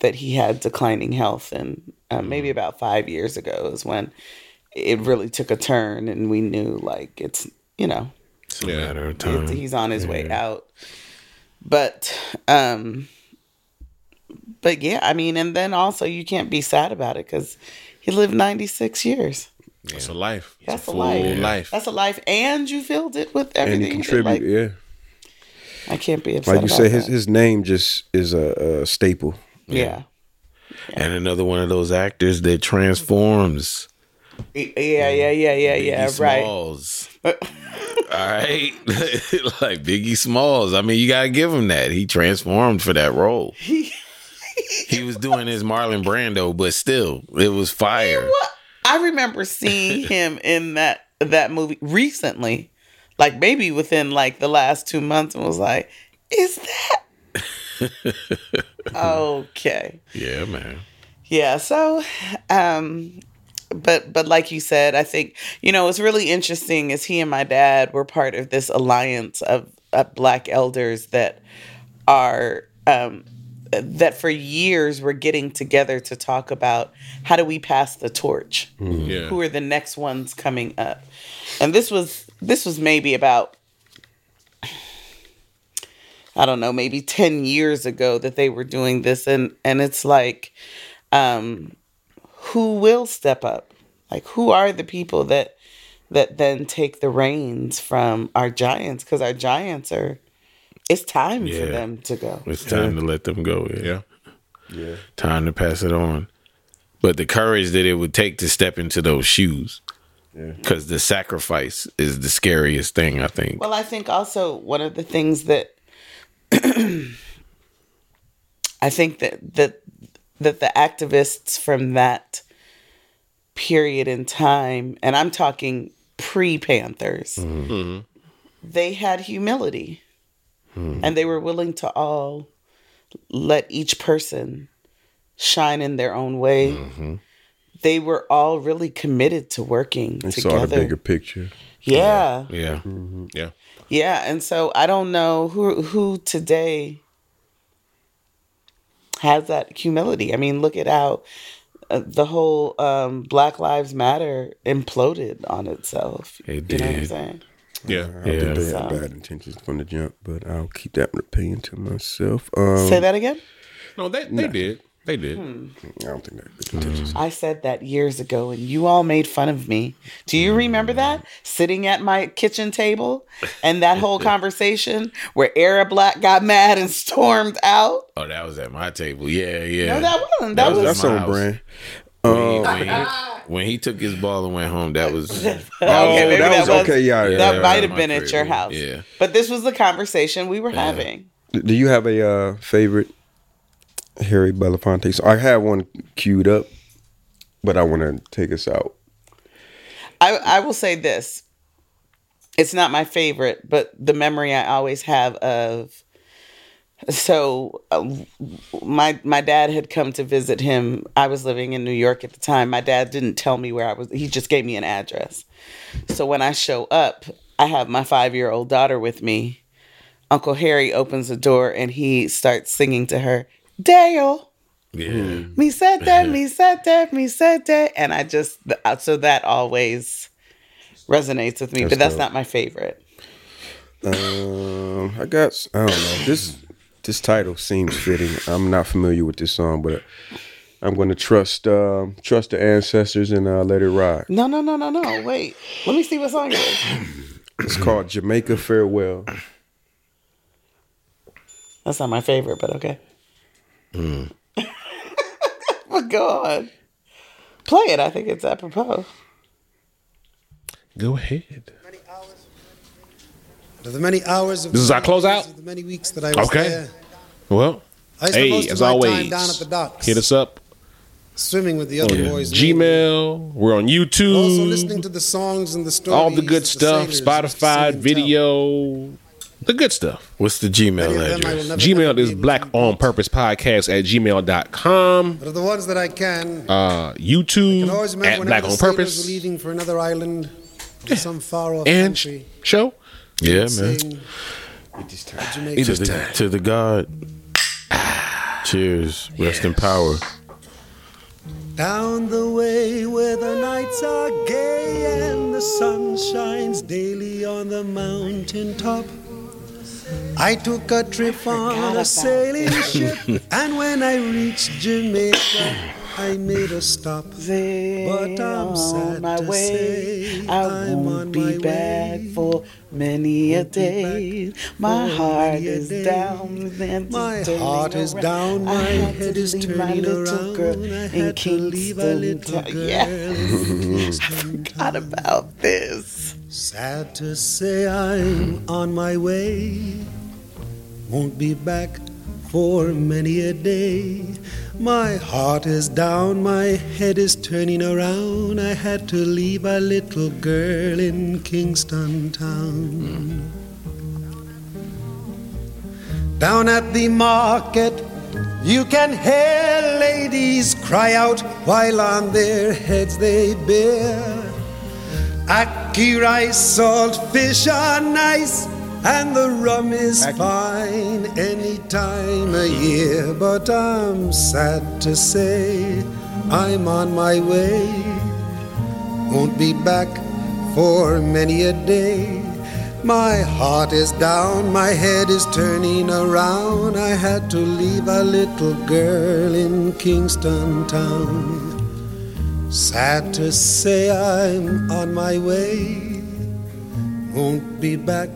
Speaker 5: that he had declining health, and um, maybe about five years ago is when it really took a turn, and we knew like it's you know
Speaker 1: It's a matter of
Speaker 5: it's-
Speaker 1: time.
Speaker 5: he's on his way out. But um but yeah, I mean and then also you can't be sad about it cuz he lived 96 years.
Speaker 3: That's a life. It's
Speaker 5: That's a
Speaker 3: full
Speaker 5: life.
Speaker 3: life.
Speaker 5: That's a life and you filled it with
Speaker 2: And
Speaker 5: everything.
Speaker 2: he
Speaker 5: you did.
Speaker 2: contribute,
Speaker 5: Like,
Speaker 2: yeah.
Speaker 5: I can't be upset
Speaker 2: Like you
Speaker 5: about
Speaker 2: say, his,
Speaker 5: that.
Speaker 2: his name just is a, a staple.
Speaker 5: yeah.
Speaker 1: And another one of those actors that transforms.
Speaker 5: Yeah, yeah, yeah, yeah, yeah, yeah,
Speaker 1: Biggie
Speaker 5: right.
Speaker 1: Smalls. All right. like Biggie Smalls. I mean, you got to give him that. He transformed for that role. he was doing his Marlon Brando, but still, it was fire.
Speaker 5: What? I remember seeing him in that that movie recently. Like maybe within like the last 2 months and was like, "Is that Okay.
Speaker 1: Yeah, man.
Speaker 5: Yeah, so um but but like you said, I think you know what's really interesting is he and my dad were part of this alliance of, of black elders that are um, that for years were getting together to talk about how do we pass the torch,
Speaker 3: Mhm. Yeah.
Speaker 5: who are the next ones coming up, and this was this was maybe about I don't know, maybe 10 years ago that they were doing this and and it's like um who will step up? Like who are the people that that then take the reins from our giants cuz our giants are it's time for
Speaker 1: Yeah.
Speaker 5: them to go.
Speaker 1: It's time to let them go. Yeah.
Speaker 2: Yeah.
Speaker 1: Time to pass it on. But the courage that it would take to step into those shoes.
Speaker 2: Yeah.
Speaker 1: Cause the sacrifice is the scariest thing, I think.
Speaker 5: Well, I think also one of the things that I think that that that the activists from that period in time, and I'm talking pre Panthers, they had humility, and they were willing to all let each person shine in their own way. They were all really committed to working
Speaker 2: They
Speaker 5: together.
Speaker 2: saw the bigger picture.
Speaker 5: yeah.
Speaker 1: Yeah.
Speaker 5: mm-hmm.
Speaker 3: Yeah.
Speaker 5: Yeah, and so I don't know who who today has that humility. I mean, look at how uh, the whole um, Black Lives Matter imploded on itself.
Speaker 1: It
Speaker 5: You know what I'm
Speaker 1: did.
Speaker 5: saying?
Speaker 3: Yeah.
Speaker 2: I think
Speaker 1: Yeah.
Speaker 2: they had bad intentions from the jump, but I'll keep that opinion to myself. Um,
Speaker 5: Say that again.
Speaker 3: No, they they did. They did.
Speaker 2: I don't think that good intentions.
Speaker 5: I said that years ago, and you all made fun of me. Do you remember that? Sitting at my kitchen table and that whole conversation where Arab Black got mad and stormed out.
Speaker 1: Oh, that was at my table. Yeah, yeah.
Speaker 5: No, that wasn't. That,
Speaker 1: That was-
Speaker 5: was
Speaker 2: That's on
Speaker 1: house.
Speaker 2: brand.
Speaker 1: when, he, when he- when he took his ball and went home, that was
Speaker 2: Oh,
Speaker 5: Okay, maybe
Speaker 2: that,
Speaker 5: that
Speaker 2: was,
Speaker 5: was-
Speaker 2: okay. Yeah, yeah.
Speaker 1: Yeah.
Speaker 5: that might have
Speaker 1: my
Speaker 5: been at your
Speaker 1: crib.
Speaker 5: house.
Speaker 1: Yeah.
Speaker 5: But this was the conversation we were having.
Speaker 2: Do you have a uh, favorite Harry Belafonte? So I have one queued up, but I want to take us out.
Speaker 5: I, I will say this. It's not my favorite, but the memory I always have of so uh, my my dad had come to visit him. I was living in New York at the time. My dad didn't tell me where I was. He just gave me an address. So when I show up, I have my 5-year-old daughter with me. Uncle Harry opens the door and he starts singing to her, "Dale,
Speaker 1: yeah.
Speaker 5: me said that, me said that, me said that, and I just th- uh, so that always resonates with me. but that's
Speaker 2: dope.
Speaker 5: not my favorite.
Speaker 2: Um, I got. s- I don't know. This this title seems fitting. I'm not familiar with this song, but I'm going to trust um, trust the ancestors and uh, let it ride.
Speaker 5: No, no, no, no, no. Wait, let me see what song it is.
Speaker 2: It's called Jamaica Farewell.
Speaker 5: That's not my favorite, but okay. but go on, play it. I think it's apropos.
Speaker 3: Go ahead.
Speaker 9: The many hours of
Speaker 3: This is our closeout?
Speaker 9: The many weeks that I was
Speaker 3: Okay.
Speaker 9: there.
Speaker 3: Well,
Speaker 9: I spent
Speaker 3: hey,
Speaker 9: most of
Speaker 3: as
Speaker 9: my time
Speaker 3: always, Oh,
Speaker 9: down at the docks.
Speaker 3: hit us up
Speaker 9: Swimming with the other
Speaker 3: on
Speaker 9: boys.
Speaker 3: Gmail. We're on
Speaker 9: Also
Speaker 3: YouTube.
Speaker 9: listening to the songs and the stories.
Speaker 3: all the good
Speaker 9: of
Speaker 3: stuff.
Speaker 9: sailors
Speaker 3: Spotify,
Speaker 9: singing tell.
Speaker 3: video, the good stuff.
Speaker 1: What's the
Speaker 9: Many
Speaker 1: Gmail
Speaker 9: of them I will
Speaker 1: address?
Speaker 9: never,
Speaker 3: Gmail
Speaker 9: ever
Speaker 3: is
Speaker 9: be able
Speaker 3: black
Speaker 9: to
Speaker 3: on
Speaker 9: meet.
Speaker 3: purpose podcast at gmail.com.
Speaker 9: But of the ones that I can,
Speaker 3: Uh,
Speaker 9: can
Speaker 3: YouTube
Speaker 9: always remember
Speaker 3: at
Speaker 9: whenever
Speaker 3: black
Speaker 9: the
Speaker 3: on
Speaker 9: sailors
Speaker 3: purpose.
Speaker 9: were leaving for another island or some far off
Speaker 3: And sh-
Speaker 9: country.
Speaker 3: show.
Speaker 1: Yeah, man.
Speaker 9: Saying, Jamaica.
Speaker 1: To the, to the God. Cheers. Rest in power.
Speaker 9: Down the way where the nights are gay and the sun shines daily on the mountain top. I took a trip on a sailing ship, and when I reached Jamaica, I made a stop. But I'm
Speaker 5: on
Speaker 9: sad
Speaker 5: my
Speaker 9: to
Speaker 5: way.
Speaker 9: say
Speaker 5: I
Speaker 9: I'm
Speaker 5: won't
Speaker 9: on
Speaker 5: be
Speaker 9: my
Speaker 5: back
Speaker 9: way.
Speaker 5: for many a day. My
Speaker 9: for
Speaker 5: heart
Speaker 9: many a
Speaker 5: is
Speaker 9: day.
Speaker 5: down. and
Speaker 9: My
Speaker 5: it's turning
Speaker 9: heart is
Speaker 5: around.
Speaker 9: down,
Speaker 5: I
Speaker 9: my
Speaker 5: had
Speaker 9: head
Speaker 5: to
Speaker 9: is
Speaker 5: leave my
Speaker 9: turning
Speaker 5: little
Speaker 9: around.
Speaker 5: girl
Speaker 9: I
Speaker 5: in
Speaker 9: had to leave our
Speaker 5: Kingston
Speaker 9: little
Speaker 5: Town.
Speaker 9: girl
Speaker 5: Yeah.
Speaker 9: in
Speaker 5: I forgot about this.
Speaker 9: Sad to say I'm on my way. Won't be back for many a day. My heart is down, my head is turning around. I had to leave a little girl in Kingston town. Down at the market, You can hear ladies cry out while on their heads they bear. Aki rice, salt fish are nice, and the rum is fine any time of year. But I'm sad to say I'm on my way, won't be back for many a day. My heart is down, my head is turning around. I had to leave a little girl in Kingston town. Sad to say I'm on my way. Won't be back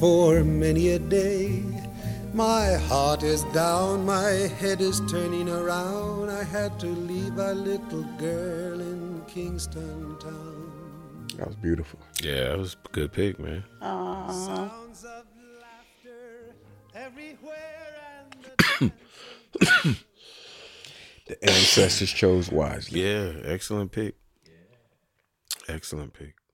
Speaker 9: for many a day. My heart is down, my head is turning around. I had to leave a little girl in Kingston town.
Speaker 2: That was beautiful.
Speaker 1: Yeah, that was a good pick, man.
Speaker 9: Sounds of laughter everywhere and
Speaker 2: The ancestors chose wisely.
Speaker 1: Yeah, excellent pick. Excellent pick.